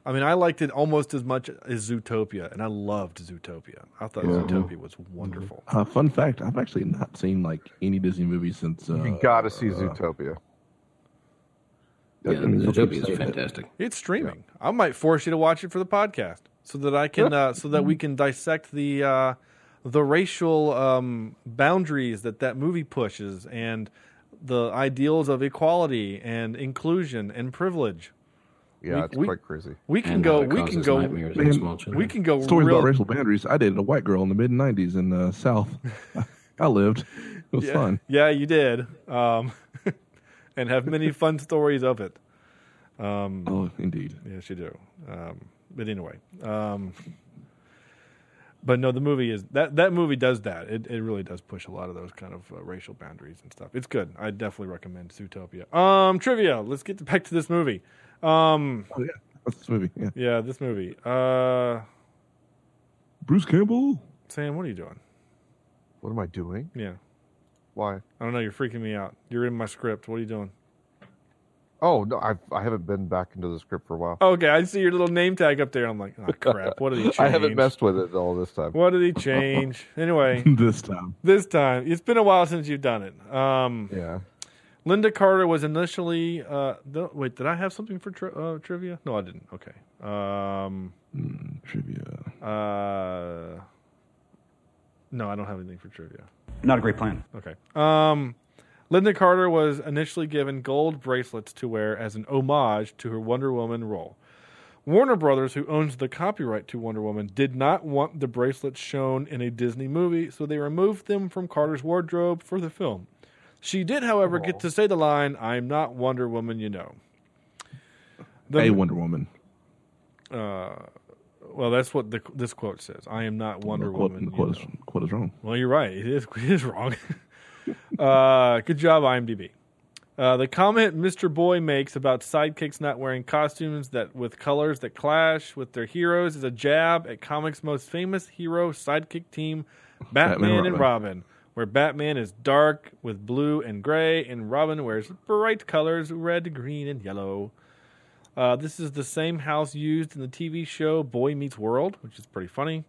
D: i mean i liked it almost as much as zootopia and i loved zootopia i thought zootopia was wonderful
F: Uh, fun fact: I've actually not seen like any Disney movie since. Uh,
G: You got to see Zootopia.
H: Yeah,
F: I mean,
H: Zootopia
F: Zootopia.
H: is fantastic.
D: it's streaming i might force you to watch it for the podcast so that i can uh, so
F: Mm-hmm.
D: that we can dissect the uh the racial um, boundaries that that movie pushes and the ideals of equality and inclusion and privilege.
G: Yeah,
D: We-
G: it's
D: we-
G: quite crazy.
D: We can
H: And
D: go.
H: how it
D: We can
H: causes
D: go.
H: Nightmares in
F: Man,
H: small
D: We
H: children.
D: can go.
F: Stories
D: real,
F: about racial boundaries. I dated a white girl in the mid '90s in the South. [LAUGHS] I lived. It was
D: yeah,
F: fun.
D: Yeah, you did. Um, [LAUGHS] and have many fun stories of it.
F: Oh, indeed.
D: Yes, you do. Um, but anyway, um, but no, the movie is that that movie does that. It it really does push a lot of those kind of uh, racial boundaries and stuff. It's good. I definitely recommend Zootopia. Um, trivia. Let's get back to this movie. Um,
F: Oh yeah, that's this movie. Yeah,
D: yeah, this movie. Uh,
F: Bruce Campbell.
D: Sam, what are you doing?
G: What am I doing?
D: Yeah,
G: Why?
D: I don't know. You're freaking me out. You're in my script. What are you doing?
G: Oh no, I I haven't been back into the script for a while.
D: Okay, I see your little name tag up there. I'm like, oh crap. What did he change?
G: [LAUGHS] I haven't messed with it all this time.
D: What did he change? Anyway,
F: this time,
D: [LAUGHS] this time it's been a while since you've done it. Um,
G: Yeah.
D: Linda Carter was initially. Uh, no, wait, did I have something for tri- uh, trivia? No, I didn't. Okay. Um,
F: trivia.
D: uh, no, I don't have anything for trivia.
I: Not a great plan.
D: Okay. Um, Linda Carter was initially given gold bracelets to wear as an homage to her Wonder Woman role. Warner Brothers, who owns the copyright to Wonder Woman, did not want the bracelets shown in a Disney movie, so they removed them from Carter's wardrobe for the film. She did, however, get to say the line, I'm not Wonder Woman, you know. The-
F: Hey, Wonder Woman.
D: well, that's what the, this quote says. I am not Wonder
F: The quote,
D: Woman.
F: the
D: you
F: quote,
D: know."
F: is, quote is wrong.
D: Well, you're right. It is, [LAUGHS] it is wrong. uh, good job, IMDb. Uh, the comment Mr. Boy makes about sidekicks not wearing costumes that with colors that clash with their heroes is a jab at comics' most famous hero sidekick team, Batman,
F: Batman and
D: and Robin, where Batman is dark with blue and gray, and Robin wears bright colors red, green, and yellow. Uh, this is the same house used in the TV show Boy Meets World, which is pretty funny.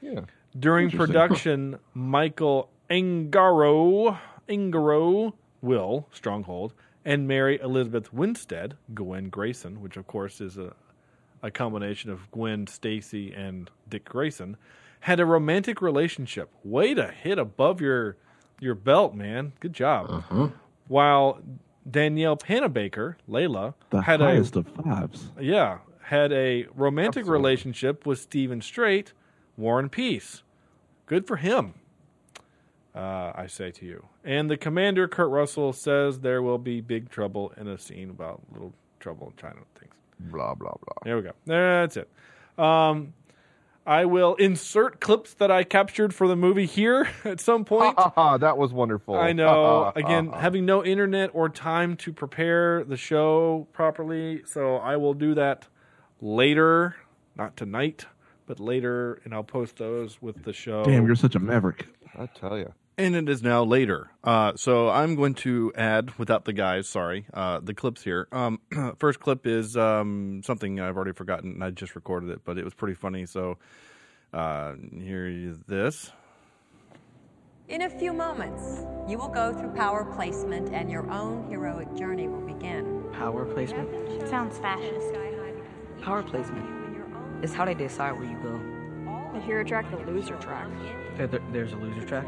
G: Yeah.
D: During
F: Interesting.
D: production, Michael Angaro, Angaro Will Stronghold, and Mary Elizabeth Winstead, Gwen Grayson, which of course is a, a combination of Gwen Stacy and Dick Grayson, had a romantic relationship. Way to hit above your your belt, man. Good job.
F: Uh-huh.
D: While Danielle Panabaker, Layla,
F: The
D: had a
F: highest of fives.
D: yeah, had a romantic relationship with Stephen Strait, War and Peace. Good for him, uh, I say to you. And the commander, Kurt Russell, says there will be big trouble in a scene about little trouble in China and things.
G: Blah blah blah.
D: There we go. That's it. Um, I will insert clips that I captured for the movie here [LAUGHS] at some
G: Ha,
D: point.
G: ha, ha, that was wonderful.
D: I
G: Ha, ha, [LAUGHS]
D: know. Again,
G: ha, ha.
D: having no internet or time to prepare the show properly, so I will do that later, not tonight, but later, and I'll post those with the show.
F: Damn, you're such a maverick.
G: I tell you.
D: And it is now later. Uh, so I'm going to add, without the guys, sorry, uh, the clips here. Um, [CLEARS THROAT] first clip is um, something I've already forgotten. and I just recorded it, but it was pretty funny. So uh, here is this.
J: In a few moments, you will go through power placement and your own heroic journey will begin.
K: Power placement?
J: Sounds fascist.
K: Power placement is how they decide where you go.
J: The hero track, the loser track.
K: There, there- there's a loser track?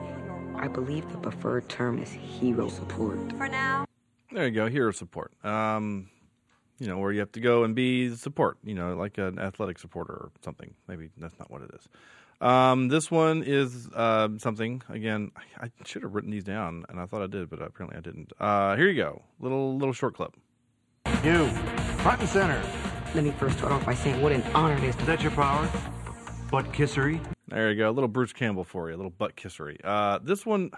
K: I believe the preferred term is hero support.
J: For now,
D: There you go. Hero support. Um, you know where you have to go and be support. You know, like an athletic supporter or something. Maybe that's not what it is. Um, this one is uh, something again. I, I should have written these down, and I thought I did, but apparently I didn't. Uh, here you go. Little little short clip.
I: You, front and center.
K: Let me first start off by saying what an honor it is.
I: Is that your power? Butt kissery?
D: There you go. A little Bruce Campbell for you. A little butt kissery. Uh, this one.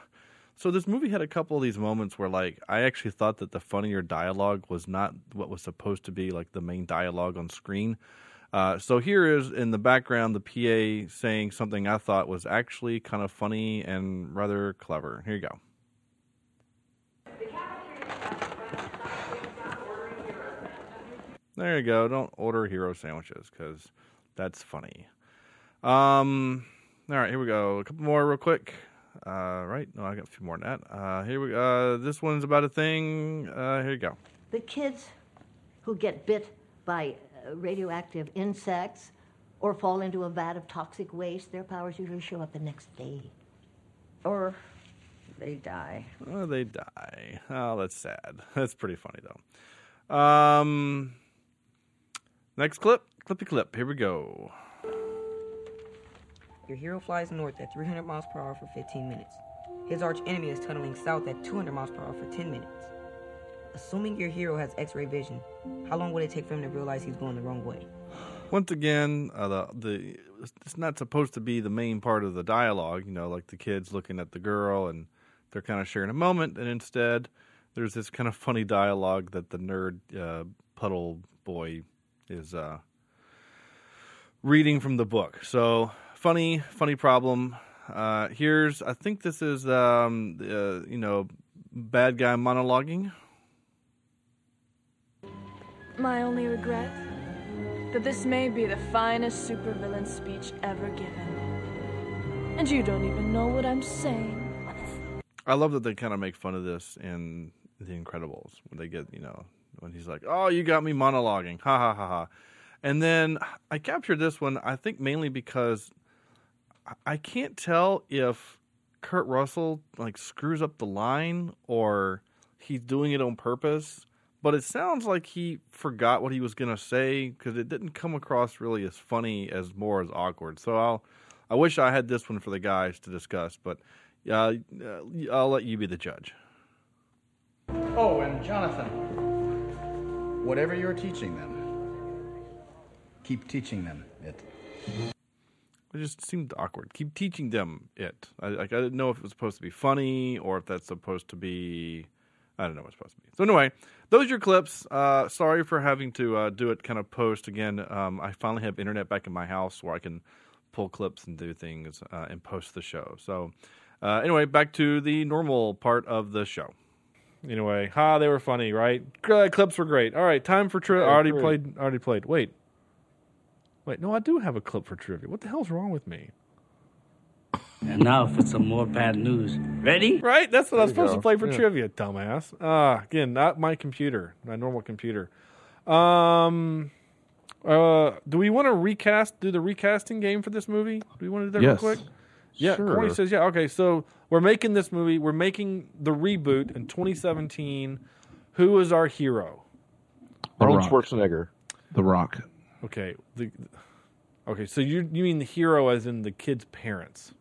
D: So this movie had a couple of these moments where, like, I actually thought that the funnier dialogue was not what was supposed to be like the main dialogue on screen. Uh, so here is in the background the PA saying something I thought was actually kind of funny and rather clever. Here you go. There you go. Don't order hero sandwiches because that's funny. Um, all right, here we go. A couple more real quick. Uh, right? No, I got a few more than that. Uh, here we. Uh, this one's about a thing. Uh, here you go.
L: The kids who get bit by uh, radioactive insects or fall into a vat of toxic waste, their powers usually show up the next day. Or they die.
D: Oh, they die. Oh, that's sad. [LAUGHS] That's pretty funny though. Um, next clip, clippy clip. Here we go.
K: Your hero flies north at 300 miles per hour for 15 minutes. His arch enemy is tunneling south at 200 miles per hour for 10 minutes. Assuming your hero has x ray vision, how long would it take for him to realize he's going the wrong way?
D: Once again, uh, the the it's not supposed to be the main part of the dialogue. You know, like the kids looking at the girl and they're kind of sharing a moment, and instead there's this kind of funny dialogue that the nerd uh, puddle boy is uh, reading from the book. So funny, funny problem. Uh, here's I think this is um, uh, you know bad guy monologuing.
M: My only regret? That this may be the finest supervillain speech ever given. And you don't even know what I'm saying.
D: I love that they kind of make fun of this in The Incredibles when they get, you know, when he's like, "Oh, you got me monologuing." Ha ha ha ha. And then I captured this one I think mainly because I- I can't tell if Kurt Russell like screws up the line or he's doing it on purpose, but it sounds like he forgot what he was going to say cuz it didn't come across really as funny as more as awkward. So I'll I wish I had this one for the guys to discuss, but uh, uh, I'll let you be the judge.
N: Oh, and Jonathan, whatever you're teaching them, keep teaching them it.
D: It just seemed awkward. Keep teaching them it. I, like I didn't know if it was supposed to be funny or if that's supposed to be. I don't know what's supposed to be. So anyway, those are your clips. Uh, sorry for having to uh, do it kind of post again. Um, I finally have internet back in my house where I can pull clips and do things uh, and post the show. So uh, anyway, back to the normal part of the show. Anyway, ha, they were funny, right? Uh, clips were great. All right, time for trivia. I already
O: great.
D: played. Already played. Wait, wait. No, I do have a clip for trivia. What the hell's wrong with me?
I: And now for some more bad news. Ready?
D: Right? That's what I was
I: There you
D: supposed to
I: go.
D: play for
I: Yeah.
D: trivia, dumbass. Ah, again, not my computer, my normal computer. Um, uh, do we want to recast? Do the recasting game for this movie? Do we want to do that
F: Yes.
D: real quick? Yeah, Corey
F: Sure.
D: says yeah. Okay, so we're making this movie. We're making the reboot in 2017. Who is our hero?
G: Arnold
F: Rock.
G: Schwarzenegger.
F: The Rock.
D: Okay, the, okay. So you you mean the hero as in the kid's parents?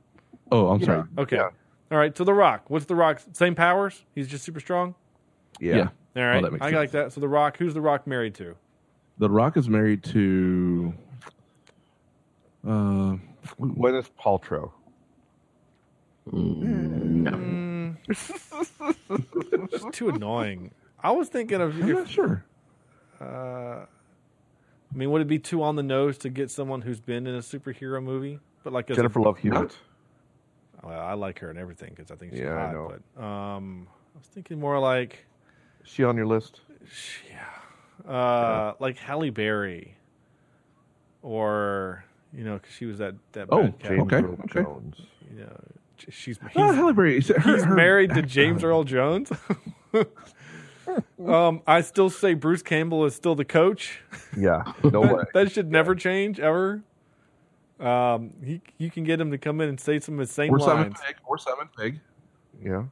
F: Oh, I'm sorry.
D: Okay. All right. So The Rock. What's The Rock's Same powers? He's just super strong.
F: Yeah. Yeah.
D: All right.
F: Oh, that makes
D: I like that. So The Rock. Who's The Rock married to?
F: The Rock is married to. Uh,
G: Gwyneth Paltrow.
D: It's too annoying. I was thinking of.
F: I'm not sure.
D: Uh, I mean, would it be too on the nose to get someone who's been in a superhero movie, but like as a-
G: Jennifer Love Hewitt.
D: Well, I like her and everything because I think she's
G: Yeah, I
D: hot.
G: know.
D: But um, I was thinking more like
G: Is she on your list?
D: uh, like Halle Berry, or you know, because she was that that.
F: Oh,
D: bad cat.
F: James okay, Earl okay.
G: Jones.
D: You know, j- she's he's,
F: Oh, Halle Berry. Is it her- [LAUGHS]
D: he's
F: her-
D: married to James Earl Jones. [LAUGHS] um, I still say Bruce Campbell is still the coach.
G: Yeah. [LAUGHS] No
D: that,
G: way.
D: that should never change ever. Um, he you can get him to come in and say some of his same
F: Or Simon
D: lines.
F: Pegg. Or Simon Pegg.
G: Yeah.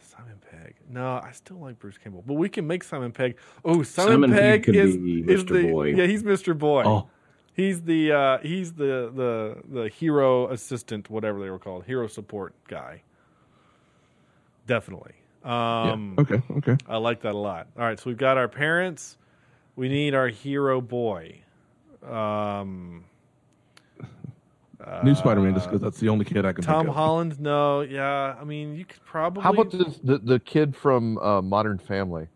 D: Simon Pegg. No, I still like Bruce Campbell, but we can make Simon Pegg. Oh, Simon,
H: Simon Pegg
D: Pegg,
H: could
D: is,
H: be
D: is
H: Mr.
D: the
H: Boy.
D: yeah he's Mr. Boy.
H: Oh.
D: He's the uh, he's the, the the hero assistant, whatever they were called, hero support guy. Definitely. Um,
F: Okay. Okay.
D: I like that a lot. All right, so we've got our parents. We need our hero boy. Um,
F: New Spider-Man just because that's the only kid I can.
D: Uh, Tom
F: think
D: Holland. No, yeah. I mean, you could probably.
G: How about this, the the kid from uh, Modern Family,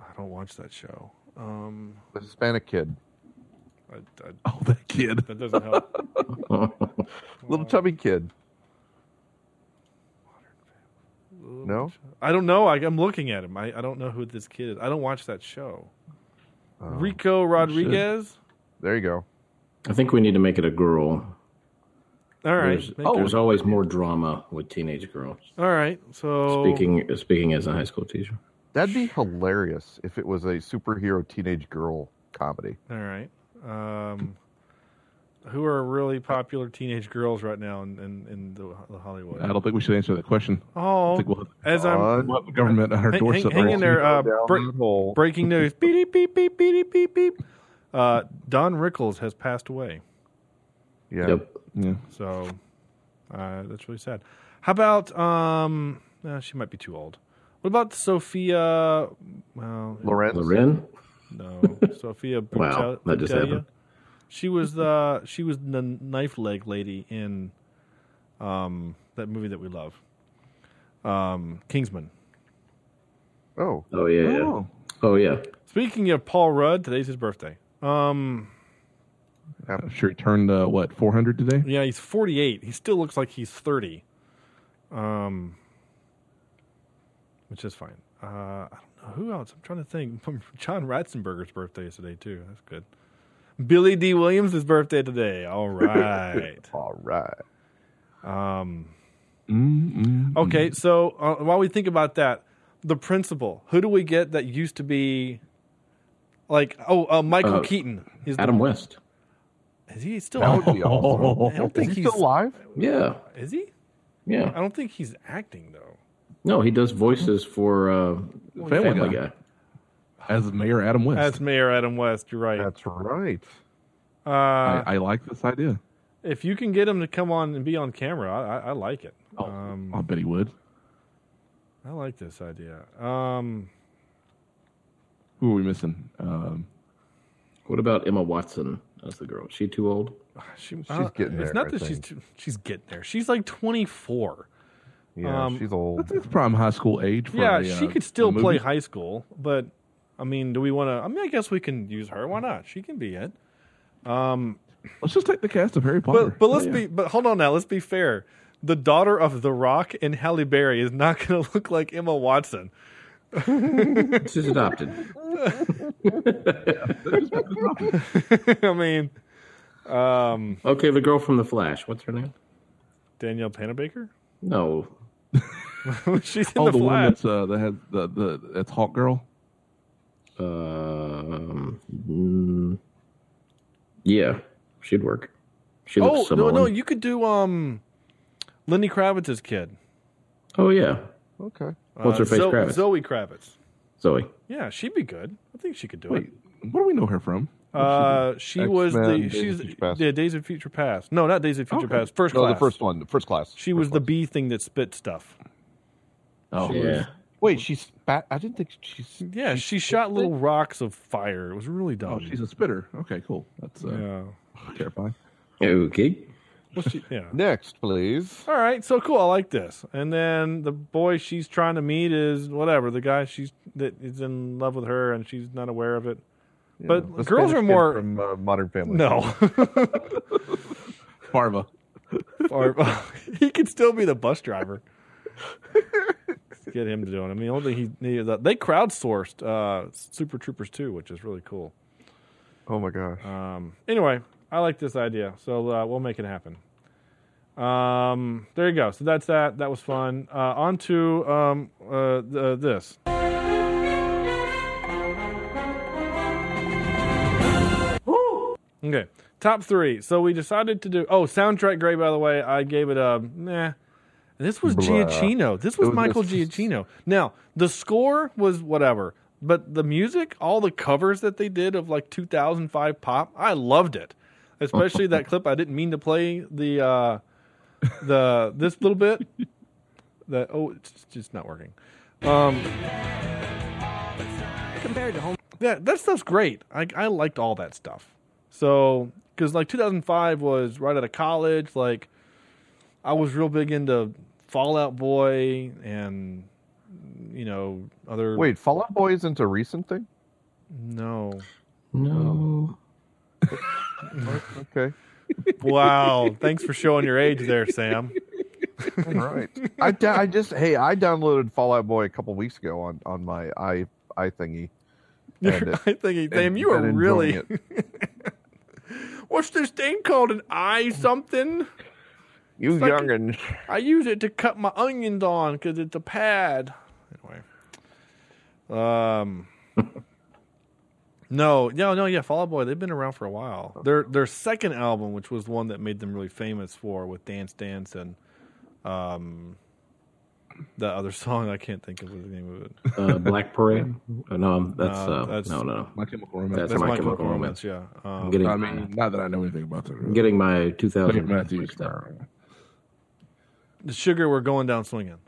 D: I don't watch that show. Um,
G: the Hispanic kid,
D: I, I,
F: oh, that kid.
D: That doesn't help.
G: little
D: Mm.
G: chubby kid? No.
D: I don't know. I, I'm looking at him. I, I don't know who this kid is. I don't watch that show. Rico Rodriguez.
G: There you go.
H: I think we need to make it a girl.
D: All right. Oh.
H: There's,
D: Make
H: there's
D: it-
H: always more drama with teenage girls.
D: All right. So
H: Speaking speaking as a high school teacher.
G: That'd be hilarious if it was a superhero teenage girl comedy.
D: All right. Um, who are really popular teenage girls right now in in, in the, the Hollywood?
F: of. I don't think we should answer that question.
D: Oh,
F: I think we'll, Uh,
D: as I'm
F: we'll have the government on our
D: hang, hang,
F: doorstep.
D: hang in there. Uh,
G: Down
D: bre-
G: that hole.
D: breaking news. beep beep beep beep beep beep beep. Uh, Don Rickles has passed away.
G: Yeah.
F: Yeah.
D: So uh, that's really sad. How about um? Uh, she might be too old. What about Sophia? Well,
G: Loren?
H: Loren?
D: No,
H: [LAUGHS]
D: Sophia. Butel-
H: Wow, that just
D: Butelia?
H: happened.
D: She was the she was the knife leg lady in um that movie that we love, um Kingsman.
G: Oh.
H: Oh yeah.
F: Oh.
H: Oh yeah.
D: Speaking of Paul Rudd, today's his birthday. Um,
F: I'm sure he turned uh, what
D: [LAUGHS]
F: 400 today.
D: yeah, he's forty eight. He still looks like he's thirty. Um, which is fine. Uh, I don't know who else. I'm trying to think. [LAUGHS] John Ratzenberger's birthday is today too. That's good. Billy D. Williams' birthday today. All right.
G: All right.
D: Um,
F: Mm-mm.
D: okay, so uh, while we think about that, the principal. Who do we get that used to be like? Oh, uh, Michael
H: Uh,
D: Keaton. Is
H: Adam
D: the,
H: West.
D: Is he still?
G: That would be awesome.
D: I don't think
G: Is he
D: he's
G: still alive?
H: Yeah.
D: Is he?
H: Yeah.
D: I don't think he's acting though.
H: No, he does voices for uh,
F: Family
H: Family
F: Guy.
H: Guy.
F: As Mayor Adam West,
D: That's Mayor Adam West. You're right.
G: That's right.
D: Uh,
F: I, I like this idea.
D: if you can get him to come on and be on camera, I, I, I like it. Um,
F: I bet he would.
D: I like this idea. Um,
F: Who are we missing? Um,
H: What about Emma Watson as the girl? Is she too old?
D: she, she's
G: getting
D: It's
G: there,
D: not
G: I
D: that she's
G: think.
D: too, she's getting there. She's like 24.
G: Yeah,
D: Um,
G: she's old.
F: that's, that's prime high school age. For
D: Yeah,
F: a,
D: she
F: uh,
D: could still
F: a
D: play
F: movie.
D: high school, but I mean, do we want to? I mean, I guess we can use her. Why not? She can be it. Um,
F: Let's just take the cast of Harry Potter. Oh,
D: but but let's be. But hold on now. Let's be fair. The daughter of The Rock and Halle Berry is not [LAUGHS] going to look like Emma Watson. [LAUGHS]
H: She's adopted.
D: I mean, um,
H: [LAUGHS] Okay, the girl from The Flash. What's her name?
D: Danielle Panabaker. [LAUGHS]
H: No.
D: She's in
F: oh,
D: the,
F: the, one
D: flash.
F: that's uh, that has the, the that's Hawk Girl.
H: Um, mm, yeah, she'd work. She
D: Oh
H: looks
D: no,
H: Samoan.
D: no, you could do um, Lenny Kravitz's kid.
H: oh yeah,
G: Okay.
H: What's her face,
D: Uh, Zo-
H: Kravitz?
D: Zoe Kravitz.
H: Zoe.
D: Yeah, she'd be good. I think she could do
F: Wait,
D: it.
F: what do we know her from?
D: Uh, she was
G: X-Men,
D: the
G: Days of
D: she's
G: Future Past.
D: yeah Days of Future Past. No, not Days of Future
F: Okay.
D: Past. First
G: No,
D: class.
G: the first one, the first class.
D: She
G: First
D: was the
G: class.
D: bee thing that spit stuff.
F: Oh,
H: Yeah.
G: Wait, she spat. I didn't think she.
D: Yeah, she, shot little rocks of fire. It was really dumb.
F: oh, she's a spitter. Okay, cool. That's uh,
D: yeah.
F: terrifying.
H: Okay.
D: Well, she, yeah.
G: Next, please.
D: All right, so cool. I like this. And then the boy she's trying to meet is whatever the guy she's that is in love with her, and she's not aware of it. But
G: The
D: girls
G: Spanish
D: are
G: kid
D: more
G: from uh, Modern Family.
D: no.
F: Farva.
D: or [LAUGHS] he could still be the bus driver. Get him to do it. I mean, the only thing he needed that they crowdsourced uh, Super Troopers 2, which is really cool.
G: Oh my gosh.
D: Um, anyway, I like this idea, so uh, we'll make it happen. Um, there you go. So that's that. That was fun. Uh, on to um, uh, the, this. Okay, top three. So we decided to do. Oh, soundtrack great. By the way, I gave it a nah. And this was
G: Blah.
D: Giacchino. This was
G: It was- [LAUGHS]
D: Michael Giacchino. Now, the score was whatever, but the music, all the covers that they did of like 2005 pop, I loved it. Especially
G: [LAUGHS]
D: that clip I didn't mean to play the uh the this little
G: [LAUGHS]
D: bit. That oh, it's just not working. Um
A: compared to home
D: that that stuff's great. I I liked all that stuff. So because like 2005 was right out of college, like I was real big into Fallout Boy and you know other.
G: Wait, Fall Out Boy isn't a recent thing?
D: no,
G: No. okay.
D: Wow, thanks for showing your age there, Sam. [LAUGHS]
G: All right. I, da- I just hey, I downloaded Fallout Boy a couple weeks ago on on my i i thingy.
D: Your [LAUGHS]
G: And it-
D: iThingy, Sam,
G: and
D: you are
G: been enjoying
D: really-
G: it.
D: What's this thing called? An eye something?
G: you
D: It's like-
G: youngin.
D: I use it to cut my onions on because it's a pad. Anyway, um, no, no, no, yeah, Fall Out Boy. They've been around for a while. Their their second album, which was the one that made them really famous for with Dance Dance and um, the other [LAUGHS] song I can't think of the name of it.
H: Uh, Black Parade? Uh, no, um, that's,
D: No,
H: uh,
D: that's-
H: no, no.
F: My Chemical Romance.
H: That's,
D: That's
H: my,
D: My
H: chemical,
D: Chemical
H: romance.
D: Romance, yeah.
H: I'm
D: Um,
H: getting,
F: I mean, not that I know anything about that.
H: I'm
F: Really.
H: getting my 2000
F: Dave Matthews.
H: mixed up.
D: The Sugar, we're going down swinging.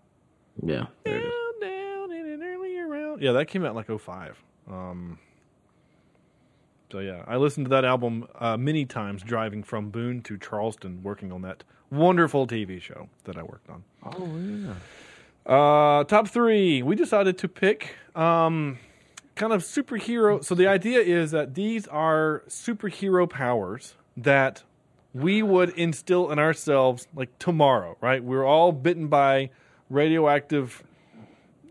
H: Yeah, there it is.
D: Yeah, that came out in like 05. Um, so yeah, I listened to that album uh, many times driving from Boone to Charleston, working on that wonderful TV show that I worked on.
G: Oh yeah.
D: Uh, top three, we decided to pick um, kind of superhero. So the idea is that these are superhero powers that we would instill in ourselves like tomorrow, right? We're all bitten by radioactive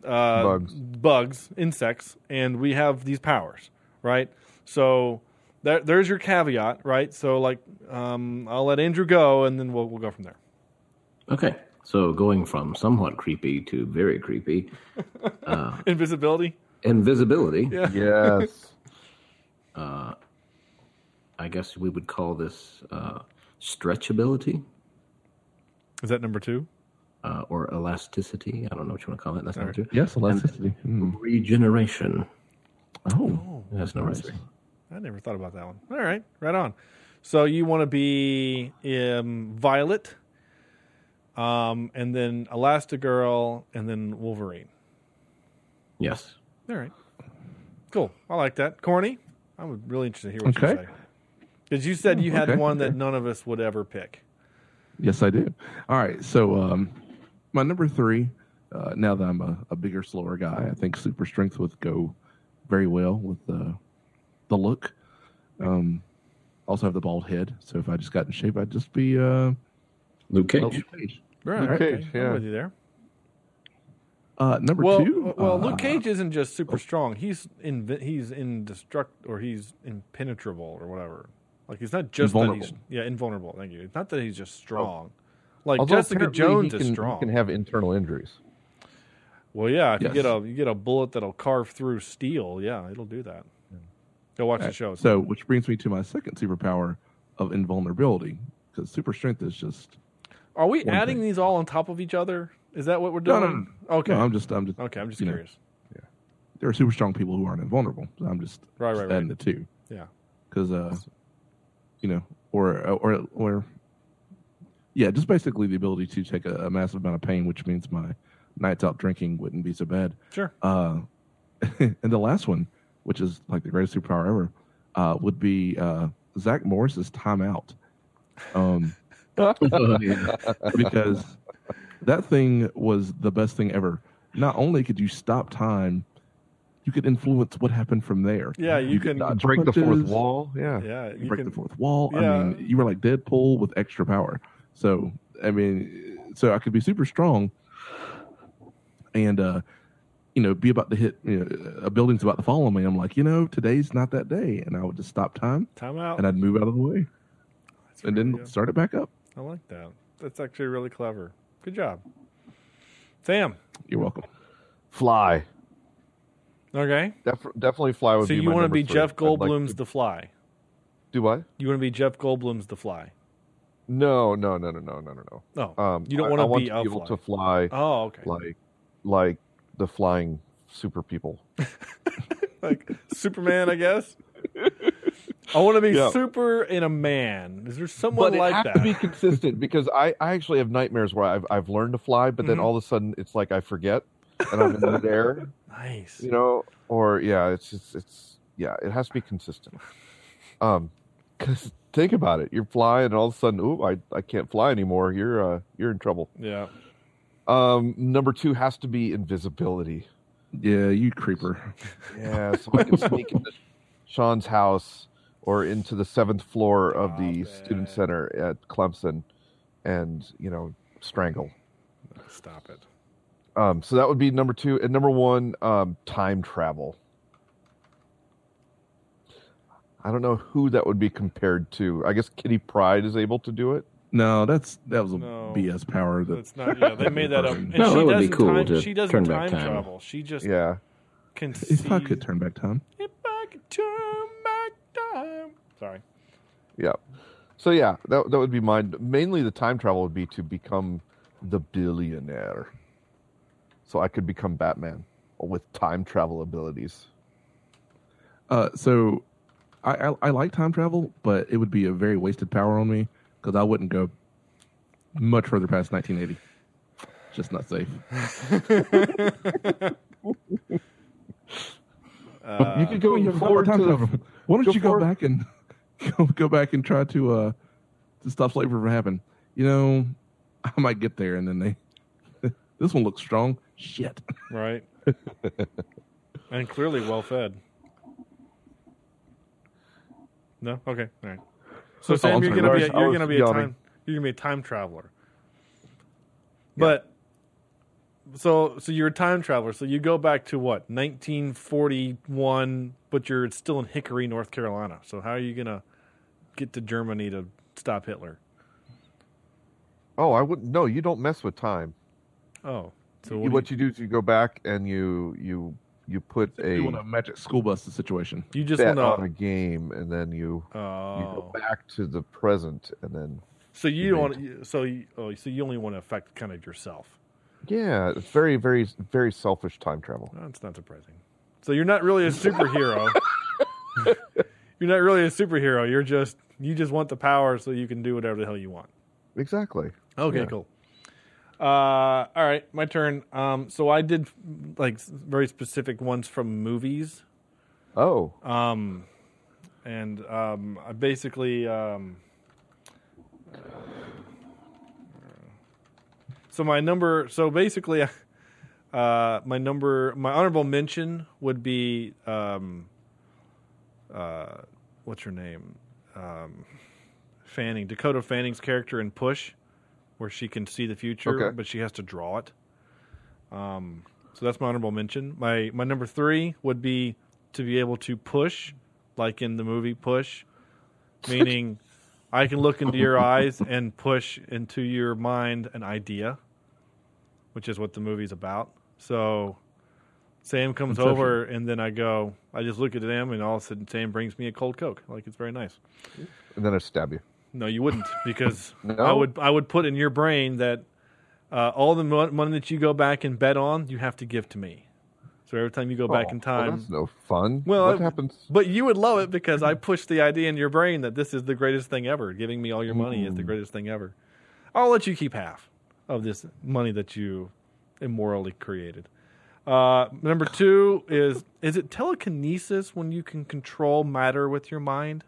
D: uh,
G: Bugs.
D: bugs, insects, and we have these powers, right? So that, there's your caveat, right? So like, um, I'll let Andrew go, and then we'll we'll go from there. [LAUGHS]
H: Okay, so going from somewhat creepy to very creepy, uh,
D: Invisibility.
H: invisibility.
D: Yeah. [LAUGHS]
G: Yes.
H: Uh, I guess we would call this uh, stretchability
D: Is that number two?
H: uh, or elasticity. I don't know what you want to call it. That's number two.
F: Yes,
H: And
F: elasticity. Mm.
H: regeneration.
F: Oh,
H: That's number three.
D: I never thought about that one. All right, right on. So you want to be um, Violet, um, and then Elastigirl, and then Wolverine.
H: Yes.
D: All right, cool. I like that. Corny. I'm really interested to hear what you
F: Okay.
D: say. Because you said you had
F: Okay,
D: one that none of us would ever pick.
F: Yes, I do. All right. So, um, my number three, uh, now that I'm a, a bigger, slower guy, I think super strength would go very well with uh, the look. Um, also have the bald head. So, if I just got in shape, I'd just be uh,
H: Luke Cage.
F: Luke Cage.
D: Right,
F: Luke
D: okay,
F: Cage,
D: I'm
F: yeah.
D: with you there.
F: Uh, number
D: well,
F: two.
D: well,
F: uh, oh.
D: Luke Cage isn't just super strong. He's invi- he's indestruct or he's impenetrable or whatever. Like he's not just that he's
G: Invulnerable.
D: yeah invulnerable. Thank you. It's not that he's just
F: Oh.
D: strong. Like
G: Although
D: Jessica
G: apparently he
D: Jones
G: can,
D: is
G: he
D: strong.
G: can have internal injuries.
D: well, yeah. If
F: Yes.
D: you get a you get a bullet that'll carve through steel, yeah, it'll do that. Go watch the show. It's
F: So, which brings me to my second superpower of invulnerability because super strength is just.
D: Are we
F: One
D: adding these all on top of each other? Is that what we're
F: No,
D: doing?
F: no, no.
D: Okay.
F: No, I'm just, I'm just,
D: okay. I'm just
F: you know,
D: curious.
F: there are super strong people who aren't invulnerable. So I'm just,
D: Right,
F: just
D: right, right.
F: adding the two.
D: Yeah.
F: because uh, you know, or or or yeah, just basically the ability to take a, a massive amount of pain, which means my nights out drinking wouldn't be so bad.
D: Sure.
F: Uh, [LAUGHS] and the last one, which is like the greatest superpower ever, uh, would be uh, Zach Morris's timeout. Um, [LAUGHS]
H: [LAUGHS]
F: because that thing was the best thing ever. Not only could you stop time, you could influence what happened from there.
D: Yeah, you
F: could
D: can-
F: dodge
G: Uh, Break the fourth
F: punches.
G: wall. Yeah.
D: Yeah.
F: Uh, You
D: You
F: break
D: can,
F: the fourth wall.
D: Yeah.
F: I mean, you were like Deadpool with extra power. So I mean, so I could be super strong, and uh, you know, be about to hit you know, a building's about to fall on me. I'm like, you know, today's not that day, and I would just stop time
D: time out.
F: and I'd move out of the way, and then
D: really good.
F: start it back up.
D: I like that. That's actually really clever. Good job, Sam.
F: You're welcome.
G: Fly.
D: Okay.
G: Def- definitely fly would
D: So
G: be
D: you
G: my
D: want to
G: number
D: be
G: three.
D: Jeff
G: I'd like
D: Goldblum's
G: to-
D: The Fly?
G: Do I?
D: You want to be Jeff Goldblum's The Fly?
G: No, no, no, no, no, no, no, no.
D: Oh, you don't wanna
G: Um, I, I want
D: be
G: to
D: a
G: be able
D: fly.
G: to fly.
D: Oh, okay.
G: Like, like the flying super people.
D: Superman, I
G: [LAUGHS]
D: guess. I want to be
G: Yeah.
D: super and a man. Is there someone
G: but it
D: like
G: has
D: that?
G: to be
D: [LAUGHS]
G: consistent because I, I actually have nightmares where I've I've learned to fly, but then
D: Mhm.
G: all of a sudden it's like I forget and I'm in the air.
D: Nice.
G: You know, or yeah, it's just it's yeah, it has to be consistent. Um, because think about it, you're flying, and all of a sudden, ooh, I I can't fly anymore. You're uh you're in trouble.
D: Yeah.
G: Um, number two has to be invisibility.
F: Yeah, you creeper.
G: Yeah, so I can sneak into Sean's house or into the seventh floor of the student center at Clemson, and you know strangle.
D: Stop it.
G: Um, so that would be number two, and number one, um, time travel. I don't know who that would be compared to. I guess Kitty Pride is able to do it.
F: No, that's that was a
D: No.
F: BS power. That
D: It's not. Yeah, they made that
G: [LAUGHS]
D: up. And
F: No,
D: she
F: that would be
D: doesn't
F: cool
D: Time,
F: to
D: she doesn't
F: turn
D: time,
F: back time.
D: travel. She just
G: Yeah.
D: can
F: if I
D: see-
F: could turn back time,
D: If I could turn back time. Sorry.
G: Yeah. So yeah, that that would be mine. Mainly, the time travel would be to become the billionaire, so I could become Batman with time travel abilities.
F: Uh, so I, I I like time travel, but it would be a very wasted power on me because I wouldn't go much further past 1980. Just not safe.
D: Uh,
G: you could go
F: Oh, you've got
G: forward
F: time
G: to the-
F: travel. Why don't
G: go
F: you go
G: forward-
F: back and [LAUGHS] go, go back and try to uh to stop slavery from happening? You know, I might get there, and then they. [LAUGHS] This one looks strong. Shit. [LAUGHS]
D: Right. and clearly well fed. No. Okay. All right. So
F: Oh,
D: Sam,
F: I'm
D: you're
F: sorry,
D: gonna be a,
F: Lars, I
D: you're
F: was
D: gonna be a
F: yawning.
D: time you're gonna be a time traveler. But so so you're a time traveler. So you go back to what 1941, but you're still in Hickory, North Carolina. So how are you gonna get to Germany to stop Hitler?
G: Oh, I wouldn't. No, you don't mess with time.
D: Oh, so
G: You-
D: what,
G: what,
D: do
G: you do is you go back and you you you put a
F: You want a magic school bus situation?
D: You just
G: bet
D: wanna- Oh.
G: on a game, and then you you go back to the present, and then
D: So you
G: you
D: don't want you- so you, oh, so you only want to affect kind of yourself.
G: yeah, it's very very very selfish time travel.
D: That's not surprising. So you're not really a [LAUGHS] superhero. you're not really a superhero. You're just you just want the power so you can do whatever the hell you want.
G: Exactly.
D: Okay,
G: Yeah.
D: cool. Uh, all right, my turn. Um, so I did like s- very specific ones from movies.
G: Oh.
D: Um, and um, I basically um, so my number. So basically, [LAUGHS] uh, my number, my honorable mention would be um, uh, what's her name? Um, Fanning, Dakota Fanning's character in Push, where she can see the future,
G: Okay.
D: but she has to draw it. Um, so that's my honorable mention. My my number three would be to be able to push, like in the movie Push, meaning I can look into your eyes and push into your mind an idea, which is what the movie's about. So Sam comes
F: Inception.
D: over, and then I go, I just look at him, and all of a sudden Sam brings me a cold Coke. Like, it's very nice.
G: and then I stab you.
D: No, you wouldn't, [LAUGHS] because
G: No?
D: I would I would put in your brain that uh, all the mon- money that you go back and bet on, you have to give to me. So every time you go back
G: Oh,
D: in
G: well,
D: time,
G: that's no fun.
D: well,
G: what
D: I-
G: happens?
D: But you would love it because I pushed the idea in your brain that this is the greatest thing ever. Giving me all your money is the
G: Mm.
D: greatest thing ever. I'll let you keep half of this money that you immorally created. Uh, number two is is it telekinesis when you can control matter with your mind?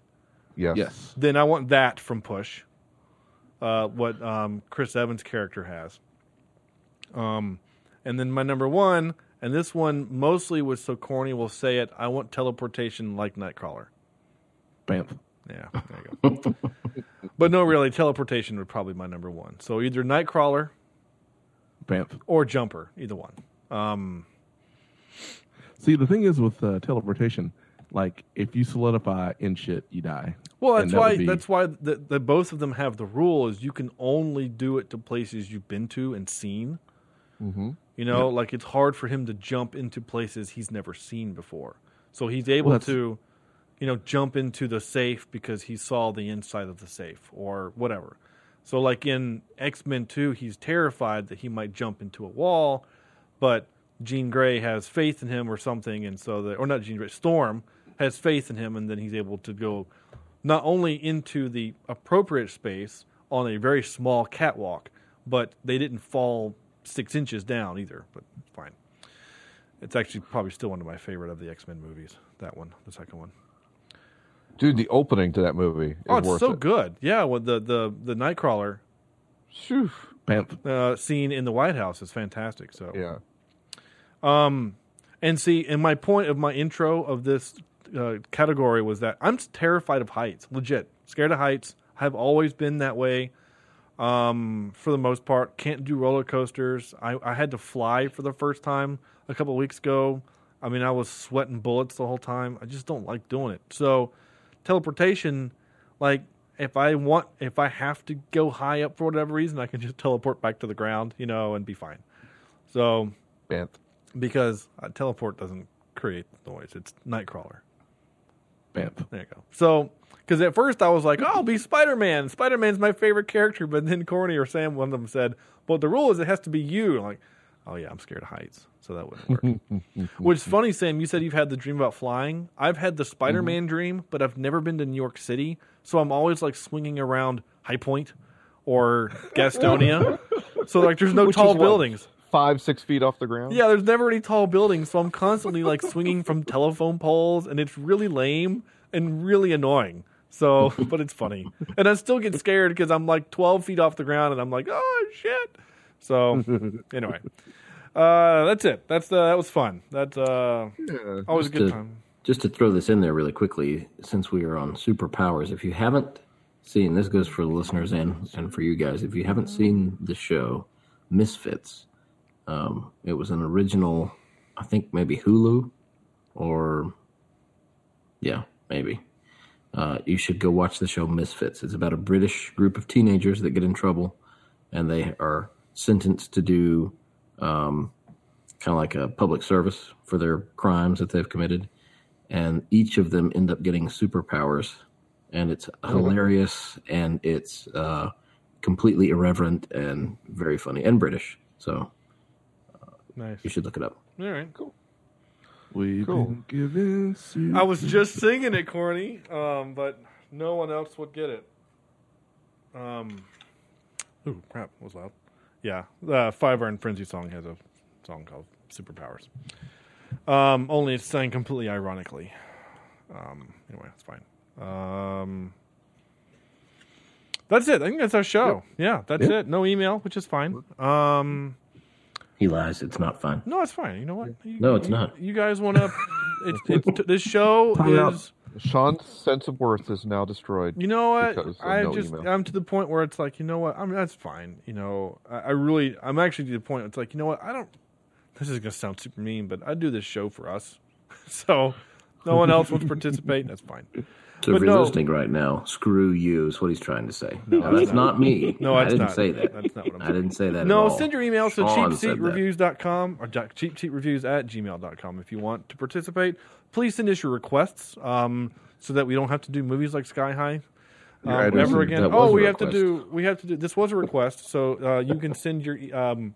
G: Yes.
F: Yes.
D: Then I want that from Push. Uh, what um, Chris Evans' character has. Um, and then my number one, and this one mostly was so corny, we'll say it. I want teleportation like Nightcrawler.
F: Bamf.
D: Yeah, there you go. [LAUGHS] but no, really, teleportation would probably be my number one. So either Nightcrawler
F: Bamf.
D: or Jumper, either one. Um,
F: See, the thing is with uh, teleportation, like if you solidify in shit, you die.
D: well,
F: And
D: that's
F: that would
D: why
F: be-
D: that's why the, the both of them have the rule is you can only do it to places you've been to and seen.
G: Mm-hmm.
D: You know, like it's hard for him to jump into places he's never seen before. So he's able
F: Well, that's-
D: to, you know, jump into the safe because he saw the inside of the safe or whatever. So, like in X Men 2, he's terrified that he might jump into a wall, but Jean Grey has faith in him or something. And so, the, or not Jean Grey, Storm has faith in him, and then he's able to go not only into the appropriate space on a very small catwalk, but they didn't fall six inches down either. But fine. It's actually probably still one of my favorite of the X Men movies, that one, the second one.
G: Dude, the opening to that movie. Is
D: Oh, it's
G: worth
D: so
G: it.
D: good. Yeah, with the the the Nightcrawler uh, scene in the White House is fantastic. So
G: yeah,
D: um, and see, and my point of my intro of this uh, category was that I'm terrified of heights. Legit, scared of heights. I've always been that way. Um, for the most part, can't do roller coasters. I, I had to fly for the first time a couple weeks ago. I mean, I was sweating bullets the whole time. I just don't like doing it. So, teleportation, like if I want, if I have to go high up for whatever reason, I can just teleport back to the ground, you know, and be fine. So, because uh, teleport doesn't create noise; it's Nightcrawler.
F: Bamp.
D: There you go. So, because at first I was like, oh, I'll be Spider Man. Spider Man's my favorite character. But then Corny or Sam, one of them said, but the rule is it has to be you. I'm like, oh, yeah, I'm scared of heights. So that wouldn't work.
G: [LAUGHS]
D: Which is funny, Sam, you said you've had the dream about flying. I've had the Spider Man
G: Mm-hmm.
D: dream, but I've never been to New York City. So I'm always like swinging around High Point
G: [LAUGHS]
D: or Gastonia. so, like, there's no
G: Which
D: tall
G: is what,
D: buildings.
G: five, six feet off the ground.
D: Yeah, there's never any tall buildings, so I'm constantly like swinging from telephone poles, and it's really lame and really annoying. So, but it's funny, and I still get scared because I'm like 12 feet off the ground, and I'm like, oh shit. So, anyway, uh, that's it. That's uh, that was fun. That's uh, always a
H: Just
D: good
H: to-
D: time.
H: Just to throw this in there really quickly, since we are on superpowers, if you haven't seen this goes for the listeners and and for you guys, if you haven't seen the show Misfits, um, it was an original, I think maybe Hulu, or yeah, maybe. Uh, you should go watch the show Misfits. It's about a British group of teenagers that get in trouble, and they are sentenced to do um, kind of like a public service for their crimes that they've committed. And each of them end up getting superpowers, and it's hilarious and it's uh, completely irreverent and very funny and British. So
D: Nice.
H: you should look it up.
D: All right, cool.
F: We've
D: Cool.
F: been given.
D: I was just singing it, Corny, um, but no one else would get it. Um, ooh, crap, that was loud. Yeah, the Five Iron Frenzy song has a song called Superpowers. Um, only it's sang completely ironically. Um, anyway, that's fine. Um, that's it. I think that's our show. Yeah, that's
H: Yep.
D: it. No email, which is fine. Um,
H: He lies. It's not fun.
D: no, it's fine. You know what? You-
H: No, it's
D: you-
H: not.
D: You guys want to? It's, it's this show
G: Time out.
D: is.
G: Sean's sense of worth is now destroyed.
D: You know
G: because
D: what?
G: of
D: I
G: no
D: just
G: email.
D: I'm to the point where it's like, you know what? I mean, that's fine. You know, I, I really I'm actually to the point. Where it's like, you know what? I don't. This is gonna sound super mean, but I do this show for us, [LAUGHS] so no one else wants to participate. That's fine.
H: So
D: But
H: if you're
D: no.
H: listening right now, screw you is what he's trying to say.
D: No,
H: No,
D: it's
H: that's
D: not.
H: not me.
D: [LAUGHS] No,
H: I
D: it's
H: didn't
D: not.
H: say that.
D: That's not what I'm
H: I didn't say that. at
D: No,
H: all.
D: send your emails to
H: Sean said that.
D: cheapseatreviews.com or dot- cheapseatreviews at com if you want to participate. Please send us your requests um, so that we don't have to do movies like Sky High.
F: Your
D: Um,
F: address
D: never
F: is-
D: again.
F: that was
D: Oh,
F: a
D: we have to
F: request.
D: do. We have to do. This was a request, so uh, you can send your. e- Um,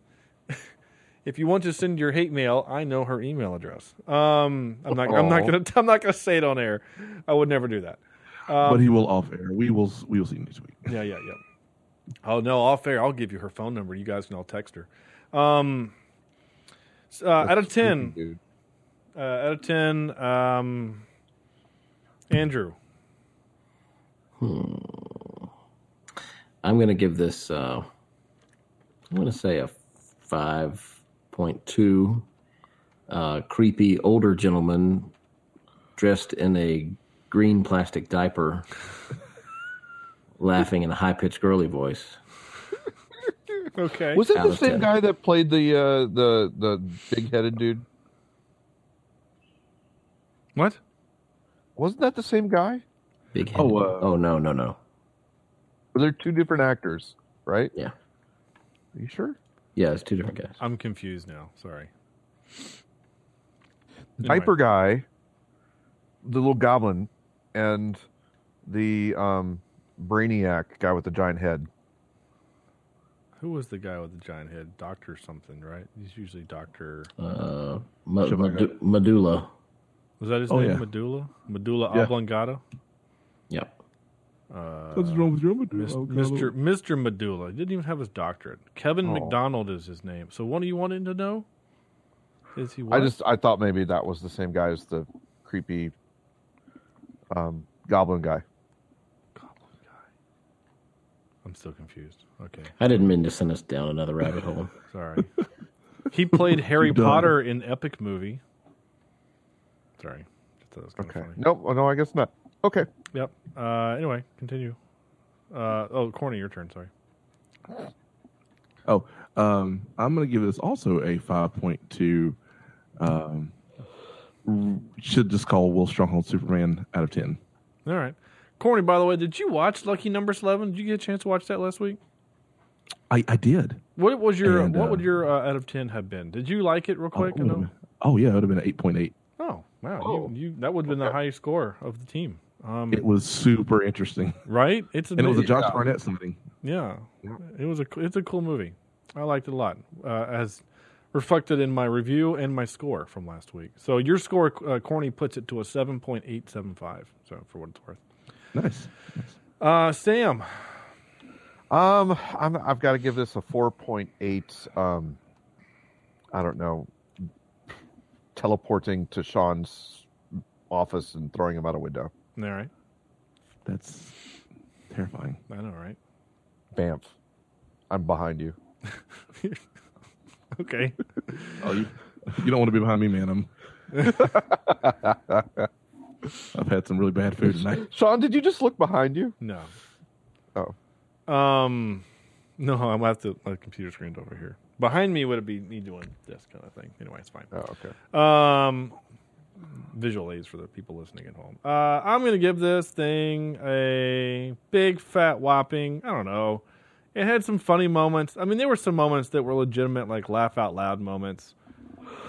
D: [LAUGHS] if you want to send your hate mail, I know her email address. Um, I'm not. I'm not
F: Aw.
D: gonna. [LAUGHS] I'm not gonna say it on air. I would never do that. Um,
F: but he will off air. We will. We will see you next week.
D: yeah, yeah, yeah. Oh no, all fair. I'll give you her phone number. You guys can all text her. Um, s- uh, out of ten, uh, out of ten, um, Andrew.
H: Hmm. I'm going to give this. Uh, I'm going to say a five point two. Uh, creepy older gentleman dressed in a green plastic diaper, laughing in a high pitched girly voice.
D: Okay.
G: Was that
H: Out
G: the
H: of
G: same
H: 10.
G: guy that played the uh, the the big headed dude?
D: What?
G: Wasn't that the same guy?
H: Big head.
G: Oh, uh,
H: oh no no no.
G: They're two different actors, right?
H: Yeah.
G: Are you sure?
H: Yeah, it's two different guys.
D: I'm confused now. Sorry.
G: The
D: Anyway.
G: diaper guy, the little goblin, and the um, brainiac guy with the giant head.
D: Who was the guy with the giant head? Doctor something, right? He's usually Doctor.
H: Uh, Ma- Medu- medulla.
D: Was that his
H: Oh,
D: name?
H: yeah.
D: Medulla. Medulla
H: Yeah.
D: oblongata.
H: Yep.
D: Uh,
F: What's wrong with your medulla
D: Mis-
F: oblongata?
D: Mr. Mr. Medulla. He didn't even have his doctorate. Kevin
G: Oh.
D: McDonald is his name. So what do you want him to know? Is he?
G: I
D: what?
G: just I thought maybe that was the same guy as the creepy um, goblin guy.
D: I'm still confused. Okay.
H: I didn't mean to send us down another
G: [LAUGHS]
H: rabbit hole.
D: Sorry. He played Harry
H: Done.
D: Potter in Epic Movie. Sorry. I thought that was kind
G: Okay.
D: of funny.
G: Nope. Oh, No, I guess not. Okay.
D: Yep. Uh, anyway, continue. Uh, oh, Corny, your turn. Sorry.
F: Oh, um, I'm going to give this also a 5.2. Um, r- should just call Will Stronghold Superman out of 10.
D: All right. Corny, by the way, did you watch Lucky Number 11? Did you get a chance to watch that last week?
F: I, I did.
D: What was your
F: And,
D: what
F: uh,
D: would your uh, out of 10 have been? Did you like it real quick?
F: oh,
D: I know-
F: oh, yeah, it would have been an 8.8.
D: Oh, wow. You, you, that would have been the highest score of the team. Um,
F: It was super interesting.
D: Right? It's
F: and it was a
D: amazing.
F: Josh Barnett something.
D: Yeah, it was a it's a cool movie. I liked it a lot, uh, as reflected in my review and my score from last week. So your score, uh, Corny, puts it to a seven point eight seven five. So for what it's worth,
F: nice.
D: Uh, Sam.
G: Um, I'm, I've got to give this a 4.8. Um, I don't know, teleporting to Sean's office and throwing him out a window.
D: All right,
F: That's terrifying.
D: I know, right? [LAUGHS]
G: Bamf, I'm behind you.
D: Okay.
F: Oh, you, you don't want to be behind me, man. I'm. [LAUGHS] I've had some really bad food tonight.
G: Sean, did you just look behind you?
D: No.
G: Oh.
D: Um, no, I'm at the my computer screen's over here. Behind me would be me doing this kind of thing. Anyway, it's fine.
G: Oh, okay.
D: Um, visual aids for the people listening at home. Uh, I'm gonna give this thing a big fat whopping. I don't know. It had some funny moments. I mean, there were some moments that were legitimate, like laugh out loud moments.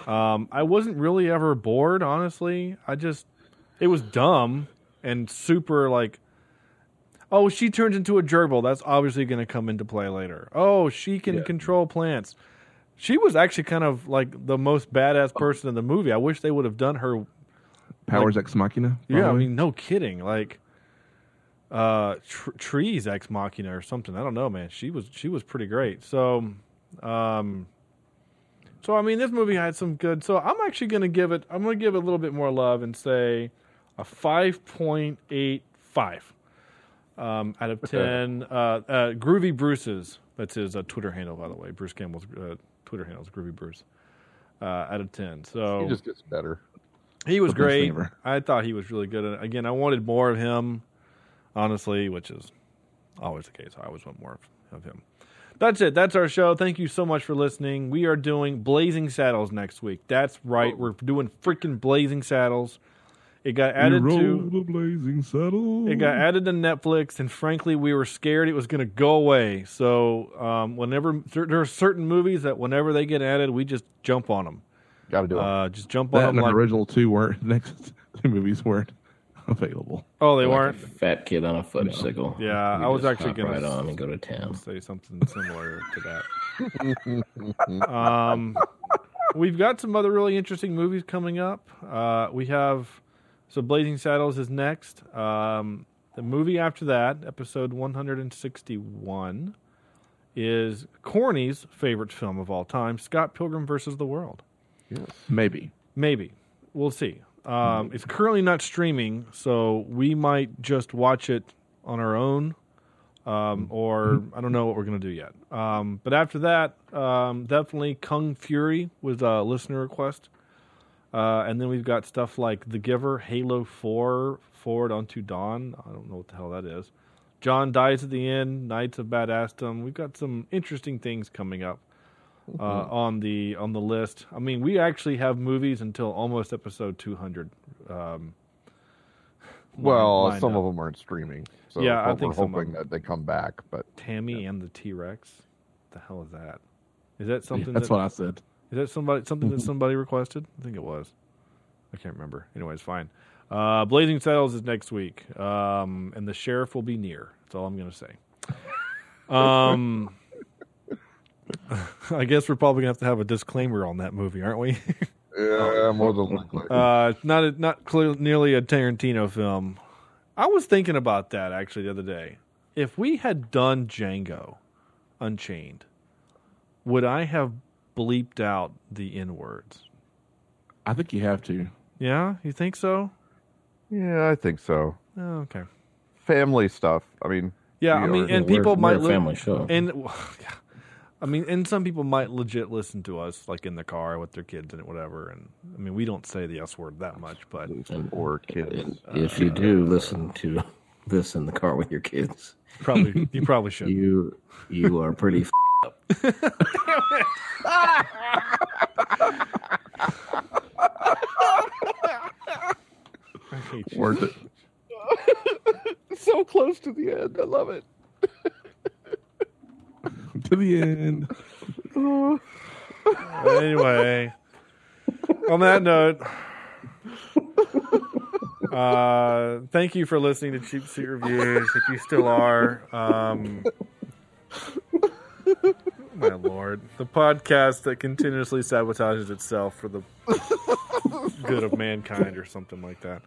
D: Um, I wasn't really ever bored, honestly. I just, it was dumb and super like Oh, she turns into a gerbil. That's obviously going to come into play later. Oh, she can
F: Yeah.
D: control plants. She was actually kind of like the most badass person in the movie. I wish they would have done her.
F: Powers ex machina.
D: Yeah,
F: by
D: I
F: the way.
D: mean, no kidding. Like, uh, tr- trees ex machina or something. I don't know, man. She was she was pretty great. So, um, so I mean, this movie had some good. So I'm actually going to give it. I'm going to give it a little bit more love and say a five point eight five um, out of ten. uh, uh, Groovy Bruce's. That's his uh, Twitter handle, by the way. Bruce Campbell's uh, Twitter handle is Groovy Bruce. Uh, out of ten. So
G: He just gets better.
D: he was
G: The best
D: great.
G: thing ever.
D: I thought he was really good. And again, I wanted more of him, honestly, which is always the case. I always want more of, of him. That's it. That's our show. Thank you so much for listening. We are doing Blazing Saddles next week. That's right.
F: Oh.
D: We're doing freaking Blazing Saddles. It got added
F: We
D: to
F: roll the blazing saddle.
D: it got added to Netflix, and frankly, we were scared it was going to go away. So, um, whenever cer- there are certain movies that whenever they get added, we just jump on them.
G: Got to do it.
D: Uh, just jump
F: that
D: on
F: and
D: them
F: the
D: like
F: original two weren't [LAUGHS] next two movies weren't available.
D: oh they
H: Like a
D: weren't.
H: fat kid on a fudgesicle.
D: Yeah, I
H: You
D: was
H: just
D: actually
H: hop
D: gonna
H: right
D: s-
H: on and go to town.
D: Say something similar to that. um, we've got some other really interesting movies coming up. Uh, we have so Blazing Saddles is next. Um, the movie after that, episode 161, is Corny's favorite film of all time, Scott Pilgrim versus the World.
F: Maybe.
D: Maybe. We'll see. Um, it's currently not streaming, so we might just watch it on our own, um, or I don't know what we're going to do yet. Um, but after that, um, definitely Kung Fury was a listener request. Uh, and then we've got stuff like The Giver, Halo 4, Forward Unto Dawn. I don't know what the hell that is. John Dies at the End, Knights of Badassdom. We've got some interesting things coming up uh, on the on the list. I mean, we actually have movies until almost episode 200. Um,
G: Well,
D: lined
G: some
D: up.
G: of them aren't streaming. So
D: uh, Yeah, I
G: we're-
D: think
G: we're
D: some of
G: hoping
D: them.
G: that they come back. But
D: Tammy and the T Rex. The hell is that? Is that something?
F: that's
D: that-
F: what I said.
D: Is that somebody something
F: [LAUGHS]
D: that somebody requested? I think it was. I can't remember. Anyways, fine. Uh, Blazing Saddles is next week,
F: [LAUGHS]
D: um, [LAUGHS] and the sheriff will be near. That's all I'm going to say. Um, I guess we're probably gonna have to have a disclaimer on that movie, aren't we? [LAUGHS]
G: Yeah, more than likely.
D: Uh, it's not a, not clear, nearly a Tarantino film. I was thinking about that actually the other day. If we had done Django Unchained, would I have bleeped out the N words?
F: I think you have to. [LAUGHS]
D: Yeah, you think so?
G: Yeah, I think so.
D: Oh, okay.
G: Family stuff. I mean,
D: Yeah,
G: we
D: I mean,
G: are-
D: and people might li-
H: family show.
D: and [LAUGHS] yeah. I mean, and some people might legit listen to us like in the car with their kids and whatever. And I mean, we don't say the S word that much, but
G: or kids.
F: Uh,
H: If you do listen to [LAUGHS] this in the car with your kids,
D: probably you
H: [LAUGHS]
D: probably should.
H: You you are pretty. [LAUGHS] f-
D: I hate you.
F: Worth it.
G: [LAUGHS] so close to the end. I love it.
F: to
D: [LAUGHS]
F: the end.
G: Oh.
D: anyway, on that note, uh, thank you for listening to Cheap Seat Reviews. If you still are, um, my lord, the podcast that continuously sabotages itself for the good of mankind or something like that.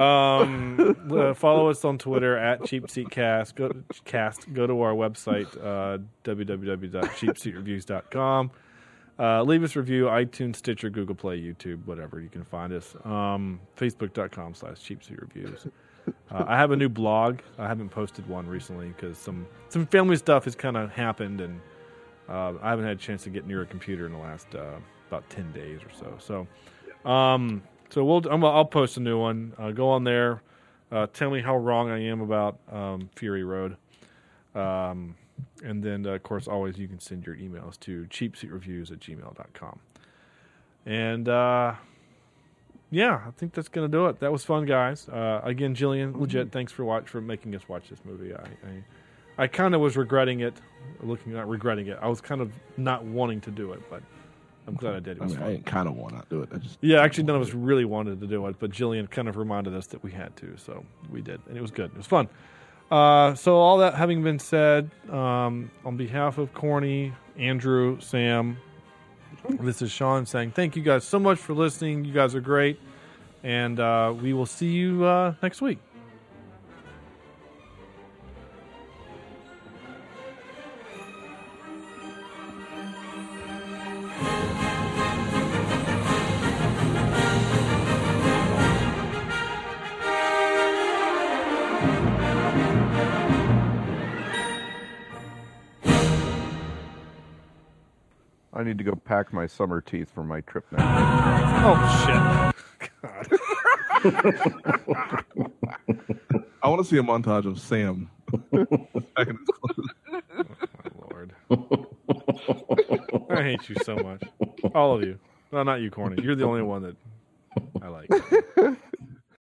D: Um, uh, follow us on Twitter at Cheap Seat Cast. Go, cast, go to our website, uh, www.cheapseatreviews.com. Uh, leave us a review, iTunes, Stitcher, Google Play, YouTube, whatever. You can find us. Um, Facebook.com slash Cheap Seat Reviews. Uh, I have a new blog. I haven't posted one recently because some, some family stuff has kind of happened and uh, I haven't had a chance to get near a computer in the last uh, about 10 days or so. So um, so we'll I'm, I'll post a new one. Uh, go on there. Uh, tell me how wrong I am about um, Fury Road. Um, and then, uh, of course, always you can send your emails to cheapseatreviews at gmail.com. And uh, yeah, I think that's going to do it. That was fun, guys. Uh, again,
F: Mm-hmm.
D: Jillian, legit, thanks for watch for making us watch this movie. I I, I kind of was regretting it, looking not regretting it. I was kind of not wanting to do it, but I'm glad I did. It
F: I
D: was
F: mean,
D: fun.
F: I kind of want to do it. I just
D: Yeah, actually, none of us really wanted to do it, but Jillian kind of reminded us that we had to, so we did, and it was good. It was fun. Uh, so, all that having been said, um, on behalf of Corny, Andrew, Sam, this is Sean saying thank you guys so much for listening. You guys are great, and uh, we will see you uh, next week.
G: I need to go pack my summer teeth for my trip now.
D: Oh shit!
F: I want to see a montage of Sam. [LAUGHS] Back in his clothes.
D: Lord, I hate you so much, all of you. No, not you, Corny. You're the only one that I like.